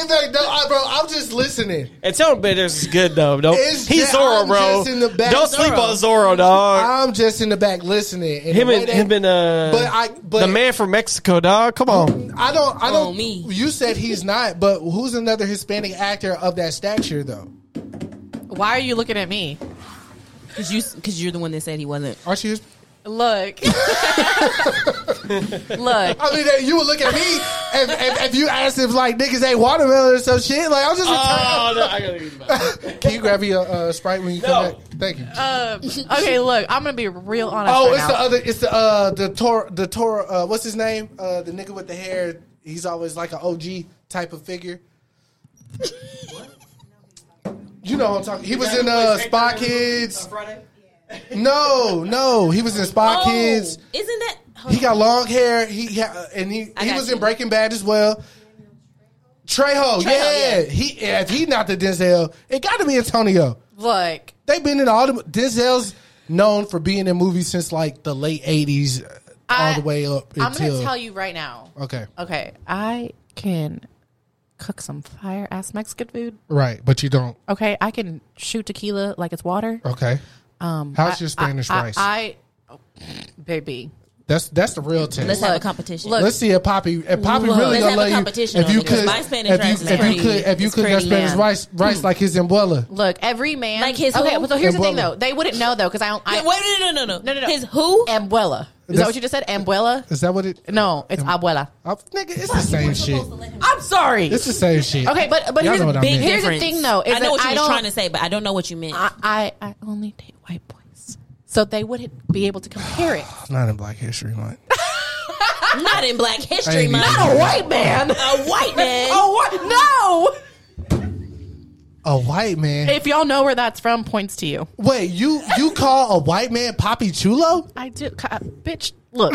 C: And they- no, I- bro, I'm just listening.
B: Antonio Banderas is good though. Don't,
C: It's
B: he's
C: just-
B: Zorro,
C: I'm
B: bro.
C: just in the back.
B: Don't sleep on Zorro, dog.
C: I'm just in the back listening. And
B: uh, Him
C: the way
B: and
C: they-
B: him and uh,
C: But I- but-
B: the man from Mexico, dog. Come on,
C: I don't. I don't.
D: Oh, me.
C: You said he's not, but who's another Hispanic actor of that stature though?
E: Why are you looking at me?
D: Because you, because you're the one that said he wasn't.
C: Are she?
E: Look,
D: Look,
C: I mean, that- you would look at me if, if, if you asked if like niggas ate watermelon or some shit. Like I'm just.
B: Oh no, I gotta eat back.
C: retarded. Can you grab me a uh, sprite when you
B: No.
C: come back? Thank you.
E: Um, okay, look, I'm gonna be real honest.
C: oh,
E: right
C: it's
E: now.
C: the other. It's the uh the tor the tor uh what's his name uh the nigga with the hair. He's always like an OG type of figure. You know what I'm talking. He was in uh Spy Kids.
B: Friday.
C: No, no, he was in Spy
D: Oh,
C: Kids.
D: Isn't that? hold
C: He
D: on.
C: got long hair. He ha- and he
D: I
C: he
D: got
C: was
D: you.
C: in Breaking Bad as well. Trejo, yeah.
D: yeah.
C: He if he not the Denzel, it got to be Antonio.
E: look.
C: They've been in all the Denzel's known for being in movies since like the late eighties, uh, all
E: I-
C: the way up
E: I'm
C: until.
E: gonna tell you right now.
C: Okay,
E: Okay, I can cook some fire ass Mexican food.
C: right, but you don't.
E: Okay, I can shoot tequila like it's water.
C: Okay,
E: Um,
C: How's
E: I-
C: your Spanish
E: I,
C: rice?
E: I, I- baby.
C: that's that's the real test.
D: Let's
C: Let's,
D: have a
E: Look,
D: competition.
E: look.
C: see if Poppy if Poppy
D: Let's
C: really
D: have
C: gonna
D: a
C: let you.
D: competition
C: If
D: on
C: you
D: it, because
C: could,
D: my Spanish
C: if you,
D: rice is
C: if
D: pretty-
C: you could, if you
E: it's
C: could, that
E: pretty,
C: Spanish
E: man.
C: rice rice like his umbrella.
E: Look, every man
D: Like his
E: Okay,
D: who?
E: well, so here's the thing
C: Abuela.
E: though. They wouldn't know though because I don't. I,
D: Wait, wait, no, no, no, no,
E: No, no, no.
D: His who?
E: Abuela. Is that
C: That's-
E: what you just said? Abuela.
C: Is that what it?
E: No, it's abuela.
C: Oh, nigga, it's the same shit.
E: I'm sorry.
C: It's the same shit.
E: okay, but but
C: Y'all
E: here's,
C: know what I
E: the-
C: mean.
D: Big
E: here's the
D: difference.
E: thing though. Is
D: I know
E: that
D: what
E: I
D: you
E: don't,
D: were trying to say, but I don't know what you meant.
E: I, I I only date white boys, so they wouldn't be able to compare it.
C: Not in Black History Month.
D: Not in Black
C: I
D: History
C: ain't
D: Month.
C: even-
E: A white man.
D: A white man.
E: Oh what?
C: A white man.
E: No. If y'all know where that's from, points to you.
C: Wait, you you call a white man Poppy Chulo?
E: I do, ca- uh, bitch. Look,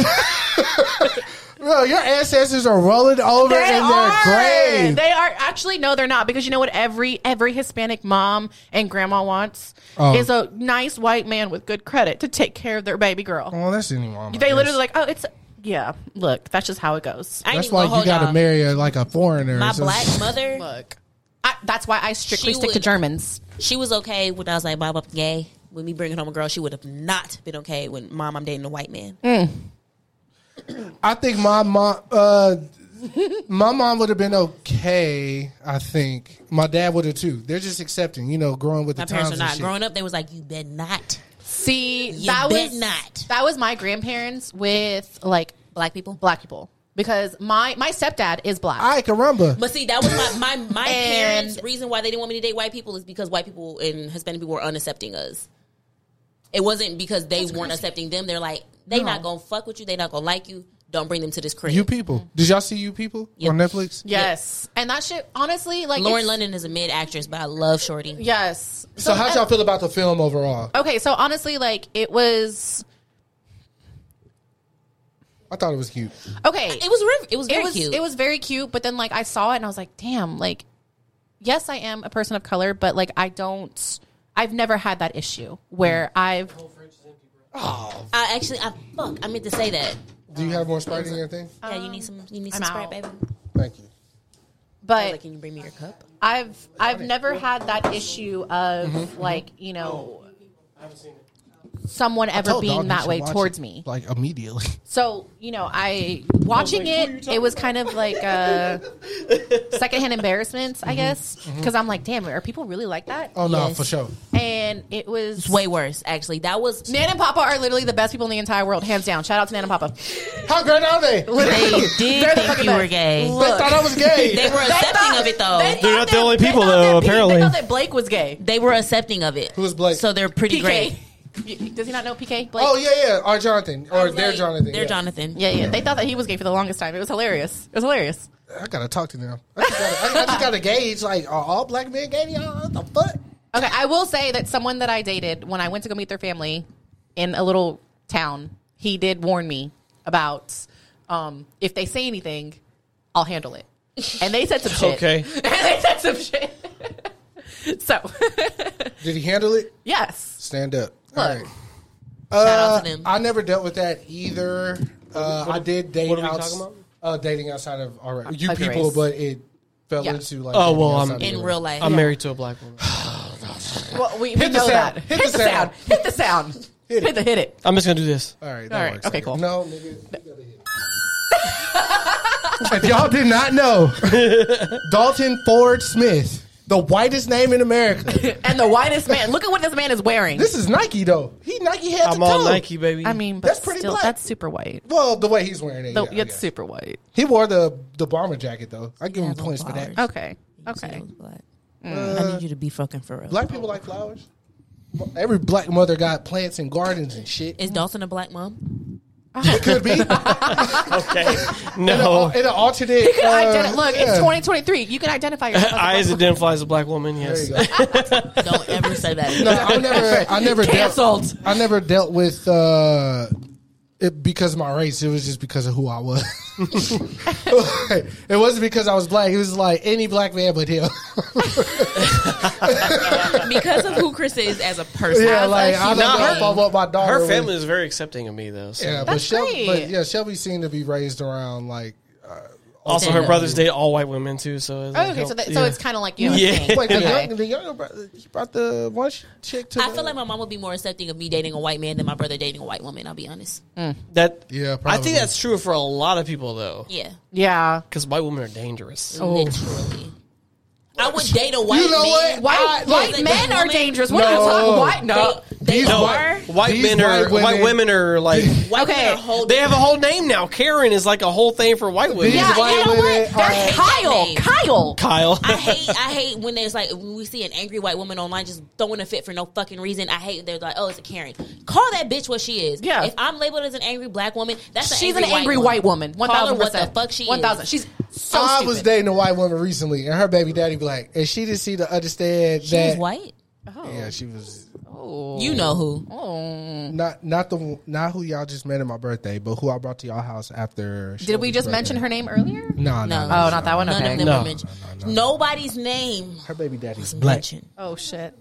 C: Bro, your ancestors are rolling over in their grave.
E: They are actually no, they're not because you know what? Every every Hispanic mom and grandma wants
C: Oh.
E: is a nice white man with good credit to take care of their baby girl.
C: well, that's anymore.
E: They literally like, oh, it's yeah. Look, that's just how it goes.
D: I ain't
C: That's
D: even
C: why
D: gonna
C: you
D: hold
C: got to
D: y'all.
C: marry a, like a foreigner. or
D: My
C: some
D: black
C: shit.
D: mother,
E: Look, I, that's why I strictly
D: She
E: stick to
D: would-
E: Germans.
D: she was okay when I was like, "Mom, I'm gay." With me bringing home a girl, she would have not been okay when mom, I'm dating a white man.
E: Mm.
C: I think my mom, uh, my mom would have been okay. I think my dad would have too. They're just accepting, you know, growing with
D: My
C: the
D: parents
C: times.
D: are
C: and
D: not.
C: shit.
D: Growing up, they was like, "You bet not."
E: See,
D: You
E: that
D: bet
E: was
D: not.
E: That was my grandparents with like
D: Black people.
E: black people because my my stepdad is black.
C: I can remember.
D: But see, that was my my, my
E: And-
D: parents' reason why they didn't want me to date white people is because white people and Hispanic people were unaccepting us. It wasn't because they weren't accepting them. They're like, they not gonna fuck with you. They not gonna like you. Don't bring them to this crib.
C: you people,
E: Mm-hmm.
C: did y'all see you people on Netflix?
E: yes, and that shit honestly like
D: Lauren
E: it's-
D: London is a mid actress, but I love Shorty.
E: Yes.
C: So, how'd y'all feel about the film overall?
E: Okay, so honestly, like it was
C: I thought it was cute.
E: okay.
D: It was re- it was very
E: it was
D: cute.
E: it was very cute, but then like I saw it and I was like, damn, like yes, I am a person of color, but like I don't. I've never had that issue where
D: Mm.
E: I've
D: I actually, I fuck. I meant to say that.
C: Do you have more Sprite in your thing?
D: yeah, you need some. You need
E: Um, I'm
D: some Sprite,
E: out.
D: baby.
C: Thank you.
D: I was
E: but
D: like, can you bring me your cup?
E: I've I've never had that issue of like you know someone ever
C: Told dog
E: being
C: you
E: that
C: should
E: way
C: watch
E: towards
C: it,
E: me.
C: like immediately.
E: So you know, I watching it, it was kind of like a secondhand embarrassment, I guess, because I'm like, damn, are people really like that?
C: Oh no,
D: Yes.
C: for sure.
E: And it was
D: Way worse, actually. That was
E: Nan and Papa are literally the best people in the entire world, hands down. Shout out to Nan and Papa.
C: How great are they? They
D: they did
E: They're the
D: think
E: fucking
D: you were
E: best.
D: gay.
E: Look.
C: thought I was gay.
D: They were accepting of it though.
E: They
D: They,
E: thought
B: They're not the
E: that-
B: only
E: they
B: people,
E: thought
B: though,
E: that Pete-
B: apparently.
E: they thought that Blake was gay.
D: were accepting of it.
C: Who's Blake?
D: So they're pretty
E: PK.
D: great.
E: You- Does he not know PK? Blake?
C: oh yeah, yeah. Or Jonathan, or their
D: Like,
C: Jonathan.
D: They're
C: yeah.
D: Jonathan.
E: yeah, yeah. They thought that he was gay for the longest time. It was hilarious. It was hilarious.
C: I gotta talk to them. I just gotta, I, I just gotta gauge. Like, are all black men gay? Y'all, what the fuck?
E: Okay, I will say that someone that I dated when I went to go meet their family in a little town, he did warn me about um, if they say anything, I'll handle it. And they said some shit.
B: Okay.
E: and they said some shit. so,
C: Did he handle it?
E: yes.
C: Stand up.
E: Look.
C: All right.
D: Shout out to
C: Uh,
D: them.
C: I never dealt with that either. Uh, I did date
B: what are we
C: outs-
B: talking about?
C: Uh, dating outside of all right, you
E: Of your
C: people,
E: race.
C: but it fell
E: Yeah.
C: into like.
B: Oh,
C: dating
B: well, I'm-
C: outside of
D: in
C: your
D: real
C: race.
D: life.
B: I'm married to a black woman.
E: Well, we,
C: Hit
E: we
C: the
E: know
C: sound.
E: that.
C: Hit the sound.
E: Hit the sound.
C: Hit
E: Hit,
C: it.
E: the hit it.
B: I'm just gonna do this.
C: All right, that
E: All right,
C: works.
E: okay, cool.
C: No, nigga, you gotta hit. if y'all did not know, Dalton Ford Smith the whitest name in America.
I: and the whitest man. Look at what this man is wearing.
C: this is Nike though. He Nike head
B: I'm
C: to
B: all
C: toe.
B: Nike, baby.
I: I mean, but
C: That's pretty
I: still,
C: black.
I: that's super white.
C: Well, the way he's wearing it,
I: The,
C: yeah,
I: it's
C: yeah.
I: super white.
C: He wore the the bomber jacket though. I give
D: Yeah,
C: him
D: the
C: points for that.
D: bars.
I: Okay. Okay.
D: Black. I need you to be fucking for real.
C: Mm. Black people like flowers. Every black mother got plants and gardens and shit.
D: Is Dawson a black mom?
C: It could be in
B: okay.
C: a-
B: No.
C: in an alternate.
I: You can
C: uh,
I: identi- look,
C: yeah.
I: it's 2023. You can identify yourself. as a
B: I as
I: black-
B: identify as a black woman,
C: There
B: yes.
C: you go.
D: Don't ever say that.
C: No, I never, I never
D: Canceled.
C: dealt. I never dealt with uh, it because of my race. It was just because of who I was. it wasn't because I was black. It was like any black man but him.
D: because of who Chris is as a person.
C: yeah, like I don't
B: Nah,
C: know if I want my daughter.
B: Her
C: with-
B: family is very accepting of me, though. So.
C: Yeah, but
I: That's
C: Shelby, but
I: great.
C: yeah, Shelby seemed to be raised around like
B: Also, her brothers date all white women too, so it
I: Oh, okay, so,
B: helped.
I: that, so
B: Yeah.
I: it's kind of like you.
B: Yeah.
I: Yeah.
C: Wait, the,
D: Okay.
C: young, the younger brother, he brought the one sh- chick to.
D: I
C: the-
D: feel like my mom would be more accepting of me dating a white man than my brother dating a white woman. I'll be honest.
B: that.
C: Yeah,
B: I
C: probably.
B: think that's true for a lot of people though,
D: Yeah,
I: Yeah.
B: because white women are dangerous.
I: Oh.
D: literally. I would date a white
C: know
D: man.
C: what?
I: White,
C: I-
I: white
D: like,
I: men
D: the
I: are
D: woman-
I: dangerous. What are you
C: No.
I: talking? White? No.
D: They, they
C: These
B: No,
D: are.
B: white
C: These
B: men are
C: white women-
B: white women are like
D: White
I: Okay.
D: men are whole.
B: they have a whole name now. Karen is like a whole thing for white women.
C: These
I: Yeah,
C: white
I: you know
C: women
I: what?
C: are-
I: That's Kyle. Kyle.
B: Kyle.
D: I hate I hate when there's like when we see an angry white woman online just throwing a fit for no fucking reason. I hate they're like, oh, it's a Karen. Call that bitch what she is.
I: Yeah.
D: If I'm labeled as an angry black woman, that's
I: She's an angry white woman. One
D: Call her
I: thousand
D: what the
I: percent.
D: fuck she is.
I: One thousand. She's so
C: I
I: stupid.
C: was dating a white woman recently, and her baby daddy be like, and she just seemed to understand
D: She
C: that.
D: was white.
C: Yeah, she was
D: You know who?
I: Oh.
C: not not the not who y'all just met at my birthday, but who I brought to y'all house after.
I: Did we just mention her name earlier?
C: No, no,
D: No.
C: no.
I: Oh, not that one.
D: None
I: Okay.
D: of them were mentioned. Nobody's name
C: Her baby daddy's
D: was
C: black.
D: mentioned.
I: Oh shit.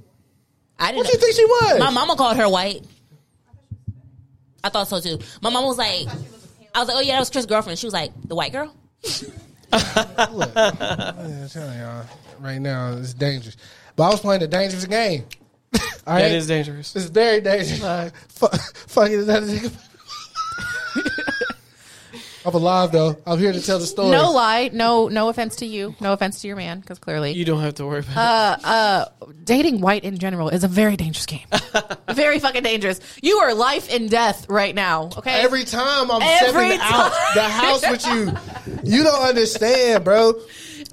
D: I didn't.
C: What you think she was?
D: My mama called her white. I thought so too. My mama was like, I was like, oh yeah, that was Chris' girlfriend. She was like, the white girl.
C: Look, I'm telling y'all, right now it's dangerous. But I was playing a dangerous game. All
B: That
C: right?
B: is dangerous.
C: It's very dangerous. Fuck, fucking another nigga. I'm alive though. I'm here to tell the story.
I: No lie. No. No offense to you. No offense to your man, because clearly
B: You don't have to worry about
I: Uh,
B: it.
I: dating white in general is a very dangerous game. very fucking dangerous. You are life and death right now. Okay.
C: Every time I'm
I: Every
C: stepping out
I: time.
C: the house with you, you don't understand, bro.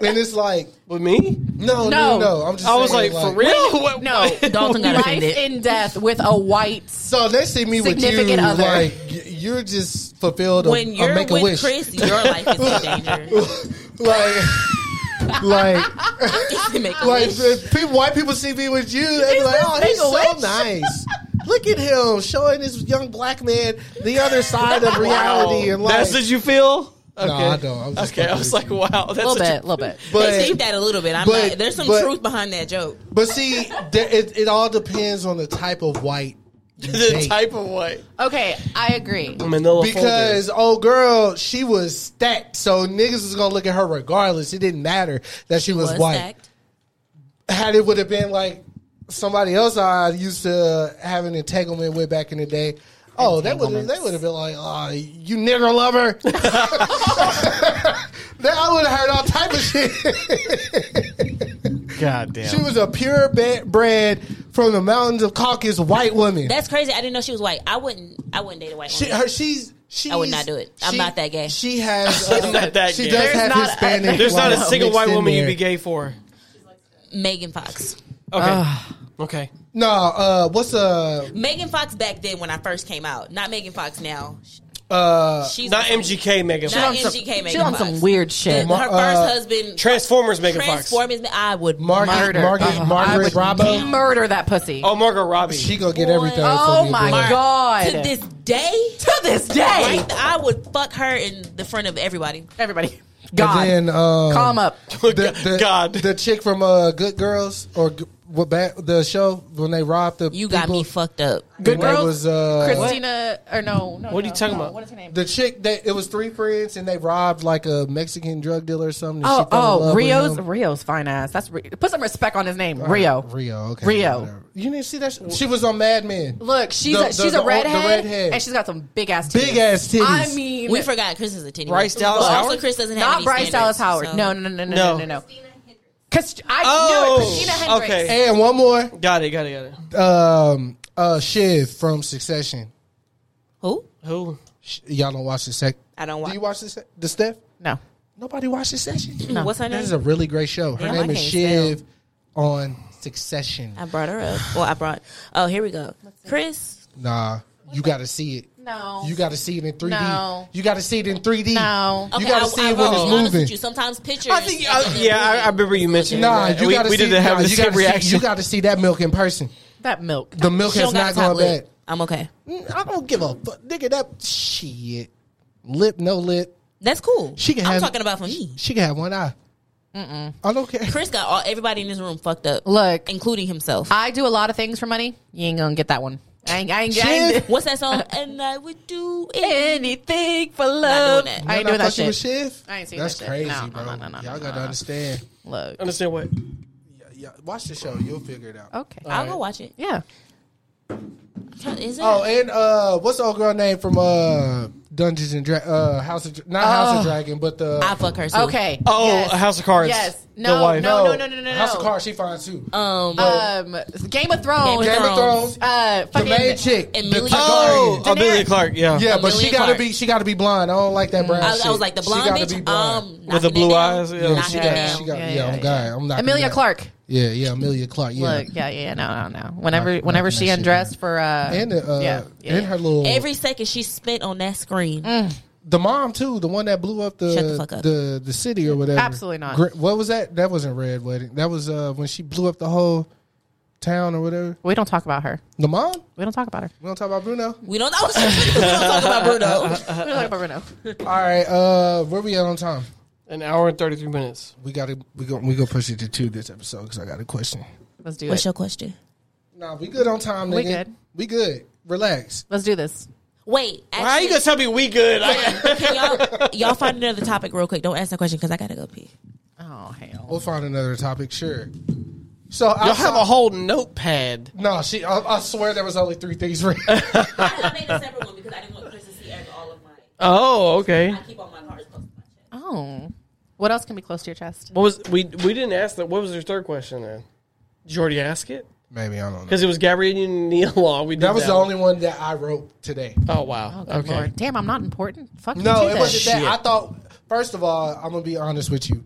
C: And it's like,
B: with me.
C: no, no,
I: No.
C: no. I'm just.
B: I was
C: saying,
B: like, for real? What-
I: no,
D: Dalton got
I: life
D: offended.
I: in death with a white.
C: So they see me with you,
I: Significant other.
C: like y- you're just fulfilled. a-
D: When
C: a
D: you're
C: make
D: with
C: a wish.
D: Chris, your life is in danger.
C: like, like.
D: Make a
C: Like
D: wish.
C: if people, white people see me with you, they be like, "Oh, he's so nice. Look at him showing this young black man the other side of reality." And like,
B: that's what you feel. Okay.
C: no, I don't. I'm just
B: okay, I was like, wow, that's
I: A little
B: what you-
I: bit. A little bit.
D: they saved
C: but
D: that a little bit. I'm
C: but-
D: not, there's some
C: but-
D: truth behind that joke.
C: but see, there, it, it all depends on the type of white you
B: the
C: date.
B: type of white.
I: Okay, I agree.
B: Manila
C: because old girl, she was stacked, so niggas was gonna look at her regardless. It didn't matter that she, was,
D: Was
C: white.
D: stacked.
C: had it would have been like somebody else I used to have an entanglement with back in the day. Oh, that would they would have been like, oh, you nigger lover. that I would have heard all type of shit.
B: God damn.
C: she was a pure ba- bred from the mountains of Caucasus white woman.
D: That's crazy. I didn't know she was white. I wouldn't. I wouldn't date a white
C: She,
D: woman.
C: her, she's, she's.
D: I would not do it. I'm not that gay.
C: She has. uh,
B: not that
C: she
B: gay.
C: does
B: There's
C: have
I: not a-
C: Hispanic.
B: There's not a
C: lineup
B: single
C: mixed
B: white
C: in
B: woman you'd
C: there.
B: be gay for.
D: Megan Fox.
B: Okay. okay.
C: No, uh, what's uh,
D: Megan Fox back then when I first came out. Not Megan Fox now.
C: uh,
D: She's
B: Not
D: like-
B: MGK Megan
D: Not
B: Fox.
D: MGK Megan
I: She on
D: Fox.
I: some weird shit.
D: Her first
C: uh,
D: husband.
B: Transformers Megan Fox.
D: Transformers. I would
C: Margaret,
D: murder.
C: Margaret,
I: Uh,
C: Margaret
I: I would
C: Bravo?
I: murder that pussy.
B: Oh, Margot Robbie.
C: She gonna get everything.
I: Oh
C: from you,
I: my
C: boy.
I: god!
D: to this day.
I: To this day,
D: Right, I would fuck her in the front of everybody.
I: everybody, God,
C: And then, um,
I: calm up.
C: the, the,
B: God.
C: the chick from uh, Good Girls or G- what back the show when they robbed the
D: You got
C: people,
D: me fucked up.
I: Good
C: That
I: girls,
C: was, uh,
I: Christina, or no, no.
B: What are you
I: no,
B: talking
I: no.
B: about?
I: What is her name?
C: the chick that it was three friends and they robbed like a Mexican drug dealer or something. and
I: oh,
C: she fell in
I: oh,
C: love with
I: Rio's
C: him.
I: Rio's fine ass. That's re- put some respect on his name, Rio.
C: Rio. Okay,
I: Rio.
C: whatever. You didn't see that? sh- She was on Mad Men.
I: Look, she's
C: The-
I: a,
C: the-
I: she's
C: the-
I: a redhead,
C: the redhead.
I: and she's got some big ass,
C: Big ass titties.
I: I mean,
D: We forgot Chris is a titty.
B: Bryce
D: man.
B: Dallas
D: But Also,
B: Howard?
D: Chris doesn't have
I: not
D: any
I: Bryce Dallas
D: standards,
I: Howard.
D: so-
I: No, no, no, no,
B: No. Oh.
I: no, no, no. Cause I knew it. Christina Hendricks.
B: okay.
C: And one more,
B: Got it, got it, got it.
C: um, uh, Shiv from Succession.
D: Who?
B: Who?
C: Sh- Y'all don't watch the sec.
D: I don't
C: Do
D: watch.
C: you watch the, se- the Steph?
I: No.
C: Nobody watched Succession.
D: What's her
C: That
D: name?
C: is a really great show. Her
D: Damn,
C: name
D: I
C: is
D: can't
C: Shiv on Succession.
D: I brought her up. Well, I brought. Oh, here we go. Chris.
C: Nah, you got to see it.
I: No.
C: You got to see it in 3D.
I: No.
C: You got to see it in 3D.
I: No.
C: You got
D: I-
C: to see
D: I
C: it
D: will
C: when
D: be
C: it's
D: honest with
C: moving.
D: You sometimes pictures.
B: I think,
D: uh,
B: I, yeah, I, I remember you mentioning
C: Nah,
B: that.
C: you
B: we,
C: gotta
B: we
C: see,
B: didn't have
C: nah,
B: the
C: you gotta
B: same
C: see-
B: reaction.
C: you got to see that milk in person.
I: That milk.
C: The milk
D: She
C: has
D: don't got
C: not
D: a top
C: gone bad.
D: lip. I'm okay.
C: Mm, I don't give a fuck, nigga. That shit, lip no lip.
D: That's cool.
C: She can
D: I'm
C: have-
D: talking about for me.
C: She can have one eye. Mm-mm. I don't care.
D: Chris got all everybody in this room fucked up.
I: Look.
D: including himself.
I: I do a lot of things for money. You ain't gonna get that one. I ain't, I ain't, I ain't,
D: What's that song? and I would do it.
I: anything for
D: Not
I: love.
D: doing that.
I: I ain't doing that
C: fucking
I: shit.
C: with Shiv.
I: I ain't seen
C: That's
I: that shit.
C: crazy,
I: No, no,
C: bro.
I: no, no, no,
C: Y'all
I: no,
C: gotta
I: no.
C: understand.
I: Look.
B: Understand what?
C: Yeah, watch the show. You'll figure it out.
I: Okay.
D: I'll go watch it.
I: Uh, Yeah.
D: Is it?
C: Oh, and uh, what's the old girl name from uh Dungeons and Dra- uh House of Dra- not House of Dragon, but the
D: I fuck her. Too.
I: Okay.
B: Oh,
I: Yes.
B: House of Cards.
I: Yes.
B: The
I: No.
B: wife.
I: No. No. No. No. No. no.
C: House of Cards. She finds too.
D: Um.
I: Um, Game of Thrones.
C: Game of Thrones.
I: Uh,
C: the
I: fucking
C: main chick. the
D: Emilia-
C: Targaryen.
B: Oh, Amelia Clark, yeah.
C: yeah, but
D: Amelia
C: she gotta
D: Clark.
C: be she gotta be blonde. I don't like that brown.
D: I,
C: shit.
D: I was like the
C: She
D: blonde
C: gotta
D: bitch.
C: be blonde.
D: Um,
B: With the
D: knocking it
B: blue
D: down.
B: eyes, yeah.
C: Yeah,
D: knocking
C: she
D: it
C: got,
D: down.
C: she got, yeah,
I: Yeah,
C: I'm
I: yeah,
C: guy. I'm not
I: Amelia Clark.
C: Yeah, yeah, Amelia Clark. Yeah,
I: Look, yeah, yeah, no, no, no. Whenever,
C: Like,
I: whenever
C: like that
I: she
C: shit,
I: undressed for, uh,
C: and the, uh,
I: yeah, yeah,
C: and her little
D: Every second she spent on that screen.
C: the mom too, the one that blew up the
D: Shut the fuck up.
C: the, the city or whatever.
I: Absolutely not.
C: Gre- what was that? That wasn't red wedding. That was uh, when she blew up the whole town or whatever.
I: we don't talk about her.
C: The mom.
I: We don't talk about her.
C: We don't talk about Bruno.
D: We don't. Oh, shit, we don't talk about Bruno.
I: We don't talk about Bruno.
C: All right, uh, where we at on time?
B: An hour and 33 minutes.
C: We got to we go we go push it to two this episode because I got a question.
I: Let's do
D: What's
I: it.
D: your question?
C: Nah, we good on time. Nigga.
I: We good.
C: We good. Relax.
I: Let's do this.
D: Wait. Actually,
B: How you gonna tell me we good? I,
D: Can y'all, y'all find another topic real quick. Don't ask that question because I gotta go pee.
I: Oh hell.
C: We'll find another topic. Sure. So
B: y'all have a whole notepad.
C: No, she. I, I swear there was only three things. For
D: I made a separate one because I didn't want Chris to see all of my.
B: Oh, okay.
D: I keep all my cards close to my chest.
I: Oh. What else can be close to your chest?
B: What was we we didn't ask that? What was your third question then? Did you already ask it?
C: Maybe I don't know.
B: Because it was Gabrielle and Neil Law. We did
C: That was the
B: one.
C: only one that I wrote today.
B: Oh wow.
I: Good
B: okay.
I: Lord. Damn, I'm not important. Fuck
C: No,
I: you.
C: it wasn't
B: Shit.
C: that. I thought. First of all, I'm gonna be honest with you.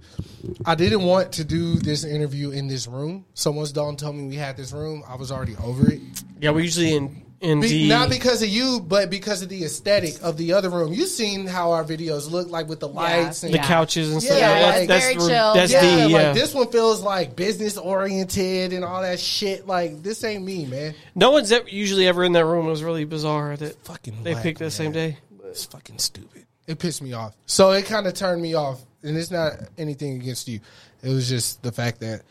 C: I didn't want to do this interview in this room. So once Dawn told me we had this room, I was already over it.
B: Yeah, we're usually in in
C: Be,
B: the
C: not because of you, but because of the aesthetic of the other room. You seen how our videos look like with the lights and
B: the couches and stuff.
C: Yeah,
B: Yeah, that's,
C: it's
B: that's
I: very
B: the-
I: chill.
B: That's
C: Yeah,
B: the uh, yeah.
C: like this one feels like business oriented and all that shit. Like this ain't me, man.
B: no one's ever, usually ever in that room. It was really bizarre that
C: Fucking
B: they
C: whack,
B: picked that
C: man.
B: same day.
C: It's fucking stupid. It pissed me off. So it kind of turned me off, and it's not anything against you. It was just the fact that,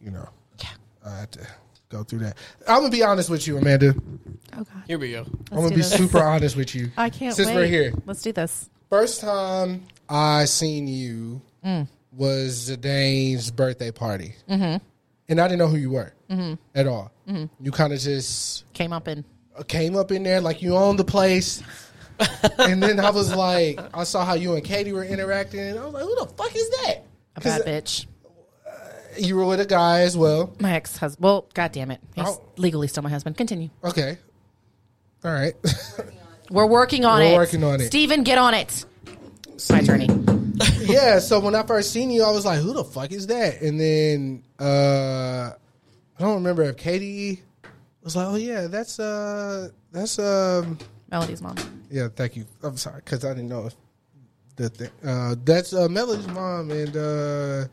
C: you know, I had to go through that. I'm gonna be honest with you, Amanda.
I: Oh god.
B: Here we go.
C: I'm gonna
I: do
C: be
I: this.
C: super honest with you.
I: I can't
C: Since
I: wait.
C: we're here,
I: Let's do this.
C: first time I seen you
I: Mm.
C: was Zidane's birthday party, mm-hmm. and I didn't know who you were
I: Mm-hmm.
C: at all. You kind of just
I: Came up in.
C: came up in there like you own the place. and then I was like, I saw how you and Katie were interacting, and I was like, who the fuck is that?
I: A
C: 'Cause
I: bad bitch.
C: You were with a guy as well.
I: My ex husband. Well, god damn it. He's
C: Oh.
I: legally still my husband. Continue.
C: Okay. All right.
I: We're working on
C: We're
I: it.
C: working on it.
I: Steven, get on it. It's my journey.
C: yeah, so when I first seen you, I was like, who the fuck is that? And then uh I don't remember if Katie was like, oh yeah, that's uh that's um
I: Melody's mom.
C: yeah, thank you. I'm sorry cuz I didn't know if the thing. Uh, that's uh, Melody's mom and uh,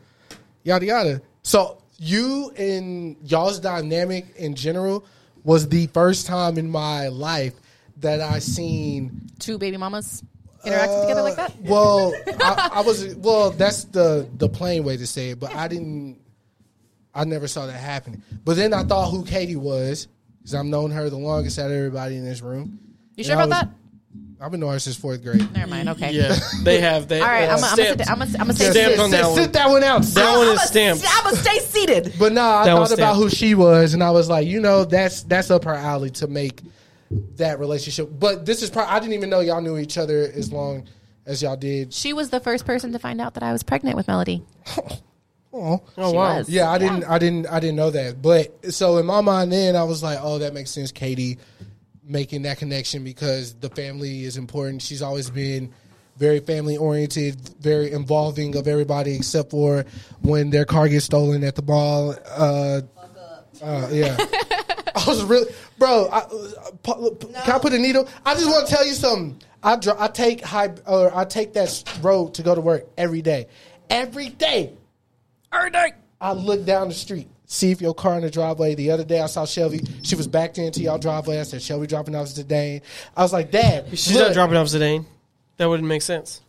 C: yada yada. So you and y'all's dynamic in general was the first time in my life that I seen.
I: Two baby mamas interacting together like that.
C: Well, I, I was well. That's the the plain way to say it, but I didn't. I never saw that happening. But then I thought who Katie was because I've known her the longest out of everybody in this room.
I: You sure
C: And I
I: about
C: was- I've been knowing her since fourth grade.
I: that? Never mind. Okay.
B: Yeah, they have. They,
I: All right.
B: uh,
I: I'm gonna sit.
B: stamped.
I: I'm gonna. I'm gonna
B: Yeah,
I: stay
B: stamped
I: seated.
B: on that one.
C: Sit that one out.
B: That one is stamped.
D: I'm gonna stay seated.
C: But no, I
B: That
C: thought
B: was
C: about
B: stamped.
C: who she was, and I was like, you know, that's that's up her alley to make that relationship. But this is probably I didn't even know y'all knew each other as long as y'all did.
I: She was the first person to find out that I was pregnant with Melody.
C: Oh,
D: Oh, She wow. was.
C: Yeah, I didn't, I didn't, I didn't know that. But so in my mind, then I was like, oh, that makes sense, Katie, making that connection because the family is important. She's always been very family oriented, very involving of everybody, except for when their car gets stolen at the mall. Uh, uh, yeah. I was really, bro. I, uh, pu- pu- Can I put a needle? I just want to tell you something. I dr- I take high or I take that s- road to go to work every day, every day. I look down the street, see if your car in the driveway. The other day I saw Shelby. She was backed into y'all driveway. I said, Shelby dropping off today. I was like, Dad,
B: She's
C: look.
B: not dropping off Zidane. That wouldn't make sense.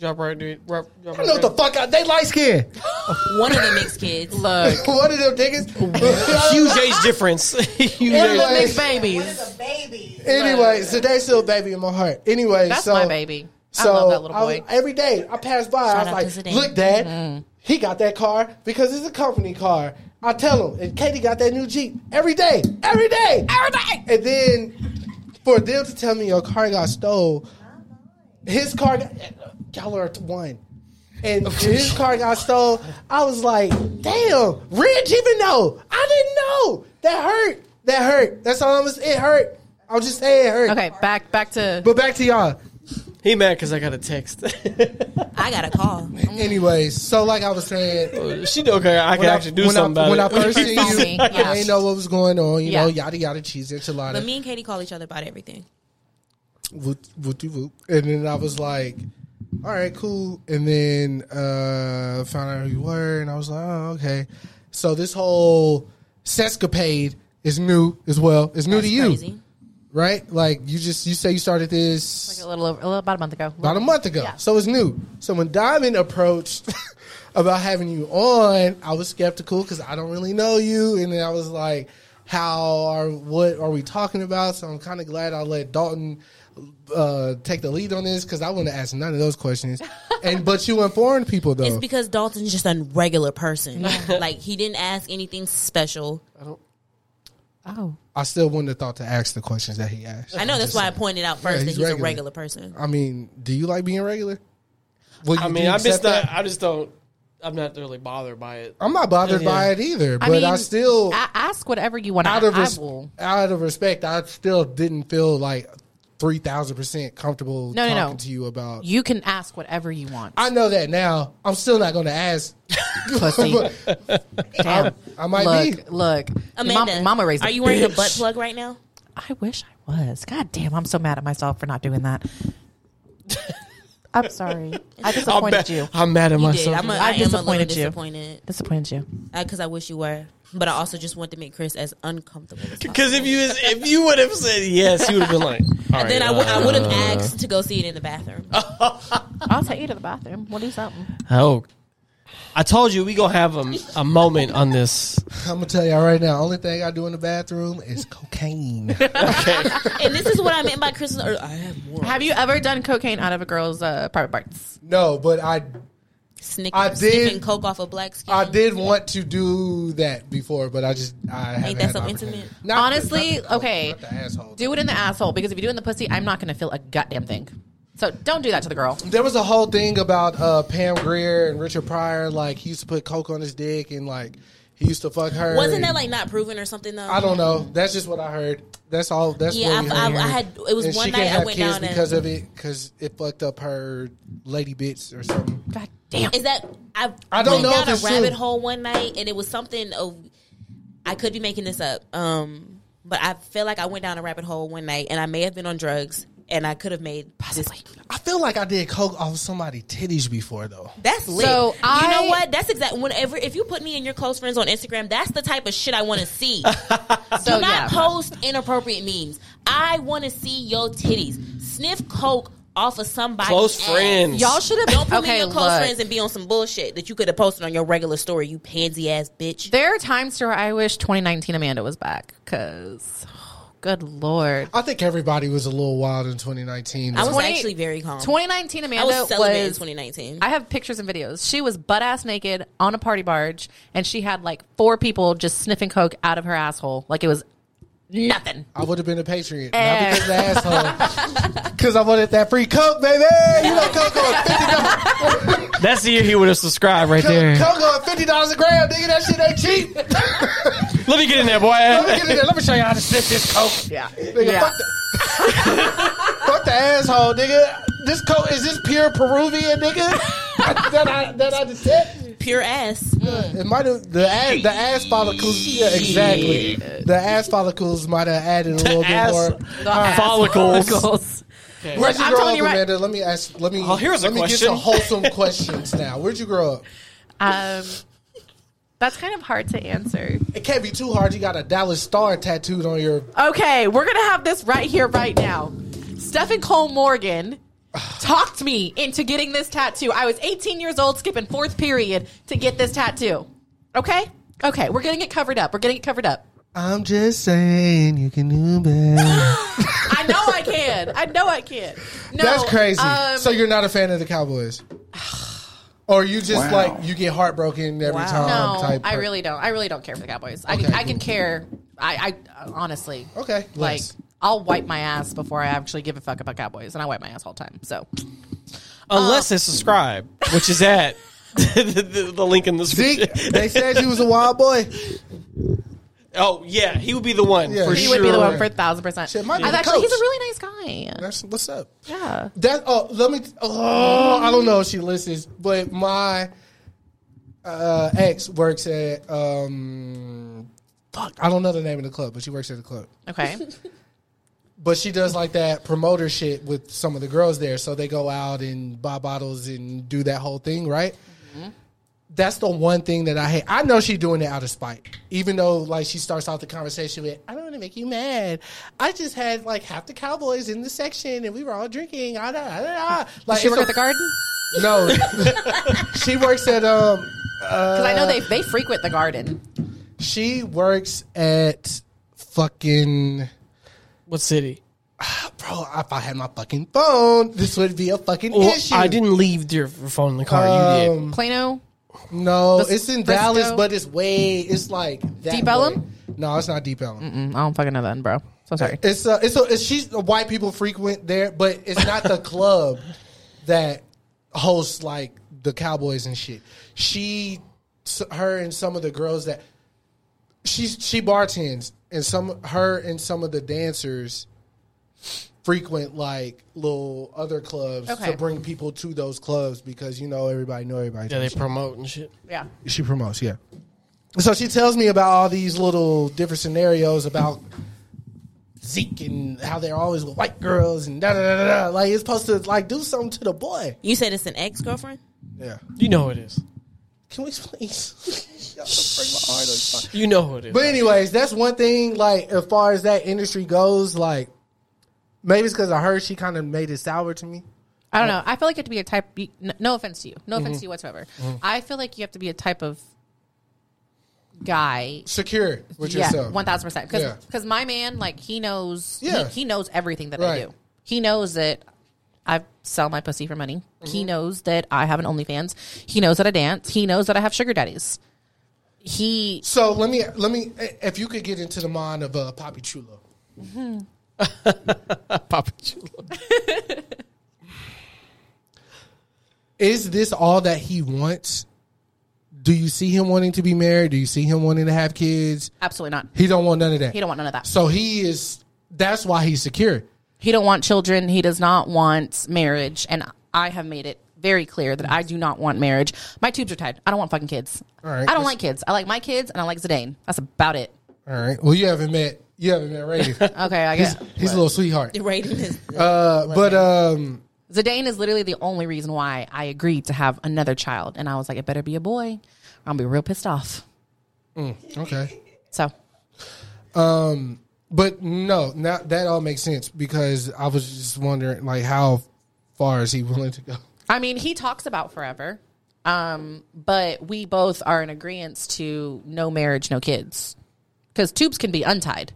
B: Drop right, dude. Drop, drop
C: I don't know what the fuck. I, they light skin.
D: One of them mixed kids.
I: Look,
C: One of them niggas.
B: Huge age difference. Huge
I: one of
B: age.
I: the
C: Anyway.
I: mixed babies.
C: anyway, today's still a baby in my heart. Anyway,
I: That's
C: so,
I: my baby. I
C: So
I: love that little boy.
C: I- every day I pass by,
D: Shout
C: I
D: out
C: was
D: to
C: like,
D: Zidane.
C: "Look, Dad, he got that car because it's a company car." I tell him, and Katie got that new Jeep every day, every day, every day. And then for them to tell me your car got stole, his car, got, y'all are one. And his car got stole. I was like, "Damn, Ridge even know? I didn't know. That hurt. That hurt. That's all I was. It hurt. I was just saying it hurt."
I: Okay, back back to
C: But back to y'all.
B: He mad because I got a text.
D: I got a call.
C: Anyways, so like I was saying,
B: she okay. I can
C: when I,
B: actually do
C: when,
B: something
C: I,
B: about
C: when I
B: it.
C: first seen
I: Phone
C: you,
I: me, yeah.
C: I didn't know what was going on. You know,
I: Yeah.
C: yada yada cheese enchilada.
D: But me and Katie call each other about everything.
C: whoop, whoop, de whoop. And then I was like, all right, cool. And then uh found out who you were, and I was like, oh, okay. So this whole sescapade is new as well. It's new
D: That's
C: to you,
D: crazy.
C: right? Like you just you say you started this
I: a little over, a little about a month ago.
C: about a month ago. So it's new. So when Diamond approached about having you on, I was skeptical because I don't really know you, and then I was like, "How are what are we talking about?" So I'm kind of glad I let Dalton uh, take the lead on this because I wouldn't ask none of those questions. and but you informed people though.
D: It's because Dalton's just a regular person. like he didn't ask anything special.
I: Oh,
C: I still wouldn't have thought to ask the questions that he asked.
D: I know that's why I pointed out first
C: Yeah,
D: that
C: he's
D: he's
C: regular. Uh,
D: a regular person.
C: I mean, do you like being regular? Will
B: I
C: you-
B: mean,
C: do you
B: I'm just
C: accept
B: not.
C: that?
B: I just don't. I'm not really bothered by it.
C: I'm not bothered by it either, but I,
I: I mean,
C: still
I: I ask whatever you want.
C: out
I: I,
C: of res-
I: I will.
C: out of respect, I still didn't feel like three thousand percent comfortable
I: No, no,
C: talking
I: no.
C: to you about.
I: You can ask whatever you want.
C: I know that now. I'm still not going to ask.
I: Pussy. Damn.
C: I might
I: look,
C: be.
I: Look,
D: Amanda,
I: Mama, mama raised.
D: Are
I: a
D: you wearing a
I: bitch.
D: butt plug right now?
I: I wish I was. God damn, I'm so mad at myself for not doing that. I'm sorry. I disappointed
B: I'm,
I: you.
B: ba- I'm mad at
D: You did.
B: myself.
D: I'm a,
I: I
D: I am a little
I: disappointed you.
D: disappointed
I: Disappointed you.
D: because I wish you were, but I also just want to make Chris as uncomfortable. as possible.
B: Because if you is- if you would have said yes, you would have been like. All right,
D: then I, w-
B: uh,
D: I would have asked to go see it in the bathroom.
I: I'll take you to the bathroom. We'll do something.
B: oh, I told you we gonna have a, a moment on this.
C: I'm gonna tell y'all right now. Only thing I do in the bathroom is cocaine.
D: and this is what I meant by Chris. Or, I have more
I: Have you ever done cocaine out of a girl's uh, private parts?
C: no, but I
D: snick,
C: I did-
D: sniffing coke off a black skin.
C: I did want to do that before, but I just I haven't
D: Ain't
C: had
D: that so
C: the opportunity.
D: intimate?
C: Not the-
I: Honestly,
C: not the-
I: okay.
C: not the asshole.
I: Do it in the asshole because if you do it in the pussy, I'm not going to feel a goddamn thing. So don't do that to the girl.
C: There was a whole thing about uh, Pam Greer and Richard Pryor. Like he used to put coke on his dick, and like he used to fuck her.
D: Wasn't
C: and-
D: that like not proven or something though?
C: I don't know. That's just what I heard. That's all. That's
D: Yeah,
C: What we
D: I-
C: heard.
D: I- I had- it was
C: And
D: one
C: she
D: night
C: can't
D: I
C: have
D: went
C: kids
D: down and-
C: because of it because it fucked up her lady bits or something.
I: God damn.
D: Is that I?
C: I don't
D: went
C: know
D: Down
C: if it's
D: a rabbit
C: true.
D: hole one night, and it was something. Of, I could be making this up, um, but I feel like I went down a rabbit hole one night, and I may have been on drugs, and I could have made possibly.
C: I feel like I did coke off somebody titties before though.
D: That's lit.
I: So
D: you
I: I-
D: know what? That's exactly whenever if you put me in your close friends on Instagram, that's the type of shit I want to see.
I: So
D: Do not
I: yeah.
D: post inappropriate memes. I want to see your titties. Sniff coke off of somebody.
B: Close friends.
I: Y'all should have
D: Don't put me
I: okay,
D: in your close
I: look.
D: friends and be on some bullshit that you could have posted on your regular story. You pansy ass bitch.
I: There are times where I wish 2019 Amanda was back because, oh, good lord.
C: I think everybody was a little wild in 2019.
D: I was
I: 20
D: actually very calm.
I: 2019
D: Um, I
I: Amanda
D: was celibate in
I: was
D: 2019.
I: I have pictures and videos. She was butt ass naked on a party barge, and she had like four people just sniffing coke out of her asshole, like it was
D: Nothing.
C: I would have been a patriot,
D: Eh.
C: not because of the asshole, because I wanted that free coke, baby. You know, coke on fifty dollars.
B: That's the year he would have subscribed right there.
C: Coke on fifty dollars a gram, nigga. That shit ain't cheap.
B: Let me get in there, boy.
C: Let me get in there. Let me show you how to sniff this coke. Yeah, nigga.
J: Yeah.
C: Fuck, the, fuck the asshole, nigga. This coke is this pure Peruvian, nigga. that I that I just said.
D: Pure ass.
C: It might have the ass, the ass follicles. Yeah, exactly. The ass follicles might have added a little bit
B: ass
C: more.
B: Follicles.
C: Where'd you
J: I'm
C: grow
J: telling
C: up,
J: you right-
C: Amanda? Let me ask. Let me.
B: Oh, here's a
C: let me
B: question.
C: get some wholesome questions now. Where'd you grow up?
E: Um, that's kind of hard to answer.
C: It can't be too hard. You got a Dallas Star tattooed on your.
E: Okay, we're gonna have this right here, right now. Stephen Cole Morgan talked me into getting this tattoo. I was 18 years old, skipping fourth period to get this tattoo. Okay, okay, we're getting it covered up. We're getting it covered up.
C: I'm just saying you can do better.
E: I know I can. I know I can. No,
C: That's crazy.
E: um,
C: so you're not a fan of the Cowboys, or you just like you get heartbroken every time?
E: no,
C: type
E: I
C: per-
E: really don't. I really don't care for the Cowboys. I,
C: Okay.
E: I can care. I, I honestly.
C: Okay,
E: Like
C: less.
E: I'll wipe my ass before I actually give a fuck about Cowboys, and I wipe my ass all the time. So
B: Unless
E: Um,
B: they subscribe, which is at the, the, the link in the
C: Zeke.
B: description.
C: They said you was a wild boy.
B: Oh yeah, he would be the one
C: Yeah.
B: for
E: he
B: sure.
E: would be the one for a thousand percent.
C: Shit, might be
E: I've
C: the
E: actually, he's a
C: coach.
E: really nice guy.
C: That's what's up.
E: Yeah.
C: That oh let me oh I don't know if she listens, but my uh, ex works at um fuck I don't know the name of the club, but she works at the club.
E: Okay.
C: But she does like that promoter shit with some of the girls there, so they go out and buy bottles and do that whole thing, right?
E: Mm-hmm.
C: That's the one thing that I hate. I know she's doing it out of spite, even though like she starts off the conversation with, "I don't want to make you mad. I just had like half the Cowboys in the section, and we were all drinking." Ah, da, da, da, da." Like
E: She
C: it's
E: work
C: a-
E: at the garden
C: no, she works at um.
E: because I know they they frequent the garden.
C: She works at fucking
B: What city?
C: bro. If I had my fucking phone, this would be a fucking
B: Well,
C: issue.
B: I didn't leave your phone in the car. you
C: Um,
B: did.
E: Plano.
C: No,
E: Bris-
C: it's in
E: Briscoe?
C: Dallas, but it's way. It's like that
E: Deep
C: way.
E: Ellum?
C: No, it's not Deep Ellum.
E: Mm, I don't fucking know that, bro. So sorry.
C: It's uh, it's, a, it's she's white people frequent there, but it's not the club that hosts like the Cowboys and shit. She, s- her, and some of the girls that she's she bartends, and some her and some of the dancers frequent like little other clubs
E: Okay.
C: to bring people to those clubs because you know everybody know everybody.
B: Yeah, they promote and shit.
E: Yeah.
C: She promotes, yeah. So she tells me about all these little different scenarios about Zeke and how they're always with white girls and da da da da. da. Like it's supposed to like do something to the boy.
D: You said it's an ex girlfriend?
C: Yeah.
B: You know who it is.
C: Can we please? Y'all break my heart on fire.
B: You know who it is.
C: But anyways, that's one thing. Like as far as that industry goes, like maybe it's because I heard she kind of made it sour to me.
E: I don't know. I feel like you have to be a type. you- n- No offense to you. No
C: Mm-hmm.
E: offense to you whatsoever. I feel like you have to be a type of guy
C: Secure with
E: yeah,
C: yourself.
E: one thousand percent.
C: Yeah.
E: Because my man, like he knows,
C: Yeah.
E: he, he knows everything that I
C: Right.
E: do. He knows that I sell my pussy for money. He
C: Mm-hmm.
E: knows that I have an OnlyFans. He knows that I dance. He knows that I have sugar daddies. He
C: So let me let me if you could get into the mind of uh, Poppy Chulo.
B: Papa Chulo.
C: is this all that he wants? Do you see him wanting to be married? Do you see him wanting to have kids?
E: absolutely not.
C: He don't want none of that.
E: He don't want none of that.
C: So he is. That's why he's secure.
E: He don't want children. He does not want marriage. And I have made it very clear that I do not want marriage. My tubes are tied. I don't want fucking kids.
C: All right.
E: I don't like kids. I like my kids and I like Zidane. That's about it.
C: All right. Well, you haven't met. You haven't met Ray.
E: Okay, I
C: he's,
E: guess
C: he's a little sweetheart.
D: Rating is
C: Uh, but um,
E: Zidane is literally the only reason why I agreed to have another child. And I was like, it better be a boy. or I'm gonna be real pissed off.
C: okay.
E: So
C: But no, not, that all makes sense because I was just wondering, like, how far is he willing to go?
E: I mean, he talks about forever. Um, but we both are in agreement to no marriage, no kids. Because tubes can be untied.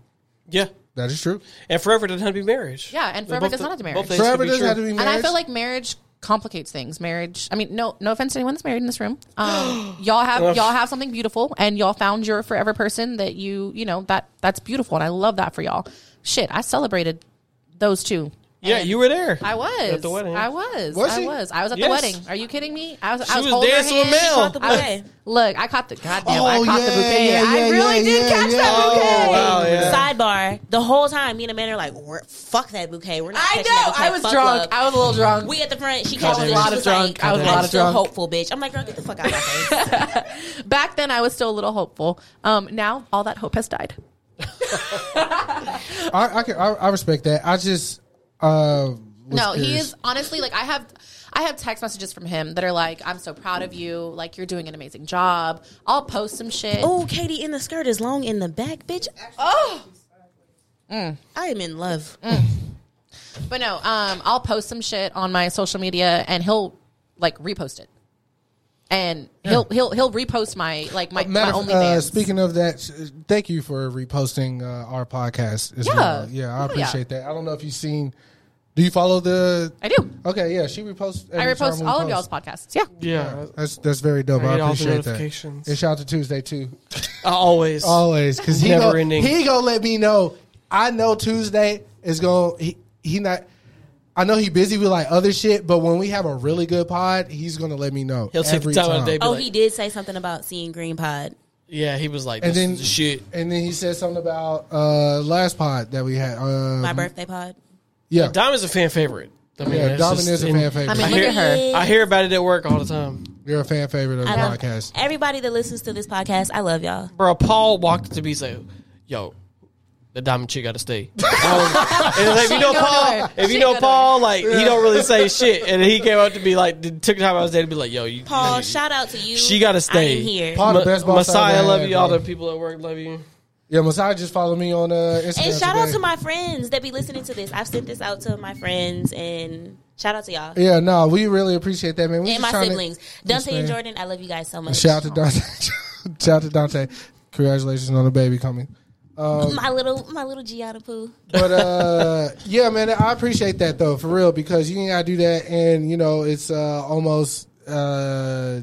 B: Yeah.
C: That is true.
B: And forever doesn't have to be marriage.
E: Yeah, and
B: They're
E: forever
B: both
E: does
B: the-
E: not have to be
B: both
E: marriage.
B: things could
C: Forever
B: be
C: doesn't
B: true.
C: have to be married.
E: And I feel like marriage
I: complicates things. Marriage. I mean, no, no offense to anyone that's married in this room. Um, y'all have y'all have something beautiful, and y'all found your forever person that you you know that that's beautiful, and I love that for y'all. Shit, I celebrated those two.
B: Yeah, you were there.
I: I was
B: At the wedding.
I: I was.
B: Was
I: I
B: she?
I: was. I was at
B: Yes.
I: the wedding. Are you kidding me? I was.
B: She
I: I was,
B: was
I: holding
B: dancing
I: her
B: with
I: hand.
B: Mel.
I: She caught the bouquet. look, I caught the goddamn. I
D: Oh,
I: caught the
D: yeah,
I: bouquet.
D: yeah,
I: I
D: yeah,
I: really
D: yeah,
I: did
D: yeah,
I: catch that
D: yeah.
I: bouquet.
D: Oh, wow, yeah.
I: Sidebar:
D: The whole time, me and Amanda are like, "We're- "Fuck that bouquet." We're not.
I: I
D: touching
I: know.
D: That bouquet.
I: I was
D: Fuck
I: drunk.
D: love.
I: I was a little drunk.
D: We at the front. She
I: I was
D: called us.
I: a lot
D: She
I: of
D: was
I: drunk.
D: like,
I: I was a lot
D: "I'm
I: of
D: still
I: drunk."
D: Hopeful, bitch. I'm like, girl, get the fuck out of my face.
I: Back then, I was still a little hopeful. Um, now all that hope has died.
C: I I, can, I I respect that. I just uh, was
I: No, he
C: curious.
I: is honestly like I have I have text messages from him that are like, I'm so proud of you, like you're doing an amazing job. I'll post some shit.
D: Oh, Katie, in the skirt is long in the back, bitch.
I: Oh,
D: I am in love.
I: but no, um, I'll post some shit on my social media and he'll like repost it. And he'll he'll he'll repost my like my, my
C: Matter of-
I: only
C: uh, speaking of that, s- thank you for reposting uh, our podcast as
I: Yeah. Oh,
C: well. Yeah, I
I: Yeah.
C: appreciate that. I don't know if you've seen. Do you follow the?
I: I do.
C: Okay, yeah, she reposts.
I: I
C: every time
I: repost
C: we
I: all
C: post.
I: of y'all's podcasts. Yeah.
C: Yeah, that's that's very dope.
B: I
C: I,
B: get all the
C: appreciate that.
B: notifications.
C: And shout out to Tuesday too.
B: Always,
C: always, because he
B: never
C: gonna,
B: ending.
C: He gonna let me know. I know Tuesday is gonna he, he not. I know he busy with like other shit, but when we have a really good pod, he's gonna let me know.
B: He'll take the
C: every
B: time out of the day, be
D: Oh,
B: like-
D: he did say something about seeing Green Pod.
B: yeah, he was like,
C: And
B: this
C: then-
B: is the shit.
C: And then he said something about uh last pod that we had. Um,
D: My birthday pod.
C: Yeah,
B: Diamond's a fan favorite. I mean,
C: Yeah,
B: it's
C: Diamond
B: just
C: is a
B: in-
C: fan favorite. I mean,
D: look
B: hear,
D: at her.
B: I hear about it at work all the time.
C: You're a fan favorite of the
D: I love
C: podcast.
D: everybody that listens to this podcast. I love y'all.
B: Bro, Paul walked up to me and said, Yo, the diamond chick gotta stay. I was- and like, if you
D: She
B: know
D: ain't going
B: Paul,
D: nowhere.
B: if
D: She
B: you know
D: ain't going
B: Paul, like he don't really say shit. And he came up to me like did- took the time I was there to be like, Yo, you
D: Paul,
B: you-
D: shout out to you.
B: she gotta stay.
D: I am here.
C: Paul, the best boss I've
B: Messiah,
C: ever
B: love
C: had,
B: you. All
C: bro.
B: the people at work love you.
C: Yeah, Masai just followed me on uh, Instagram.
D: and shout out
C: today.
D: to my friends that be listening to this. I've sent this out to my friends and shout out to y'all.
C: Yeah, no, we really appreciate that, man. We
D: and
C: just
D: my
C: tryna-
D: siblings.
C: Yes,
D: Dante and
C: man.
D: Jordan, I love you guys so much.
C: Shout out to Dante. shout out to Dante. Congratulations on the baby coming. Um,
D: my little my little Giada Poo.
C: but uh, yeah, man, I appreciate that though, for real, because you ain't gotta do that, and you know it's uh, almost uh,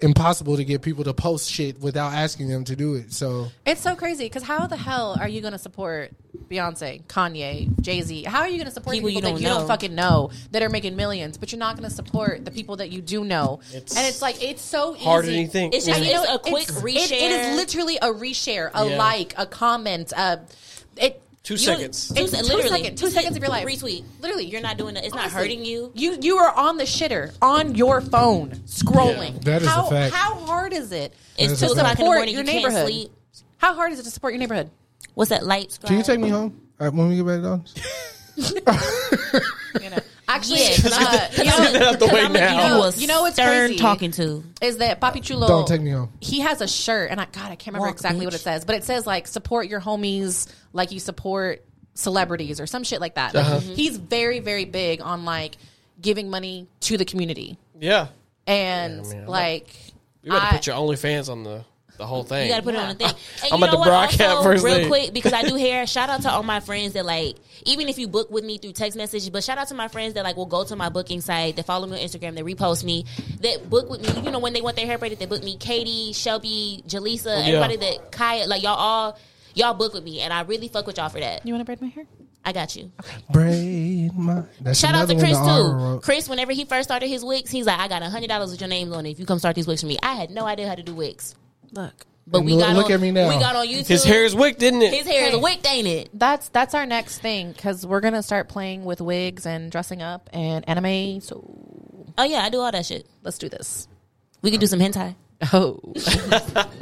C: impossible to get people to post shit without asking them to do it. So
I: It's so crazy because how the hell are you going to support Beyonce, Kanye, Jay Z? How are you going to support
D: People
I: people,
D: you
I: that
D: don't
I: you
D: know.
I: don't fucking know that are making millions, but you're not going to support the people that you do know?
B: It's
I: and it's like it's so
B: harder
I: easy.
B: than you think.
D: It's just
I: And you
D: it's
I: know,
D: a quick
I: it's-
D: reshare.
I: It, it is literally a reshare, a
B: Yeah.
I: like, a comment, a it.
B: Two
I: you-
B: seconds.
I: It's two,
D: literally
I: seconds. Two seconds of your life.
D: Retweet.
I: Literally,
D: You're not doing it. It's not
I: Honestly.
D: hurting you.
I: You you are on the shitter on your phone scrolling.
C: Yeah, that is a
I: how,
C: fact.
I: How hard is it?
D: It's
C: a
D: two o'clock in the
I: support
D: morning.
I: your
D: You can't
I: neighborhood.
D: sleep.
I: How hard is it to support your neighborhood?
D: What's that light? Scribe?
C: can you take me home uh, when we get back down?
I: Actually,
D: Yeah,
I: it's
D: because
I: not. You
D: I'm,
I: know,
B: out the way
D: I'm gonna give
B: now.
D: you a
I: You know what's
D: stern
I: crazy?
D: talking to.
I: is that Papi Chulo?
C: Don't take me home.
I: He has a shirt, and I God, I can't remember
D: Walk,
I: exactly what
D: bitch.
I: it says, but it says like support your homies, like you support celebrities or some shit like that. Like,
C: Uh-huh.
I: He's very, very big on like giving money to the community,
B: Yeah.
I: and like
B: You better
I: I-
B: put your OnlyFans on the, the whole thing.
D: You gotta put it on the thing. And
B: I'm
D: you
B: at
D: know
B: the
D: what?
B: broadcast
D: also,
B: first
D: real
B: thing.
D: quick because I do hair. Shout out to all my friends that like, even if you book with me through text message, but shout out to my friends that like will go to my booking site, that follow me on Instagram, that repost me, that book with me. You know when they want their hair braided, they book me. Katie, Shelby,
B: Oh,
D: Jaleesa, everybody that Kaya, like y'all all y'all book with me, and I really fuck with y'all for that.
I: you want to braid my hair?
D: I got you.
C: Braid my. That's
D: Shout out
C: another
D: to
C: one
D: Chris
C: the honor
D: too.
C: roll.
D: Chris, whenever he first started his wigs, he's like, I got hundred dollars with your name on it. If you come start these wigs for me, I had no idea how to do wigs.
I: Look,
D: But
C: And
D: we
C: look-
D: got
C: look
D: on,
C: at me now.
D: We got on YouTube.
B: His hair is wicked, didn't it?
D: His hair is wicked, ain't it?
I: that's that's our next thing because we're gonna start playing with wigs and dressing up and anime. So
D: Oh yeah, I do all that shit.
I: let's do this.
D: We could do some hentai.
I: Oh,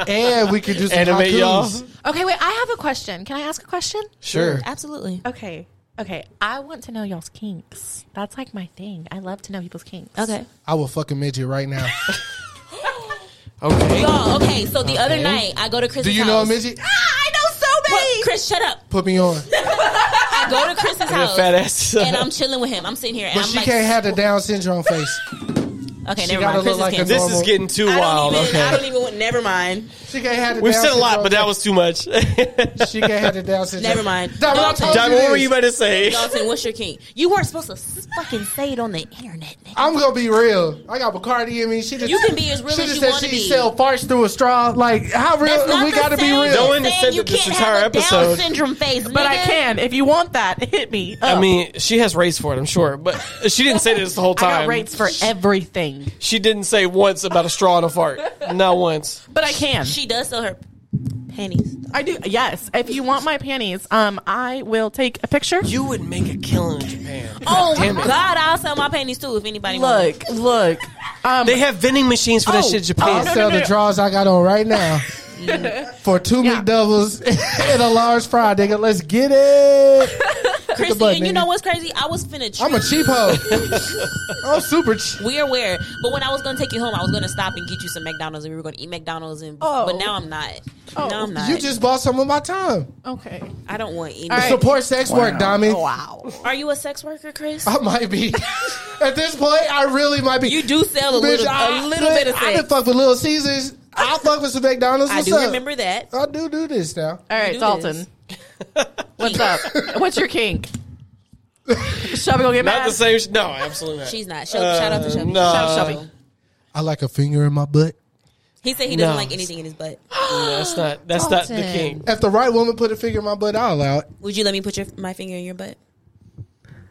C: and we could do some
B: Animate
C: haikus.
B: y'all.
I: okay. Wait, I have a question. Can I ask a question?
C: Sure.
D: Absolutely.
I: Okay. Okay. I want to know y'all's kinks. That's like my thing. I love to know people's kinks.
D: Okay.
C: I will fucking midget right now.
B: Okay.
D: Y'all, okay, so the other night I go to Chris's
C: Do you
D: house. Ah,
C: know a midget?
D: I know so many. Chris, shut up.
C: Put me on.
D: I go to Chris's house
B: fat ass.
D: and I'm chilling with him. I'm sitting here and
C: But
D: I'm
C: she
D: like,
C: can't have the Down syndrome face.
D: okay,
C: she
D: never
C: gotta look
D: mind. Chris is
C: like a
D: canceled.
B: This is
C: normal-
B: getting too
D: I don't
B: wild.
D: even.
B: okay.
D: I don't even. want- Never mind.
C: She can't have the
B: We've
C: Down
B: said a lot,
C: syndrome
B: but that was too much.
C: She can't have the Down syndrome.
D: Never mind.
C: Diamond, I
D: Dalton.
C: told you
B: Diamond, what were
C: this.
B: you about to say?
D: Dalton, what's your king? You weren't supposed to s- fucking say it on the internet. nigga.
C: I'm gonna be real. I got Bacardi in me. She just
D: You can be as real
C: she
D: as
C: just
D: you
C: said
D: wanna
C: she
D: be.
C: sell farts through a straw. Like how real?
D: That's not
C: we
D: the
C: gotta be
D: same
C: real.
B: No one has
D: thing.
B: said
D: You
B: that this
D: can't
B: entire
D: have a Down
B: episode.
D: syndrome face,
I: But I
D: nigga.
I: can. If you want that, hit me.
B: I
I: up.
B: mean, she has rates for it, I'm sure, but she didn't say this the whole
I: I
B: time.
I: got rates for everything.
B: She didn't say once about a straw and a fart. Not once.
I: But I can.
D: She does sell her panties.
I: I do. Yes. If you want my panties, um, I will take a picture.
B: You would make a killing in Japan.
D: Oh
B: Damn it.
D: God, I'll sell my panties too if anybody wants.
I: Look, look. Um,
B: They have vending machines for that
I: Oh,
B: shit in
C: I'll
B: Japan.
C: sell the draws I got on right now for two
I: Yeah.
C: McDoubles and a large fry, nigga. Let's get it.
D: Christy,
C: butt,
D: and you
C: nigga.
D: know what's crazy? I was finna.
C: I'm a cheap hoe. I'm super cheap.
D: we are aware, but when I was gonna take you home, I was gonna stop and get you some McDonald's, and we were gonna eat McDonald's, and
I: Oh.
D: but now I'm not. Now I'm not.
C: You just bought some of my time.
I: okay.
D: I don't want any.
I: right.
C: Support sex work,
D: Oh,
C: Diamond.
I: Wow.
D: Are you a sex worker, Chris?
C: I might be. At this point, I really might be.
D: You do sell a little, a little bit of
C: I
D: sex.
C: done fuck with Little Caesars. I fuck with some McDonald's.
D: I
C: What's
D: do
C: up?
D: remember that.
C: I do do this now.
I: All right,
D: do
I: Dalton.
D: this.
I: What's up? What's your kink? Shelby gonna get
B: Not
I: mad.
B: the same. sh- No, absolutely not.
D: She's not. Show, shout
C: Uh,
D: out to Shelby.
B: no.
D: Shout
I: Shout
D: out
I: out
D: to
I: Shelby.
C: I like a finger in my butt.
D: He said he doesn't
B: No.
D: like anything in his butt.
B: No, that's not. That's not the
K: Dalton.
B: king.
C: If the right woman put a finger in my butt, I'll allow it.
D: Would you let me put your my finger in your butt?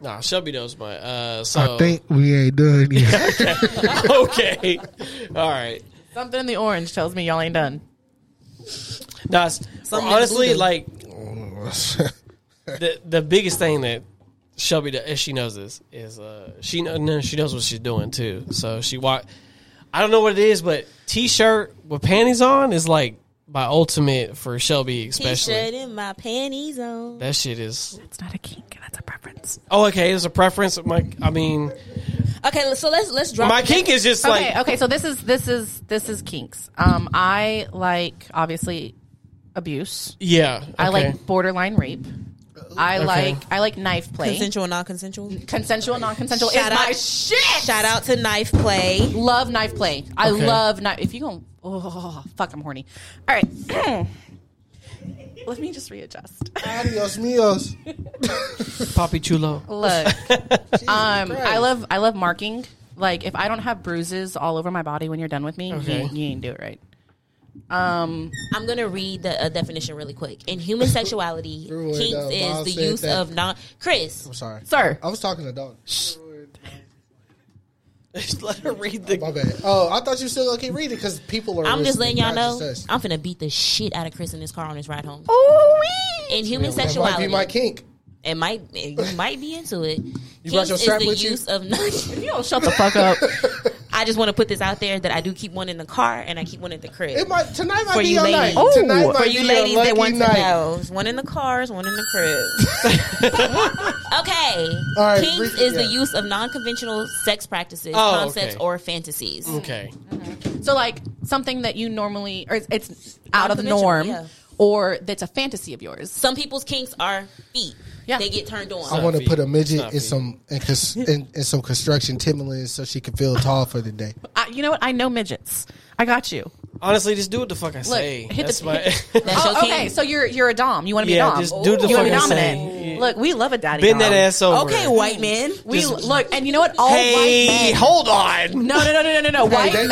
B: Nah, Shelby knows my. Uh, so
D: Oh.
L: I think we ain't done yet.
B: okay, all right.
I: Something in the orange tells me y'all ain't done.
B: Nah, it's-
D: Something
B: honestly,
D: voodoo.
B: like the the biggest thing that Shelby does, and she knows this, is uh, she know, no, she knows what she's doing too. So she walk. I don't know what it is, but t-shirt with panties on is like my ultimate for Shelby, especially.
D: T-shirt in my panties on.
B: That shit is.
I: It's not a kink. That's a preference.
B: Oh, okay. There's a preference. My, I mean,
D: Okay, so let's let's drop.
B: my
D: the-
B: kink is just like
I: okay, okay. So this is this is this is kinks. Um, I like obviously abuse.
B: yeah.
I: I
B: okay.
I: like borderline rape. I like I like knife play.
D: consensual, non-consensual.
I: Consensual, non-consensual
D: Shout
I: is my
D: out-
I: shit.
D: Shout out to knife play.
I: Love knife play. I
B: Okay.
I: love knife. If you going oh fuck, I'm horny. All right. Let me just readjust.
C: Adios, mios.
B: Papi Chulo.
I: Look, um, I love I love marking. Like if I don't have bruises all over my body when you're done with me, you
B: Okay.
I: ain't- you, ain't do it right.
D: I'm gonna read the uh, definition really quick. In human sexuality,
C: Threw it
D: kinks
C: up.
D: is
C: Miles
D: the
C: said
D: use
C: that. Oh,
D: of non. Chris,
C: Sorry.
I: Sir.
C: I was talking to dog.
B: Let her read the.
C: My bad. Oh, I thought you still gonna keep reading because people are.
D: I'm just letting y'all
C: listening, not
D: know
C: just us.
D: I'm finna beat the shit out of Chris in this car on his ride home.
I: Ooh-wee.
D: In human
C: That might be
D: sexuality,
C: my kink.
D: it might you might be into it. You
C: brought your strap
D: is the
C: with you?
D: use of non-
I: You don't shut the fuck up.
D: I just want to put this out there that I do keep one in the car and I keep one at the crib.
C: It might tonight might
D: For
C: be
D: you
C: your night.
D: ladies.
I: Oh,
C: tonight might
D: for
C: be
D: you
C: your
D: ladies
C: lucky
D: that want
C: night.
D: to know, it's one in the cars, one in the crib. okay,
C: All right,
D: kinks
C: brief-
D: is the
C: yeah.
D: use of non-conventional sex practices,
B: Oh,
D: concepts,
B: okay.
D: or fantasies.
C: Mm.
B: Okay.
I: so like something that you normally or it's, it's out of the
D: Unconventional,
I: norm
D: yeah.
I: or that's a fantasy of yours.
D: Some people's kinks are feet.
I: Yeah.
D: They get turned on.
C: I want to
B: feet.
C: put a midget
B: Not
C: in
B: feet.
C: some in, cons- in, in some construction timberlands so she can feel tall for the day.
I: I, you know what? I know midgets. I got you.
B: Honestly, just do what the fuck I say.
I: hit
B: That's
I: the-
B: my.
D: That's your
I: Oh,
D: kink.
I: okay, so you're you're a dom. You want to be
B: Yeah,
I: a dom.
B: just do the
I: you wanna be
B: fucking
I: dominant.
B: same.
I: Look, we love a daddy.
B: Bend that
I: dom.
B: ass over.
D: Okay, white men.
I: We look, and you know what? All
B: Hey,
I: white men.
B: hold on.
I: No, no, no, no, no, no, no. White
C: that-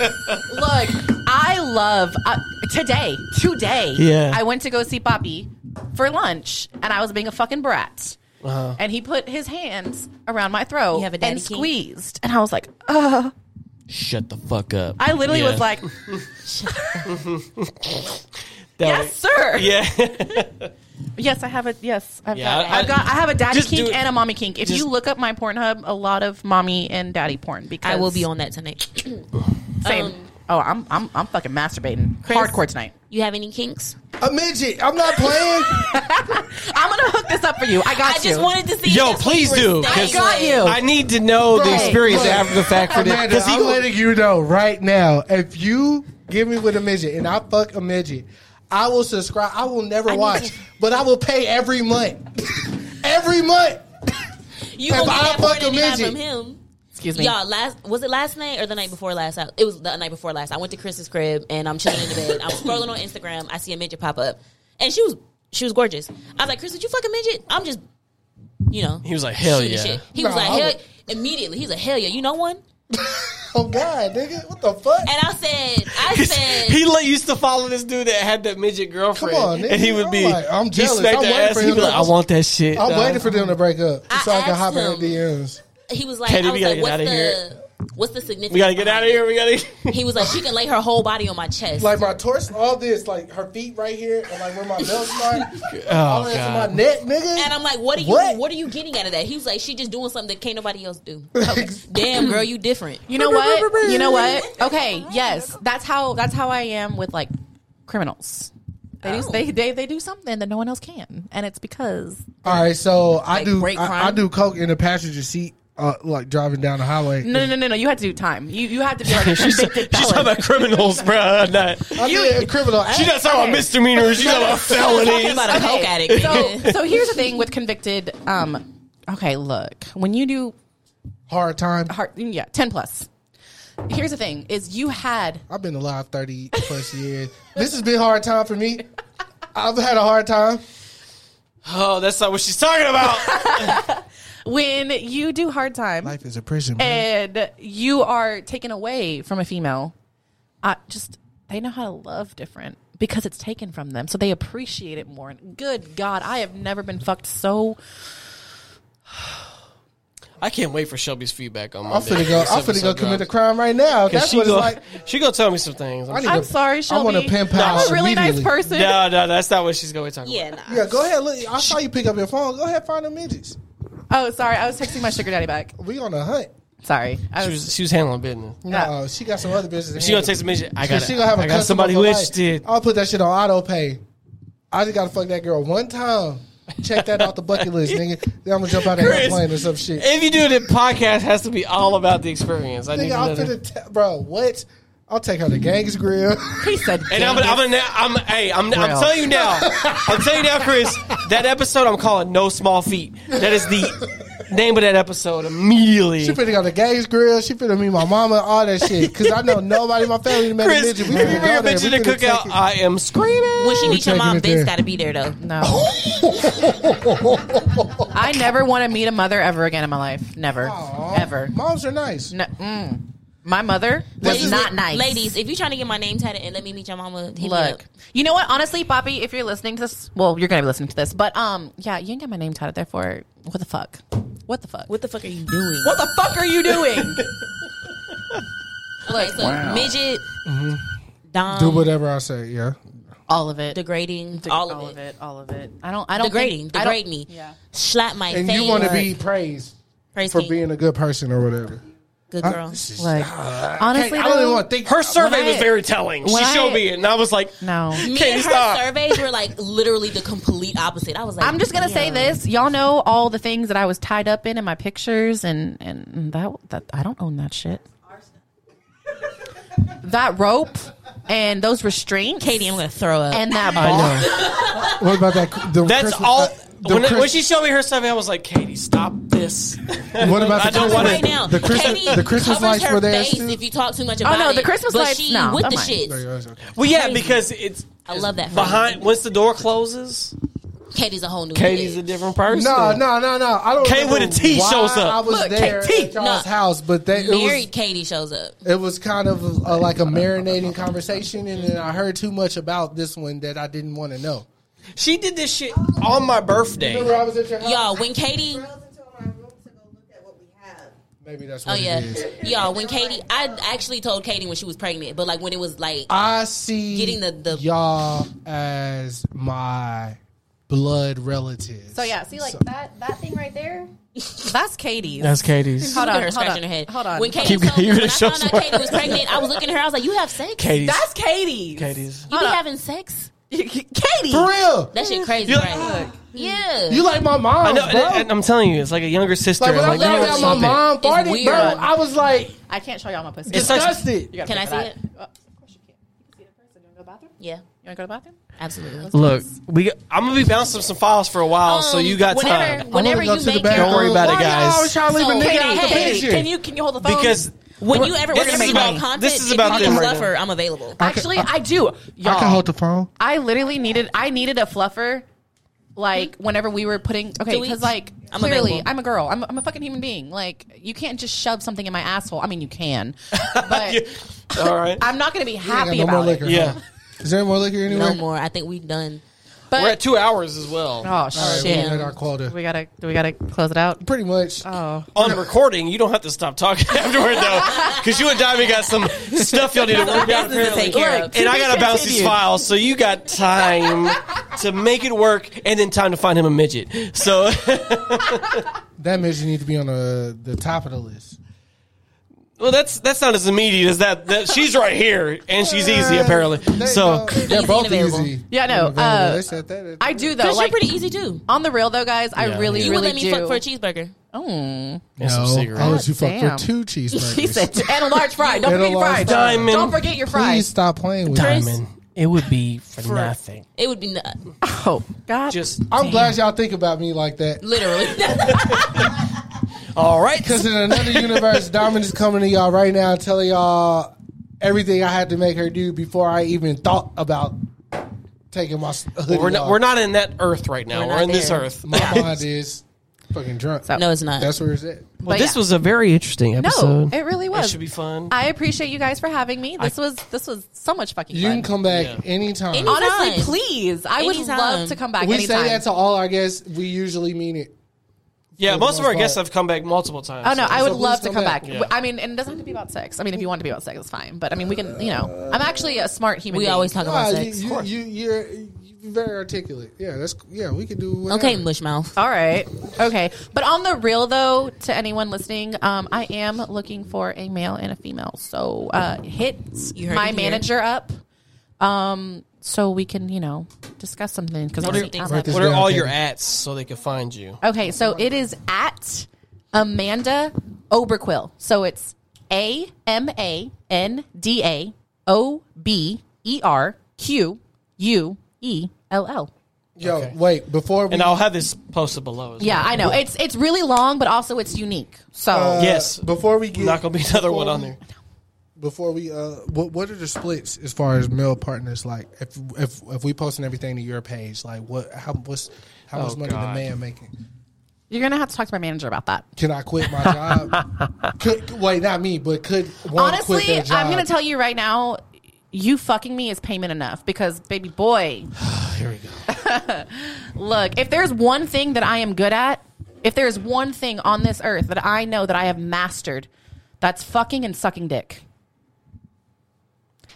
I: men. Look, I love uh, today. Today,
B: Yeah.
I: I went to go see Poppy for lunch, and I was being a fucking brat.
B: Uh-huh.
I: And he put his hands around my throat
D: You have a daddy
I: and
D: kink?
I: squeezed, and I was like, "Uh."
B: Shut the fuck up.
I: I literally
B: Yeah.
I: was like,
B: That
I: "Yes, "Ah, sir.
B: Yeah.
I: Yes, I have a yes. I've
B: Yeah,
I: got,
B: I-
I: I, have got. I have a daddy
B: Just
I: kink
B: do it.
I: and a mommy kink. If
B: Just-
I: you look up my Pornhub, a lot of mommy and daddy porn. Because
D: I will be on that tonight. Um,
I: same. oh, I'm I'm I'm fucking masturbating
D: Chris-
I: hardcore tonight.
D: You have any kinks?
C: A midget. I'm not playing.
I: I'm gonna hook this up for you. I got
D: I
I: you.
D: just wanted to see.
B: Yo,
D: if that's what
B: please
D: you were
B: do, 'cause-
D: saying.
I: got you.
B: I need to know the
C: Bro,
B: experience
C: look.
B: after the fact for this.
C: Amanda,
B: Because he
C: I'm
B: go,
C: letting you know right now. If you give me with a midget and I fuck a midget, I will subscribe. I will never watch, but I will pay every month. every month.
D: You gonna
C: If
D: get
C: I
D: that
C: fuck
D: porn
C: a
D: and you got
C: midget.
D: from him?
I: Excuse me.
D: Y'all, last was it last night or the night before last? I- It was the night before last. I went to Chris's crib and I'm chilling in the bed. I'm scrolling on Instagram. I see a midget pop up, and she was she was gorgeous. I was like, Chris, did you fucking midget? I'm just, you know.
B: He was like, hell
D: shooting
B: yeah.
D: shit. He
C: Nah,
D: was like,
C: I
D: hell,
C: would-
D: immediately. He's like, hell yeah. You know one?
C: Oh God, nigga, what the fuck?
D: And I said, I said,
B: He like, used to follow this dude that had that midget girlfriend,
C: Come on, nigga.
B: and he would
C: I'm
B: be,
C: like, I'm
B: he
C: jealous.
B: smacked
C: I'm
B: her
C: waiting
B: ass,
C: for
B: he'd
C: him
B: be like,
C: to-
B: I want that shit.
C: I'm
B: dog.
C: waiting for them to break up so I, can
D: asked
C: hop in her
D: him-
C: DMs.
D: he was like,
B: Katie,
D: I
B: we
D: was
B: gotta
D: like,
B: get
D: what's
B: outta
D: the
B: here.
D: what's the significance?
B: We gotta get out of here. We gotta.
D: He was like, she can lay her whole body on my chest.
C: Like my torso, all this, like her feet right here, and like where my belt's like,
B: Oh,
C: all this in my
B: God.
C: neck, nigga.
D: And I'm like, what are you?
C: What?
D: What? are you getting out of that? He was like, she just doing something that can't nobody else do. Okay. Damn, girl, you different.
I: You know what? You know what? Okay, yes, that's how that's how I am with like criminals. They, do,
D: Oh.
I: they, they they do something that no one else can, and it's because
C: all right, so I
I: Like,
C: do,
I: break
C: I, I
I: crime?
C: do coke in the passenger seat, uh, like driving down the highway.
I: no no no no you had to do time. You you had to be like a
B: She's, she's
I: convicted
B: talking
I: felon.
B: about criminals, bro. Not,
C: I did a criminal.
B: she's not
C: act.
B: talking about misdemeanors. She's talking about
D: Talking
B: felonies.
D: about a coke addict.
I: So
D: man.
I: so here's the thing with convicted. Um, okay, look, when you do
C: hard time.
I: hard, yeah, ten plus. Here's the thing: is you had
C: I've been alive thirty plus years. This has been a hard time for me. I've had a hard time.
B: Oh, that's not what she's talking about.
I: when you do hard time,
C: Life is a prison. man.
I: and you are taken away from a female, I just they know how to love different because it's taken from them, so they appreciate it more. And good God, I have never been fucked so.
B: I can't wait for Shelby's feedback on my.
C: I'm finna go. I'm finna go commit a crime right now. That's
B: she
C: what it's
B: go,
C: like.
B: She gonna tell me some things.
C: I need
I: I'm
C: to-
I: sorry, Shelby.
C: I want to pimp
I: I'm
C: out
I: a really nice
C: immediately.
I: person.
B: no, no, that's not what she's gonna be talking
D: yeah,
B: about.
D: nah.
C: Yeah, go ahead. Look, I saw you pick up your phone. Go ahead, find the midgets.
I: Oh, sorry, I was texting my sugar daddy back.
C: We on a hunt.
I: Sorry, I
B: She
I: was. uh,
B: was, she was handling business.
C: No, she got some other business.
B: She gonna take some midget. I got.
C: She gonna have a
B: I got
C: customer
B: somebody
C: for
B: who
C: life.
B: interested.
C: I'll put that shit on auto pay. I just gotta fuck that girl one time. Check that off the bucket list, nigga. Then I'm gonna jump out of an
B: Chris,
C: airplane or some shit.
B: If you do it, the podcast has to be all about the experience. I need
C: Nigga,
B: to know
C: I'm
B: that.
C: finna, te- bro. What? I'll take her to Gangs Grill.
I: He said,
B: And I'm, gonna- I'm, gonna now- I'm, hey, I'm, I'm
I: Well.
B: telling you now, I'm telling you now, Chris. That episode I'm calling "No Small Feet." That is the name of that episode. Immediately,
C: she finna go to Gangs Grill. She finna meet my mama. All that shit. Cause I know nobody in my family met
B: Chris,
C: a
B: if
C: midget.
B: you bring a bitch to
C: We
B: the
C: finna take
B: cookout,
C: it.
B: I am screaming.
D: When she meets your
C: taking
D: mom,
C: it there.
D: Ben's got to be there though.
I: No. I never want to meet a mother ever again in my life. Never,
C: Aw,
I: ever.
C: Moms are nice.
I: No, mm. My mother was
C: is
I: not
C: it-
I: nice.
D: Ladies, if you're trying to get my name tatted and let me meet your mama, hit me up.
I: Look, you know what? Honestly, Bobby, if you're listening to this, well, you're gonna be listening to this, but um, yeah, you ain't got my name tatted. Therefore, what the fuck? What the fuck?
D: What the fuck are you doing?
I: What the fuck are you doing?
D: Okay, so midget, dom,
C: Mm-hmm. Do whatever I say. Yeah.
I: all of it.
D: degrading, all,
I: all
D: of it.
I: All of it. I don't. I don't.
D: Degrading,
I: think- I don't-
D: degrade me.
I: Yeah.
D: Slap my
C: And
D: face.
C: you want to be praised
D: Praise
C: for
D: King.
C: being a good person or whatever.
D: good
C: I-
D: girl.
C: this is-
I: Like, honestly,
C: I don't even
I: though,
C: want to think.
B: Her survey
I: When
B: was
I: I-
B: very telling. She
I: when I-
B: showed me it, and I was like,
I: no.
D: Me
B: Katie,
D: and her
B: stop.
D: surveys were like literally the complete opposite. I was like,
I: I'm just gonna say
D: damn.
I: this. Y'all know all the things that I was tied up in in my pictures, and and that that I don't own that shit. That rope and those restraints,
D: Katie, I'm gonna throw up.
I: and that
C: I know.
I: ball.
C: what about that? The
B: That's
C: Christmas-
B: all.
C: uh, the
B: when,
C: Christ-
B: when she showed me her survey, I was like, Katie, stop this.
C: What about
B: I
C: the
B: don't
C: Christmas-
B: want
D: right now.
C: The Christmas,
D: Katie
C: the Christmas
D: covers
C: lights
D: her
C: were there.
D: face
C: too?
D: if you talk too much about
I: Oh, no,
D: it.
I: the Christmas
D: but
I: lights,
D: She
I: no,
D: with
I: I'm
D: the
I: fine.
C: No,
D: shits.
C: you're right, okay.
B: Well, yeah, because it's
D: I love that.
B: behind. Once the door closes,
D: Katie's a whole new.
B: Katie's a
D: kid.
B: different person.
C: No, no, no, no. I don't.
B: Kate
C: remember
B: with a T
C: why
B: shows up.
C: I was
B: Look,
C: there
B: Kate T.
C: at y'all's
D: No.
C: house, but that it was
D: married. Katie shows up.
C: it was kind of uh like a marinating conversation, and then I heard too much about this one that I didn't want to know.
B: She did this shit on my
C: Remember,
B: birthday.
C: I was at your house.
D: Y'all, when Katie,
C: Maybe that's
D: oh
C: what
D: yeah,
C: it is.
D: y'all, when Katie, I actually told Katie when she was pregnant, but like when it was like,
C: I see
D: Getting the- the-
C: y'all as my blood relatives.
I: So yeah, see like that that thing right there. That's Katie's.
B: Katie's.
I: hold
D: look
I: on,
D: at her
I: hold
D: scratching
I: on,
D: her head.
I: Hold on.
D: when Katie,
B: Keep-
D: told me,
B: you're
D: when I
B: gonna show
D: found out
B: someone.
D: Katie was pregnant, I was looking at her. I was like, "You have sex?
B: Katie's.
I: that's Katie's.
B: Katie's.
D: You be having sex?
I: Katie.
C: for real.
D: That shit crazy,
B: You're
D: right?
B: like,
D: yeah,
C: You like my mom,
B: I know,
C: bro.
B: and, and I'm telling you, it's like a younger sister.
C: like when I
B: Like, you
C: found
B: know,
C: out
B: stop
C: my
B: it.
C: mom
D: It's
C: farted, bro,
D: weird.
C: I was like
I: I can't show y'all my pussy.
B: It starts-
C: disgusted.
D: Can I see it?
I: Oh, You
D: yeah.
I: wanna go to the bathroom?
D: Absolutely.
B: Look, we I'm gonna be bouncing some files for a while, so you got
D: Um, whenever-
B: time.
D: whenever I wanna go you to the make your-
B: don't worry about it,
D: Why y'all
B: guys.
D: was y'all leaving So, nigga can- out the hey, picture?
I: Can you can you hold the phone?
B: Because
D: When you ever
B: This
D: we're gonna
B: is
D: make
B: about-
D: about, content,
B: this is
D: if
B: about
D: you need
B: them
D: a
B: right
D: fluffer,
B: now.
D: I'm available.
I: Actually, I do. Y'all,
C: I can hold the phone.
I: I literally needed I needed a fluffer like whenever we were putting okay
D: Do we-
I: because like
D: I'm
I: clearly
D: available.
I: I'm a girl I'm, I'm a fucking human being like you can't just shove something in my asshole I mean you can but
B: all right
I: I'm not gonna be happy
C: no more
I: about it
C: liquor. Yeah. Is there more liquor anywhere?
D: No more. I think we've done.
I: but
B: We're at two hours as well.
I: oh
C: All right, we
I: shit
C: met our quota.
I: we gotta we gotta close it out
C: Pretty much.
I: oh
B: On recording, you don't have to stop talking afterward though, because you and Diamond got some stuff y'all need to work out.
D: Business to
B: apparently.
D: take care of.
B: and I gotta bounce these files, so you got time to make it work, and then time to find him a midget. So
C: That means you need to be on the the top of the list.
B: Well, that's that's not as immediate as that. that she's right here, and she's easy apparently.
C: They-
B: So
C: uh, they're
D: Easy
C: both
D: and available.
C: easy.
I: Yeah, I know.
C: And available. they said that. at-
I: I do though
D: Because
I: like
D: you're pretty easy too.
I: on the real though guys I
B: Yeah.
I: really
D: You would
I: really
D: let me
I: do
D: fuck for a cheeseburger.
I: Mm.
B: and some
C: no, I
B: cigarettes.
C: let you fuck for
I: Damn.
C: two cheeseburgers.
I: she said and a large fry don't
C: And a
I: forget your
C: large
I: fries
C: fry.
B: Diamond.
I: don't forget your
C: Please
I: fries
C: stop playing with me.
B: Diamond, it would be for, nothing.
D: It would be nut.
I: oh God
B: Just
C: I'm glad y'all think about me like that.
D: Literally.
B: all right.
C: Because in another universe, Diamond is coming to y'all right now and telling y'all everything I had to make her do before I even thought about taking my s- hoodie
B: We're not,
C: off.
B: we're not in that Earth right now.
D: We're
B: We're,
D: not
B: in this
D: there.
B: Earth.
C: My mind is fucking drunk.
D: no, it's not.
C: That's where it's at.
B: Well,
I: But
B: this
I: yeah.
B: was a very interesting
I: no
B: episode.
I: it really was
B: it should be fun.
I: I appreciate you guys for having me. This was this was so much fucking
C: You
I: fun.
C: can come back anytime.
D: Any-
I: Honestly,
D: Anytime.
I: please, I would
D: Anytime.
I: love to come back
C: we
I: anytime.
C: say that to all our guests. We usually mean it.
B: yeah,
C: the
B: most of
C: most
B: our guests
C: part.
B: have come back multiple times.
I: oh no,
B: so-
I: I would
C: please
I: love to
C: come
I: come
C: back.
I: back.
B: Yeah.
I: I mean, and it doesn't have to be about sex. I mean, if you want to be about sex, it's fine. But I mean, we can, you know, I'm actually a smart human.
D: we
I: being.
D: always talk about
C: Nah, you,
D: sex.
C: you, you, you're, you're very articulate. Yeah, that's yeah. We can do whatever.
D: Okay, mush mouth.
I: All right. Okay. But on the real though, to anyone listening, um, I am looking for a male and a female. So uh, hit
D: You heard it
I: my
D: here.
I: manager up, um, so we can you know discuss something because
D: Some things happen.
B: What are all
C: Yeah,
B: your
C: okay.
B: ats so they can find you?
I: Okay, so it is at Amanda Oberquill. So it's A M A N D A O B E R Q U E L L.
C: Yo, wait before we
B: And I'll have this posted below. As
I: Yeah, I know. It's it's really long, but also it's unique. So
C: uh,
B: Yes.
C: Before we get
B: Not gonna be another one
C: before
B: on
C: we-
B: there.
C: Before we, uh, what what are the splits as far as male partners? Like, if if if we posting everything to your page, like what how what's how much
B: Oh,
C: money the
B: God.
C: man making?
I: you're gonna have to talk to my manager about that.
C: Can I quit my job? could, wait, not me, but could one quit
I: Honestly,
C: their job?
I: I'm gonna tell you right now, you fucking me is payment enough because baby boy.
C: Here we go.
I: Look, if there's one thing that I am good at, if there's one thing on this earth that I know that I have mastered, that's fucking and sucking dick.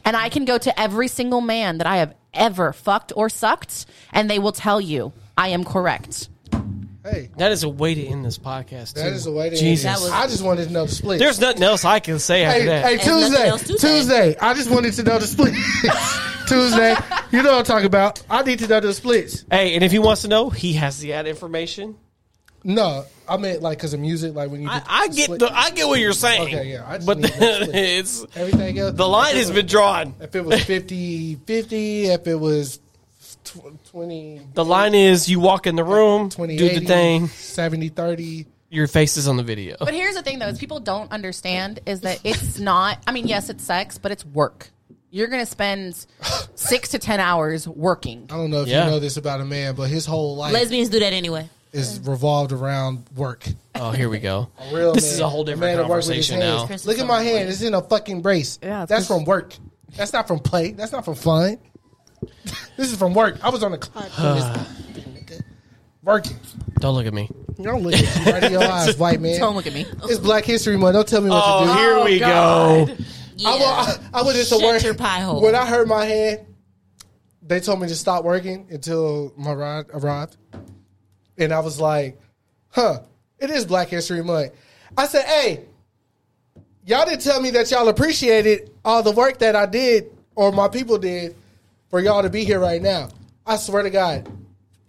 I: And I can go to every single man that I have ever fucked or sucked, and they will tell you I am correct.
C: Hey,
B: That is a way to end this podcast.
C: that
B: too.
C: is the way. To
B: Jesus.
C: Jesus, I just wanted to know the split.
B: There's nothing else I can say after
C: Hey,
B: that.
C: hey
D: nothing
C: Tuesday,
D: else to say.
C: Tuesday. I just wanted to know the splits. Tuesday, you know what I'm talking about. I need to know the splits.
B: Hey, and if he wants to know, he has the ad information.
C: No, I meant like because of music, like when you.
B: I,
C: do
B: I get
C: split.
B: the I get what you're saying.
C: Okay, yeah, I just
B: but
C: need that split.
B: it's
C: everything else.
B: the line has been drawn.
C: If it was 50 50, if it was tw- 20,
B: The line is you walk in the room,
C: 20
B: do the
C: 80,
B: thing.
C: 70 30.
B: Your face is on the video.
I: But here's the thing, though, is people don't understand is that it's not. I mean, yes, it's sex, but it's work. You're gonna spend six to ten hours working.
C: I don't know if
B: Yeah.
C: you know this about a man, but his whole life
D: Lesbians do that anyway.
C: is revolved around work.
B: Oh, here we go.
C: Real
B: this
C: man.
B: is a whole different
C: man that works with his
B: conversation now.
C: hands. Look at my hand. It's in a fucking brace.
I: Yeah,
C: Yeah,
I: it's
C: That's
I: just-
C: from work. That's not from play. That's not from fun. this is from work. I was on the clock. doing this fucking nigga. Working.
B: Don't look at me.
C: Don't look at you right in your eyes, white man.
I: Don't look at me.
C: It's Black History Month. Don't tell me what
B: Oh,
C: to do.
B: here we go.
D: Yeah.
C: I, wa- I, I went into
D: Shut
C: work.
D: your pie hole.
C: When I hurt my hand, they told me to stop working until my ride arrived. And I was like, huh, it is Black History Month. I said, hey, y'all didn't tell me that y'all appreciated all the work that I did or my people did for y'all to be here right now. I swear to God,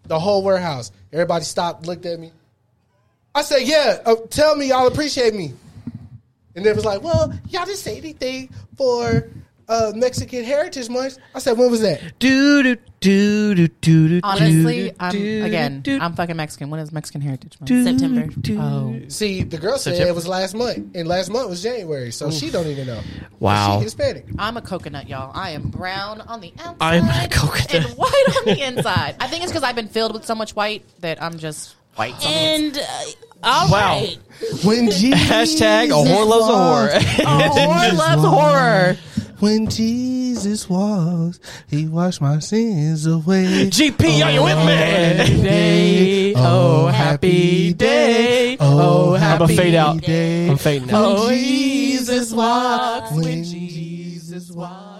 C: the whole warehouse, everybody stopped, looked at me. I said, yeah, uh, tell me y'all appreciate me. And they was like, well, y'all didn't say anything for uh, Mexican Heritage Month. I said, when was that?
M: Do do do do do do.
I: Honestly, I'm again. I'm fucking Mexican. When is Mexican Heritage Month? September.
C: Oh. See, the girl said
I: September.
C: it was last month, and last month was January, so she don't even know.
I: Wow.
C: She Hispanic.
I: I'm a coconut, y'all. I am brown on the outside
C: I'm a coconut.
I: and white on the inside. I think it's because I've been filled with so much white that I'm just white.
D: And uh, all
I: Wow.
D: right.
C: When Jesus
B: Hashtag a whore loves a whore. A
C: walks-
B: whore
C: Jesus
B: loves
C: walks.
B: horror.
C: When Jesus walks, he washed my sins away.
B: GP, are you with me?
C: Oh, Day, oh happy day,
B: I'm
C: oh
B: a
C: happy
B: fade out.
C: day.
B: I'm fading out.
C: When Jesus walks, when
M: Jesus walks.